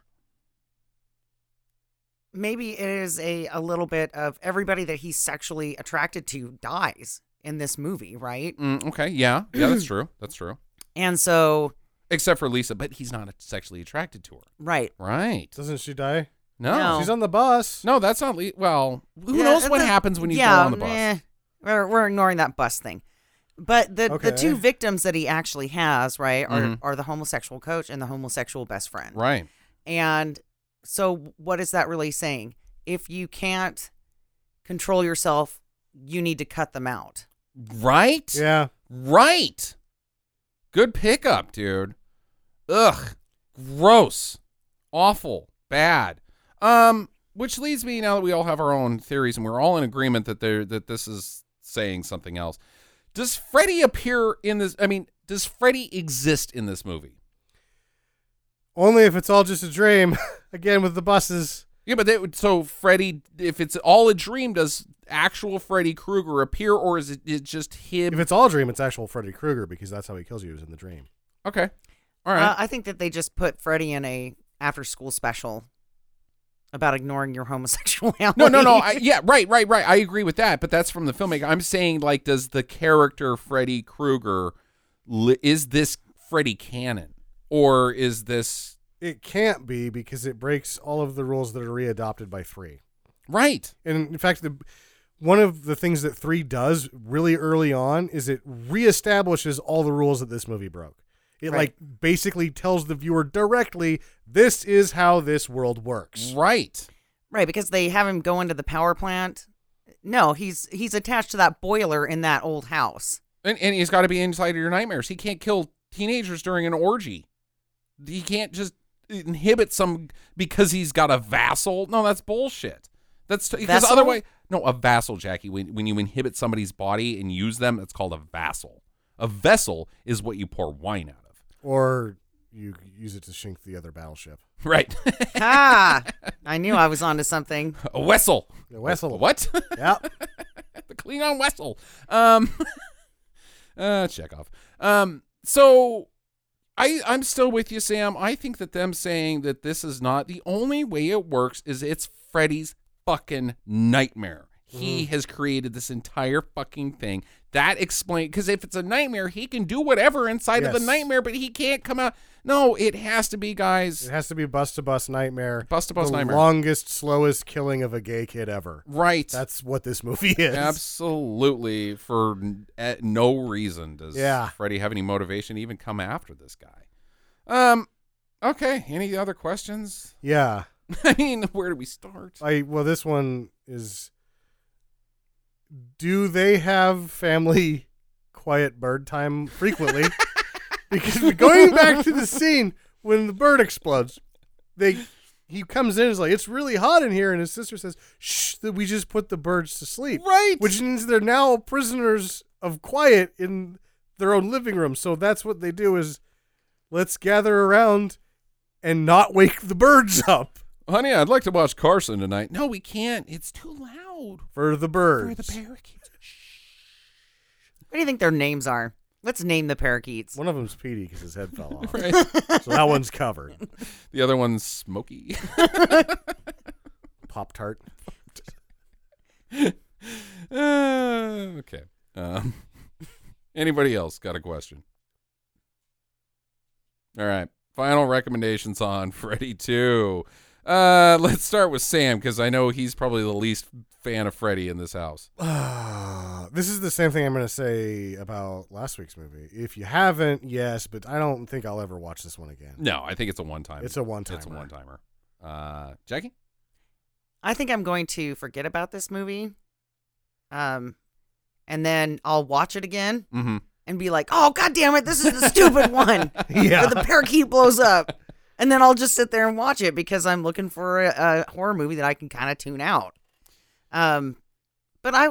Speaker 2: Maybe it is a a little bit of everybody that he's sexually attracted to dies in this movie, right?
Speaker 3: Mm, okay, yeah, yeah, that's true. That's true.
Speaker 2: And so,
Speaker 3: Except for Lisa, but he's not sexually attracted to her.
Speaker 2: right.
Speaker 3: Right?
Speaker 1: Doesn't she die?
Speaker 3: no.
Speaker 2: No.
Speaker 1: She's on the bus.
Speaker 3: No, that's not. Le- well, who
Speaker 2: Yeah,
Speaker 3: knows what
Speaker 2: the-
Speaker 3: happens when you
Speaker 2: yeah,
Speaker 3: go on the bus?
Speaker 2: eh, we're, we're ignoring that bus thing. But the, the
Speaker 1: Okay.
Speaker 2: two victims that he actually has, right, are,
Speaker 3: Mhm.
Speaker 2: are the homosexual coach and the homosexual best friend.
Speaker 3: Right.
Speaker 2: And so, what is that really saying? If you can't control yourself. You need to cut them out.
Speaker 3: Right?
Speaker 1: Yeah.
Speaker 3: Right. Good pickup, dude. Ugh. Gross. Awful. Bad. Um, which leads me now that we all have our own theories and we're all in agreement that there that this is saying something else. Does Freddy appear in this I mean, does Freddy exist in this movie?
Speaker 1: Only if it's all just a dream. Again with the buses.
Speaker 3: Yeah, but they, would- so Freddy, if it's all a dream, does actual Freddy Krueger appear, or is it, it just
Speaker 1: If
Speaker 3: him?
Speaker 1: it's all a dream, it's actual Freddy Krueger because that's how he kills you is in the dream.
Speaker 3: Okay, all right.
Speaker 2: Uh, I think that they just put Freddie in a after school special about ignoring your homosexuality.
Speaker 3: No, no, no. I, yeah, right, right, right. I agree with that, but that's from the filmmaker. I'm saying, like, does the character Freddy Krueger li- is this Freddy canon, or is this
Speaker 1: It can't be because it breaks all of the rules that are readopted by three.
Speaker 3: right?
Speaker 1: And in fact, the one of the things that three does really early on is it reestablishes all the rules that this movie broke. It
Speaker 2: Right.
Speaker 1: like basically tells the viewer directly, "This is how this world works."
Speaker 3: Right.
Speaker 2: right because they have him go into the power plant. No, he's he's attached to that boiler in that old house.
Speaker 3: And, and he's got to be inside of your nightmares. He can't kill teenagers during an orgy. He can't just inhibit some because he's got a vassal. No, that's bullshit. That's because
Speaker 2: Vessel?
Speaker 3: otherwise, no, a vassal, Jackie. When when you inhibit somebody's body and use them, it's called a vassal. A vessel is what you pour wine out of.
Speaker 1: Or you use it to sink the other battleship.
Speaker 3: Right.
Speaker 2: ah, I knew I was onto something.
Speaker 3: a wessel.
Speaker 1: A vessel.
Speaker 3: What?
Speaker 1: Yep.
Speaker 3: the Klingon Wessel. Um, uh, Chekhov. Um, so I I'm still with you, Sam. I think that them saying that this is not the only way it works is it's Freddy's fucking nightmare. He
Speaker 1: Mm.
Speaker 3: has created this entire fucking thing. That explains because if it's a nightmare, he can do whatever inside of the
Speaker 1: Yes.
Speaker 3: nightmare, but he can't come out. No, it has to be guys.
Speaker 1: It has to be bus to bus nightmare.
Speaker 3: Bus to Bus
Speaker 1: The
Speaker 3: Nightmare.
Speaker 1: Longest, slowest killing of a gay kid ever.
Speaker 3: Right.
Speaker 1: That's what this movie is.
Speaker 3: Absolutely, for n- eh, no reason does
Speaker 1: Yeah.
Speaker 3: Freddy have any motivation to even come after this guy. Um, okay. Any other questions?
Speaker 1: Yeah.
Speaker 3: I mean, where do we start?
Speaker 1: I well, this one is. Do they have family quiet bird time frequently? because we're going back to the scene when the bird explodes, they he comes in is like it's really hot in here, and his sister says, "Shh, that we just put the birds to sleep."
Speaker 3: Right.
Speaker 1: which means they're now prisoners of quiet in their own living room. So that's what they do is let's gather around and not wake the birds up
Speaker 3: honey, I'd like to watch Carson tonight. No, we can't. It's too loud
Speaker 1: for the birds.
Speaker 3: for the parakeets.
Speaker 2: What do you think their names are? Let's name the parakeets.
Speaker 1: One of them's Petey because his head fell off.
Speaker 3: Right.
Speaker 1: So that one's covered.
Speaker 3: the other one's Smoky.
Speaker 1: Pop Tart.
Speaker 3: Uh, okay. Um, anybody else got a question? All right. Final recommendations on Freddy 2. Uh, let's start with Sam because I know he's probably the least fan of Freddy in this house.
Speaker 1: this is the same thing I'm going to say about last week's movie. If you haven't, yes, but I don't think I'll ever watch this one again.
Speaker 3: No, I think it's a one time.
Speaker 1: It's a one-timer.
Speaker 3: It's a one timer. Uh, Jackie?
Speaker 2: I think I'm going to forget about this movie. Um, and then I'll watch it again
Speaker 3: Mm-hmm.
Speaker 2: and be like, "Oh God damn it, this is the stupid one
Speaker 1: Yeah.
Speaker 2: where the parakeet blows up." And then I'll just sit there and watch it because I'm looking for a, a horror movie that I can kind of tune out. Um, but I,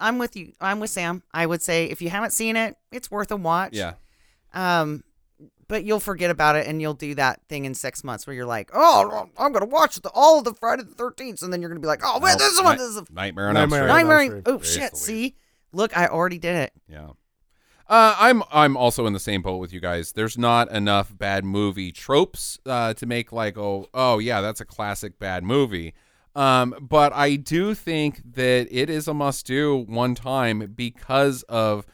Speaker 2: I'm with you. I'm with Sam. I would say if you haven't seen it, it's worth a watch.
Speaker 3: Yeah.
Speaker 2: Um, but you'll forget about it and you'll do that thing in six months where you're like, oh, I'm going to watch the, all of the Friday the 13th. And then you're going to be like, oh, man, this one this is a
Speaker 3: Nightmare on Elm
Speaker 1: Nightmare
Speaker 3: Street.
Speaker 1: on Elm
Speaker 2: nightmare.
Speaker 1: Street.
Speaker 2: Oh,
Speaker 3: Praise the
Speaker 2: shit.
Speaker 3: Lord.
Speaker 2: See? Look, I already did it.
Speaker 3: Yeah. Uh, I'm I'm also in the same boat with you guys. There's not enough bad movie tropes uh, to make like oh oh yeah that's a classic bad movie. Um, but I do think that it is a must do one time because of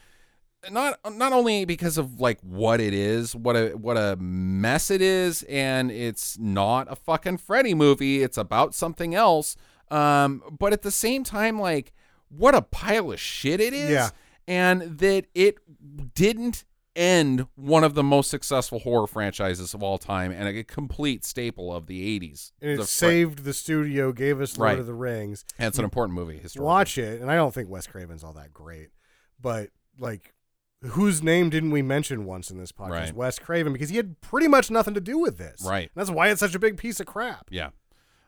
Speaker 3: not not only because of like what it is, what a what a mess it is, and it's not a fucking Freddy movie. It's about something else. Um, but at the same time, like what a pile of shit it is,
Speaker 1: Yeah.
Speaker 3: and that it didn't end one of the most successful horror franchises of all time and a complete staple of the 80s.
Speaker 1: And it
Speaker 3: The fr-
Speaker 1: saved the studio, gave us Lord
Speaker 3: Right.
Speaker 1: of the Rings.
Speaker 3: and it's an important movie. Historically.
Speaker 1: Hmm. Watch it, and I don't think Wes Craven's all that great, but like, whose name didn't we mention once in this podcast?
Speaker 3: Right.
Speaker 1: Wes Craven, because he had pretty much nothing to do with this.
Speaker 3: Right.
Speaker 1: And that's why it's such a big piece of crap.
Speaker 3: Yeah.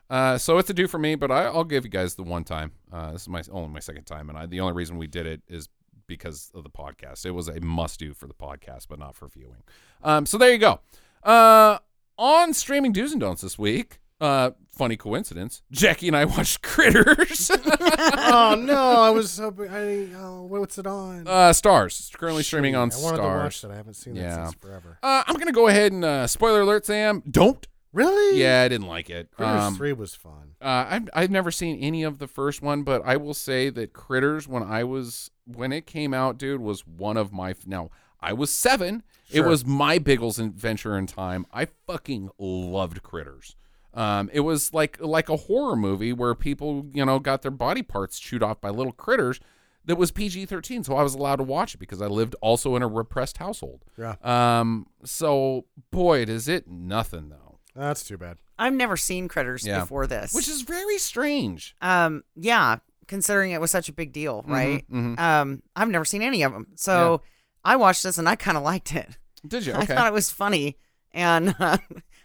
Speaker 3: Uh, so it's a do for me, but I, I'll give you guys the one time. Uh, this is my only my second time, and I, the only reason we did it is because of the podcast. It was a must do for the podcast, but not for viewing. Um, so there you go. Uh, on streaming do's and don'ts this week. Uh, funny coincidence. Jackie and I watched Critters.
Speaker 1: oh no, I was hoping. I, oh, what's it on?
Speaker 3: uh, Stars. It's currently streaming on
Speaker 1: I wanted to watch
Speaker 3: Stars.
Speaker 1: that. I haven't seen
Speaker 3: Yeah.
Speaker 1: that since forever.
Speaker 3: Uh, I'm gonna go ahead and uh, spoiler alert, Sam. Don't.
Speaker 1: Really?
Speaker 3: Yeah, I didn't like it.
Speaker 1: Critters
Speaker 3: Um,
Speaker 1: Three was fun.
Speaker 3: Uh, I've I've never seen any of the first one, but I will say that Critters, when I was when it came out, dude, was one of my f- now I was seven. It
Speaker 1: Sure.
Speaker 3: was my Biggles adventure in time. I fucking loved Critters. Um, it was like like a horror movie where people you know got their body parts chewed off by little critters. That was PG thirteen, so I was allowed to watch it because I lived also in a repressed household.
Speaker 1: Yeah.
Speaker 3: Um. So boy, does it nothing though,
Speaker 1: That's too bad.
Speaker 2: I've never seen Critters
Speaker 3: Yeah.
Speaker 2: before this.
Speaker 3: which is very strange.
Speaker 2: um yeah considering it was such a big deal right
Speaker 3: mhm.
Speaker 2: um i've never seen any of them so i watched this and i kind of liked it
Speaker 3: Did you?
Speaker 2: i
Speaker 3: Okay.
Speaker 2: thought it was funny and uh,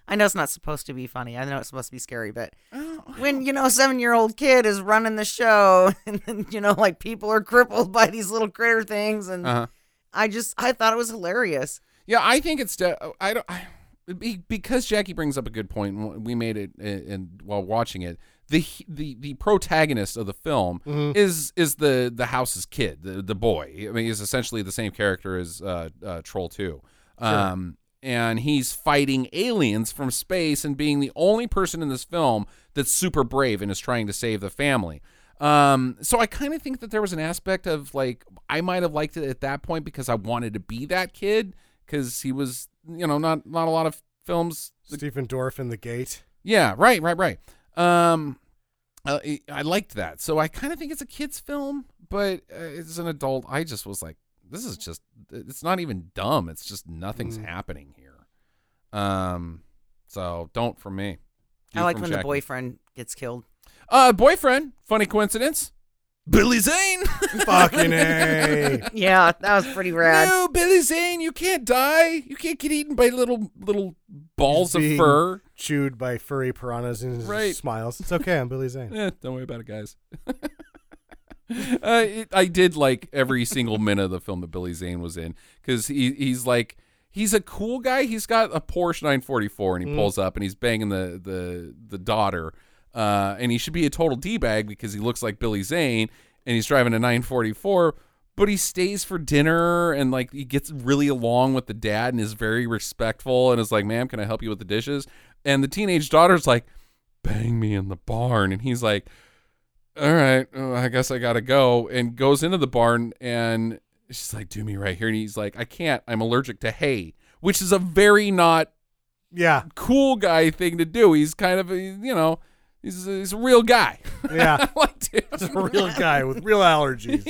Speaker 2: i know it's not supposed to be funny i know it's supposed to be scary but
Speaker 3: Oh,
Speaker 2: when you know a seven year old kid is running the show and then you know like people are crippled by these little critter things and
Speaker 3: Uh-huh.
Speaker 2: i just i thought it was hilarious
Speaker 3: Yeah, I think it's de- I don't I, be- because Jackie brings up a good point. and We made it and, and while watching it, the he- the the protagonist of the film is is the the house's kid, the the boy. I mean, he's essentially the same character as uh, uh, Troll Two. Um, and he's fighting aliens from space and being the only person in this film that's super brave and is trying to save the family. Um, so I kind of think that there was an aspect of like I might have liked it at that point because I wanted to be that kid because he was you know not not a lot of films.
Speaker 1: Stephen Dorff in the gate.
Speaker 3: Yeah, right, right, right. Um, uh, I- I liked that, so I kind of think it's a kids film, but uh, as an adult, I just was like, this is just it's not even dumb. It's just nothing's happening here. Um, so don't for me.
Speaker 2: i
Speaker 3: Do
Speaker 2: like
Speaker 3: from
Speaker 2: when the
Speaker 3: Jackie.
Speaker 2: boyfriend gets killed
Speaker 3: Uh, boyfriend. Funny coincidence. Billy Zane.
Speaker 1: Fucking a.
Speaker 2: yeah that was pretty rad
Speaker 3: No, Billy Zane, you can't die. You can't get eaten by little little balls of
Speaker 1: Being
Speaker 3: fur.
Speaker 1: Chewed by furry piranhas and just
Speaker 3: Right.
Speaker 1: smiles. It's okay. I'm Billy Zane.
Speaker 3: Eh, don't worry about it, guys. uh, it, I did like every single minute of the film that Billy Zane was in because he he's like he's a cool guy. He's got a Porsche 944 and he pulls up and he's banging the the the daughter. Uh, and he should be a total d bag because he looks like Billy Zane and he's driving a 944. But he stays for dinner and like he gets really along with the dad and is very respectful and is like, "Ma'am, can I help you with the dishes?" And the teenage daughter's like, bang me in the barn and he's like all right well, i guess i gotta go and goes into the barn and she's like do me right here and he's like i can't i'm allergic to hay which is a very not
Speaker 1: Yeah.
Speaker 3: cool guy thing to do he's kind of a, you know he's a, he's a real guy
Speaker 1: Yeah.
Speaker 3: like dude,
Speaker 1: It's a real guy with real allergies.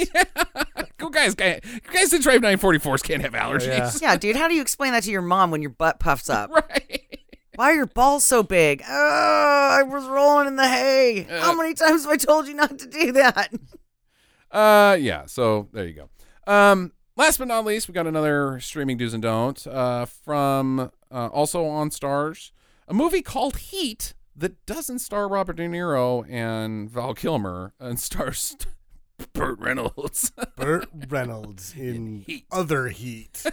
Speaker 3: cool guys can't guys that drive 944s can't have
Speaker 1: yeah.
Speaker 3: allergies
Speaker 2: yeah dude how do you explain that to your mom when your butt puffs up
Speaker 3: right
Speaker 2: Why are your balls so big? Oh, I was rolling in the hay. How many times have I told you not to do that?
Speaker 3: Uh, yeah. So there you go. Um, last but not least, we got another streaming do's and don'ts. Uh, from uh, also on Stars, a movie called Heat that doesn't star Robert De Niro and Val Kilmer and stars Burt Reynolds.
Speaker 1: Burt Reynolds in
Speaker 3: heat.
Speaker 1: other heat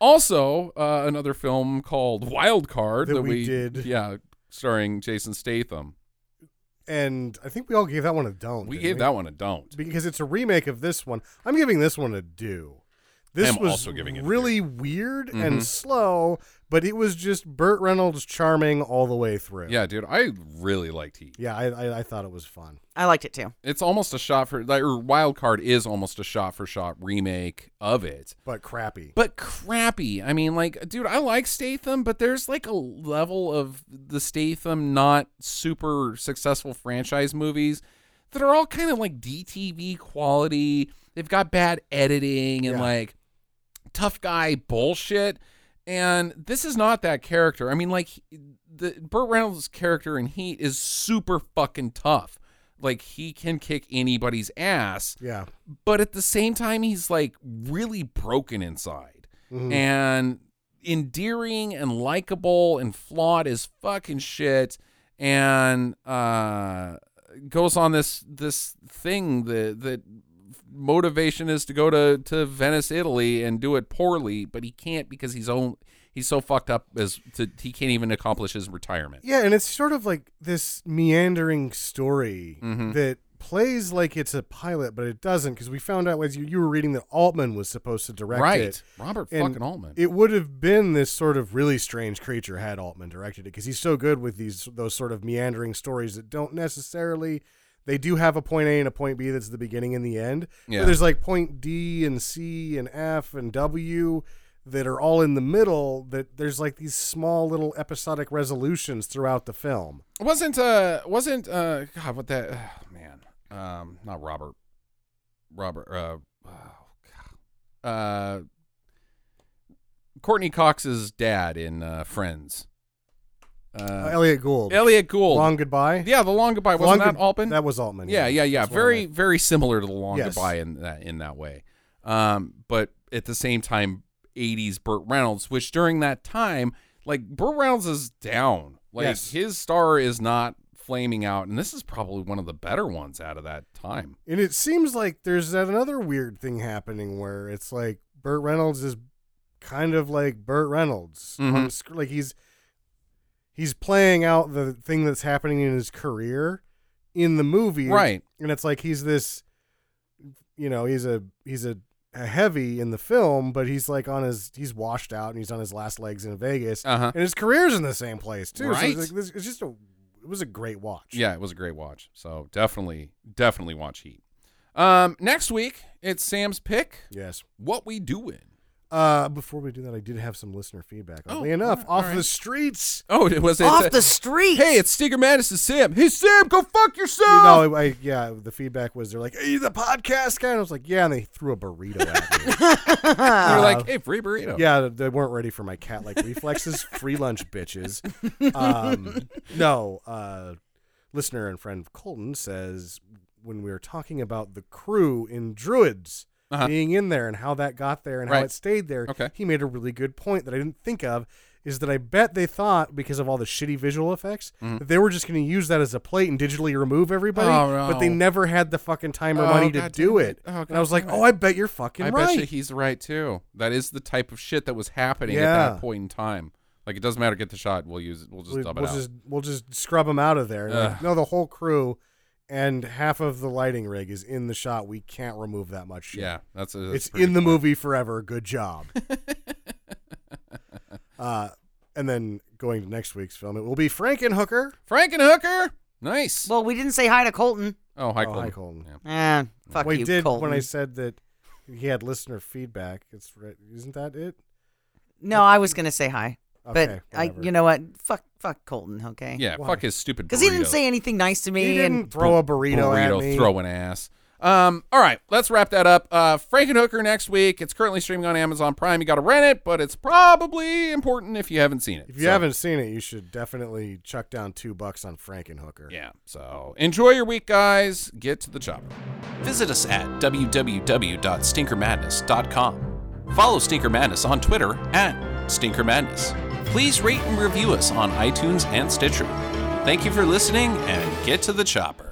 Speaker 3: also, uh, another film called Wild Card
Speaker 1: That we did.
Speaker 3: Yeah, starring Jason Statham.
Speaker 1: and I think we all gave that one a don't.
Speaker 3: We
Speaker 1: didn't
Speaker 3: gave that one a don't.
Speaker 1: because it's a remake of this one. I'm giving this one a do. This
Speaker 3: am
Speaker 1: was
Speaker 3: also giving it a do. Mm-hmm.
Speaker 1: really weird and slow, but it was just Burt Reynolds charming all the way through.
Speaker 3: Yeah, dude, I really liked Heat.
Speaker 1: yeah, I, I, I thought it was fun.
Speaker 2: I liked it too.
Speaker 3: it's almost a shot for like or wild card is almost a shot for shot remake of it
Speaker 1: but crappy.
Speaker 3: but crappy i mean like dude i like statham but there's like a level of the statham not super successful franchise movies that are all kind of like dtv quality they've got bad editing and
Speaker 1: Yeah.
Speaker 3: like tough guy bullshit. And this is not that character. I mean, like he- the Burt Reynolds' character in Heat is super fucking tough. Like he can kick anybody's ass,
Speaker 1: Yeah.
Speaker 3: but at the same time, he's like really broken inside
Speaker 1: Mm-hmm. Mm.
Speaker 3: and endearing and likable and flawed as fucking shit. And uh, goes on this this thing that that motivation is to go to to Venice, Italy, and do it poorly, but he can't because he's own he's so fucked up as to he can't even accomplish his retirement.
Speaker 1: Yeah, and it's sort of like this meandering story
Speaker 3: Mhm.
Speaker 1: that plays like it's a pilot, but it doesn't because we found out as you, you were reading that Altman was supposed to direct
Speaker 3: Right,
Speaker 1: it.
Speaker 3: Robert
Speaker 1: And
Speaker 3: fucking Altman.
Speaker 1: It would have been this sort of really strange creature had Altman directed it because he's so good with these those sort of meandering stories that don't necessarily they do have a point A and a point B that's the beginning and the end.
Speaker 3: Yeah.
Speaker 1: But there's like point D and C and F and W that are all in the middle that there's like these small little episodic resolutions throughout the film.
Speaker 3: wasn't uh wasn't uh god what that oh, man um not robert robert uh oh, god. uh courtney cox's dad in uh friends
Speaker 1: Uh,
Speaker 3: uh,
Speaker 1: Elliot Gould.
Speaker 3: elliot gould
Speaker 1: Long goodbye.
Speaker 3: yeah the long goodbye
Speaker 1: Long
Speaker 3: wasn't that
Speaker 1: Good-
Speaker 3: alpin
Speaker 1: That was Altman.
Speaker 3: yeah yeah yeah
Speaker 1: That's one of
Speaker 3: very very similar to the long
Speaker 1: Yes.
Speaker 3: goodbye in that in that way um but at the same time 80s burt reynolds which during that time like burt reynolds is down like
Speaker 1: Yes.
Speaker 3: his star is not flaming out and this is probably one of the better ones out of that time
Speaker 1: my- And it seems like there's that another weird thing happening where it's like Burt Reynolds is kind of like Burt Reynolds.
Speaker 3: Mhm.
Speaker 1: On sc- Like he's he's playing out the thing that's happening in his career in the movie.
Speaker 3: right
Speaker 1: And it's like he's this you know, he's a he's a, a heavy in the film, but he's like on his he's washed out and he's on his last legs in Vegas.
Speaker 3: uh-huh
Speaker 1: and his career's in the same place too. So
Speaker 3: Right.
Speaker 1: it's, like, this, it's just a, it was a great watch.
Speaker 3: yeah it was a great watch so definitely definitely watch heat um next week it's sam's pick
Speaker 1: Yes.
Speaker 3: what we doing
Speaker 1: Uh, before we do that, I did have some listener feedback. Oddly
Speaker 3: Oh,
Speaker 1: enough,
Speaker 3: alright,
Speaker 1: off
Speaker 3: alright.
Speaker 1: the streets.
Speaker 3: oh it was it
Speaker 2: Off the street.
Speaker 3: hey it's Stigger Madison Sam hey Sam go fuck yourself
Speaker 1: No, I, I- yeah. The feedback was they're like, "Are you the podcast guy?" And I was like, "Yeah." And they threw a burrito at me.
Speaker 3: You're
Speaker 1: Uh,
Speaker 3: like, hey, free burrito.
Speaker 1: yeah, they weren't ready for my cat-like reflexes. Free lunch, bitches. Um, no, uh, listener and friend Colton says when we were talking about the crew in Druids
Speaker 3: Uh-huh.
Speaker 1: being in there and how that got there and how
Speaker 3: Right.
Speaker 1: it stayed there,
Speaker 3: Okay.
Speaker 1: he made a really good point that I didn't think of. Is that I bet they thought because of all the shitty visual effects
Speaker 3: Mm-hmm.
Speaker 1: that they were just going to use that as a plate and digitally remove everybody,
Speaker 3: Oh,
Speaker 1: but they
Speaker 3: no.
Speaker 1: never had the fucking time or
Speaker 3: Oh,
Speaker 1: money to
Speaker 3: God
Speaker 1: do
Speaker 3: damn it.
Speaker 1: it.
Speaker 3: Oh,
Speaker 1: and
Speaker 3: God
Speaker 1: I was like,
Speaker 3: damn it.
Speaker 1: oh, I bet you're fucking
Speaker 3: I
Speaker 1: right.
Speaker 3: bet you he's right too. That is the type of shit that was happening at
Speaker 1: Yeah.
Speaker 3: that point in time. Like it doesn't matter. Get the shot. We'll use it. We'll just
Speaker 1: we,
Speaker 3: dub
Speaker 1: will
Speaker 3: it out.
Speaker 1: just we'll just scrub them out of there. Like,
Speaker 3: Ugh.
Speaker 1: no, the whole crew and half of the lighting rig is in the shot. We can't remove that much. Shit.
Speaker 3: yeah, that's, a, that's
Speaker 1: it's
Speaker 3: pretty
Speaker 1: in the
Speaker 3: cool.
Speaker 1: movie forever. Good job. uh, and then going to next week's film, it will be Frankenhooker.
Speaker 3: Frankenhooker. Nice.
Speaker 2: Well, we didn't say hi to Colton.
Speaker 3: oh, hi,
Speaker 1: Oh,
Speaker 3: Colton.
Speaker 1: hi, Colton.
Speaker 3: Yeah.
Speaker 2: Eh, fuck
Speaker 1: Well, he
Speaker 2: you,
Speaker 1: did
Speaker 2: Colton.
Speaker 1: when I said that he had listener feedback. It's right, isn't that it?
Speaker 2: no, I was gonna say hi,
Speaker 1: Okay,
Speaker 2: but I,
Speaker 1: whatever.
Speaker 2: you know what? Fuck, fuck Colton. Okay.
Speaker 3: Yeah,
Speaker 1: Why?
Speaker 3: fuck his stupid.
Speaker 2: Because he didn't
Speaker 3: burrito.
Speaker 2: say anything nice to me,
Speaker 1: he
Speaker 2: and
Speaker 1: didn't throw a burrito,
Speaker 3: burrito
Speaker 1: at me.
Speaker 3: throwing ass. Um, all right, let's wrap that up. Uh, Frankenhooker next week. It's currently streaming on Amazon Prime. You got to rent it, but it's probably important if you haven't seen it.
Speaker 1: If you
Speaker 3: So-
Speaker 1: haven't seen it, you should definitely chuck down two bucks on Frankenhooker.
Speaker 3: Yeah. So enjoy your week, guys. Get to the chopper.
Speaker 7: Visit us at www.stinkermadness.com. Follow Stinker Madness on Twitter at Stinker Madness. Please rate and review us on iTunes and Stitcher. Thank you for listening and get to the chopper.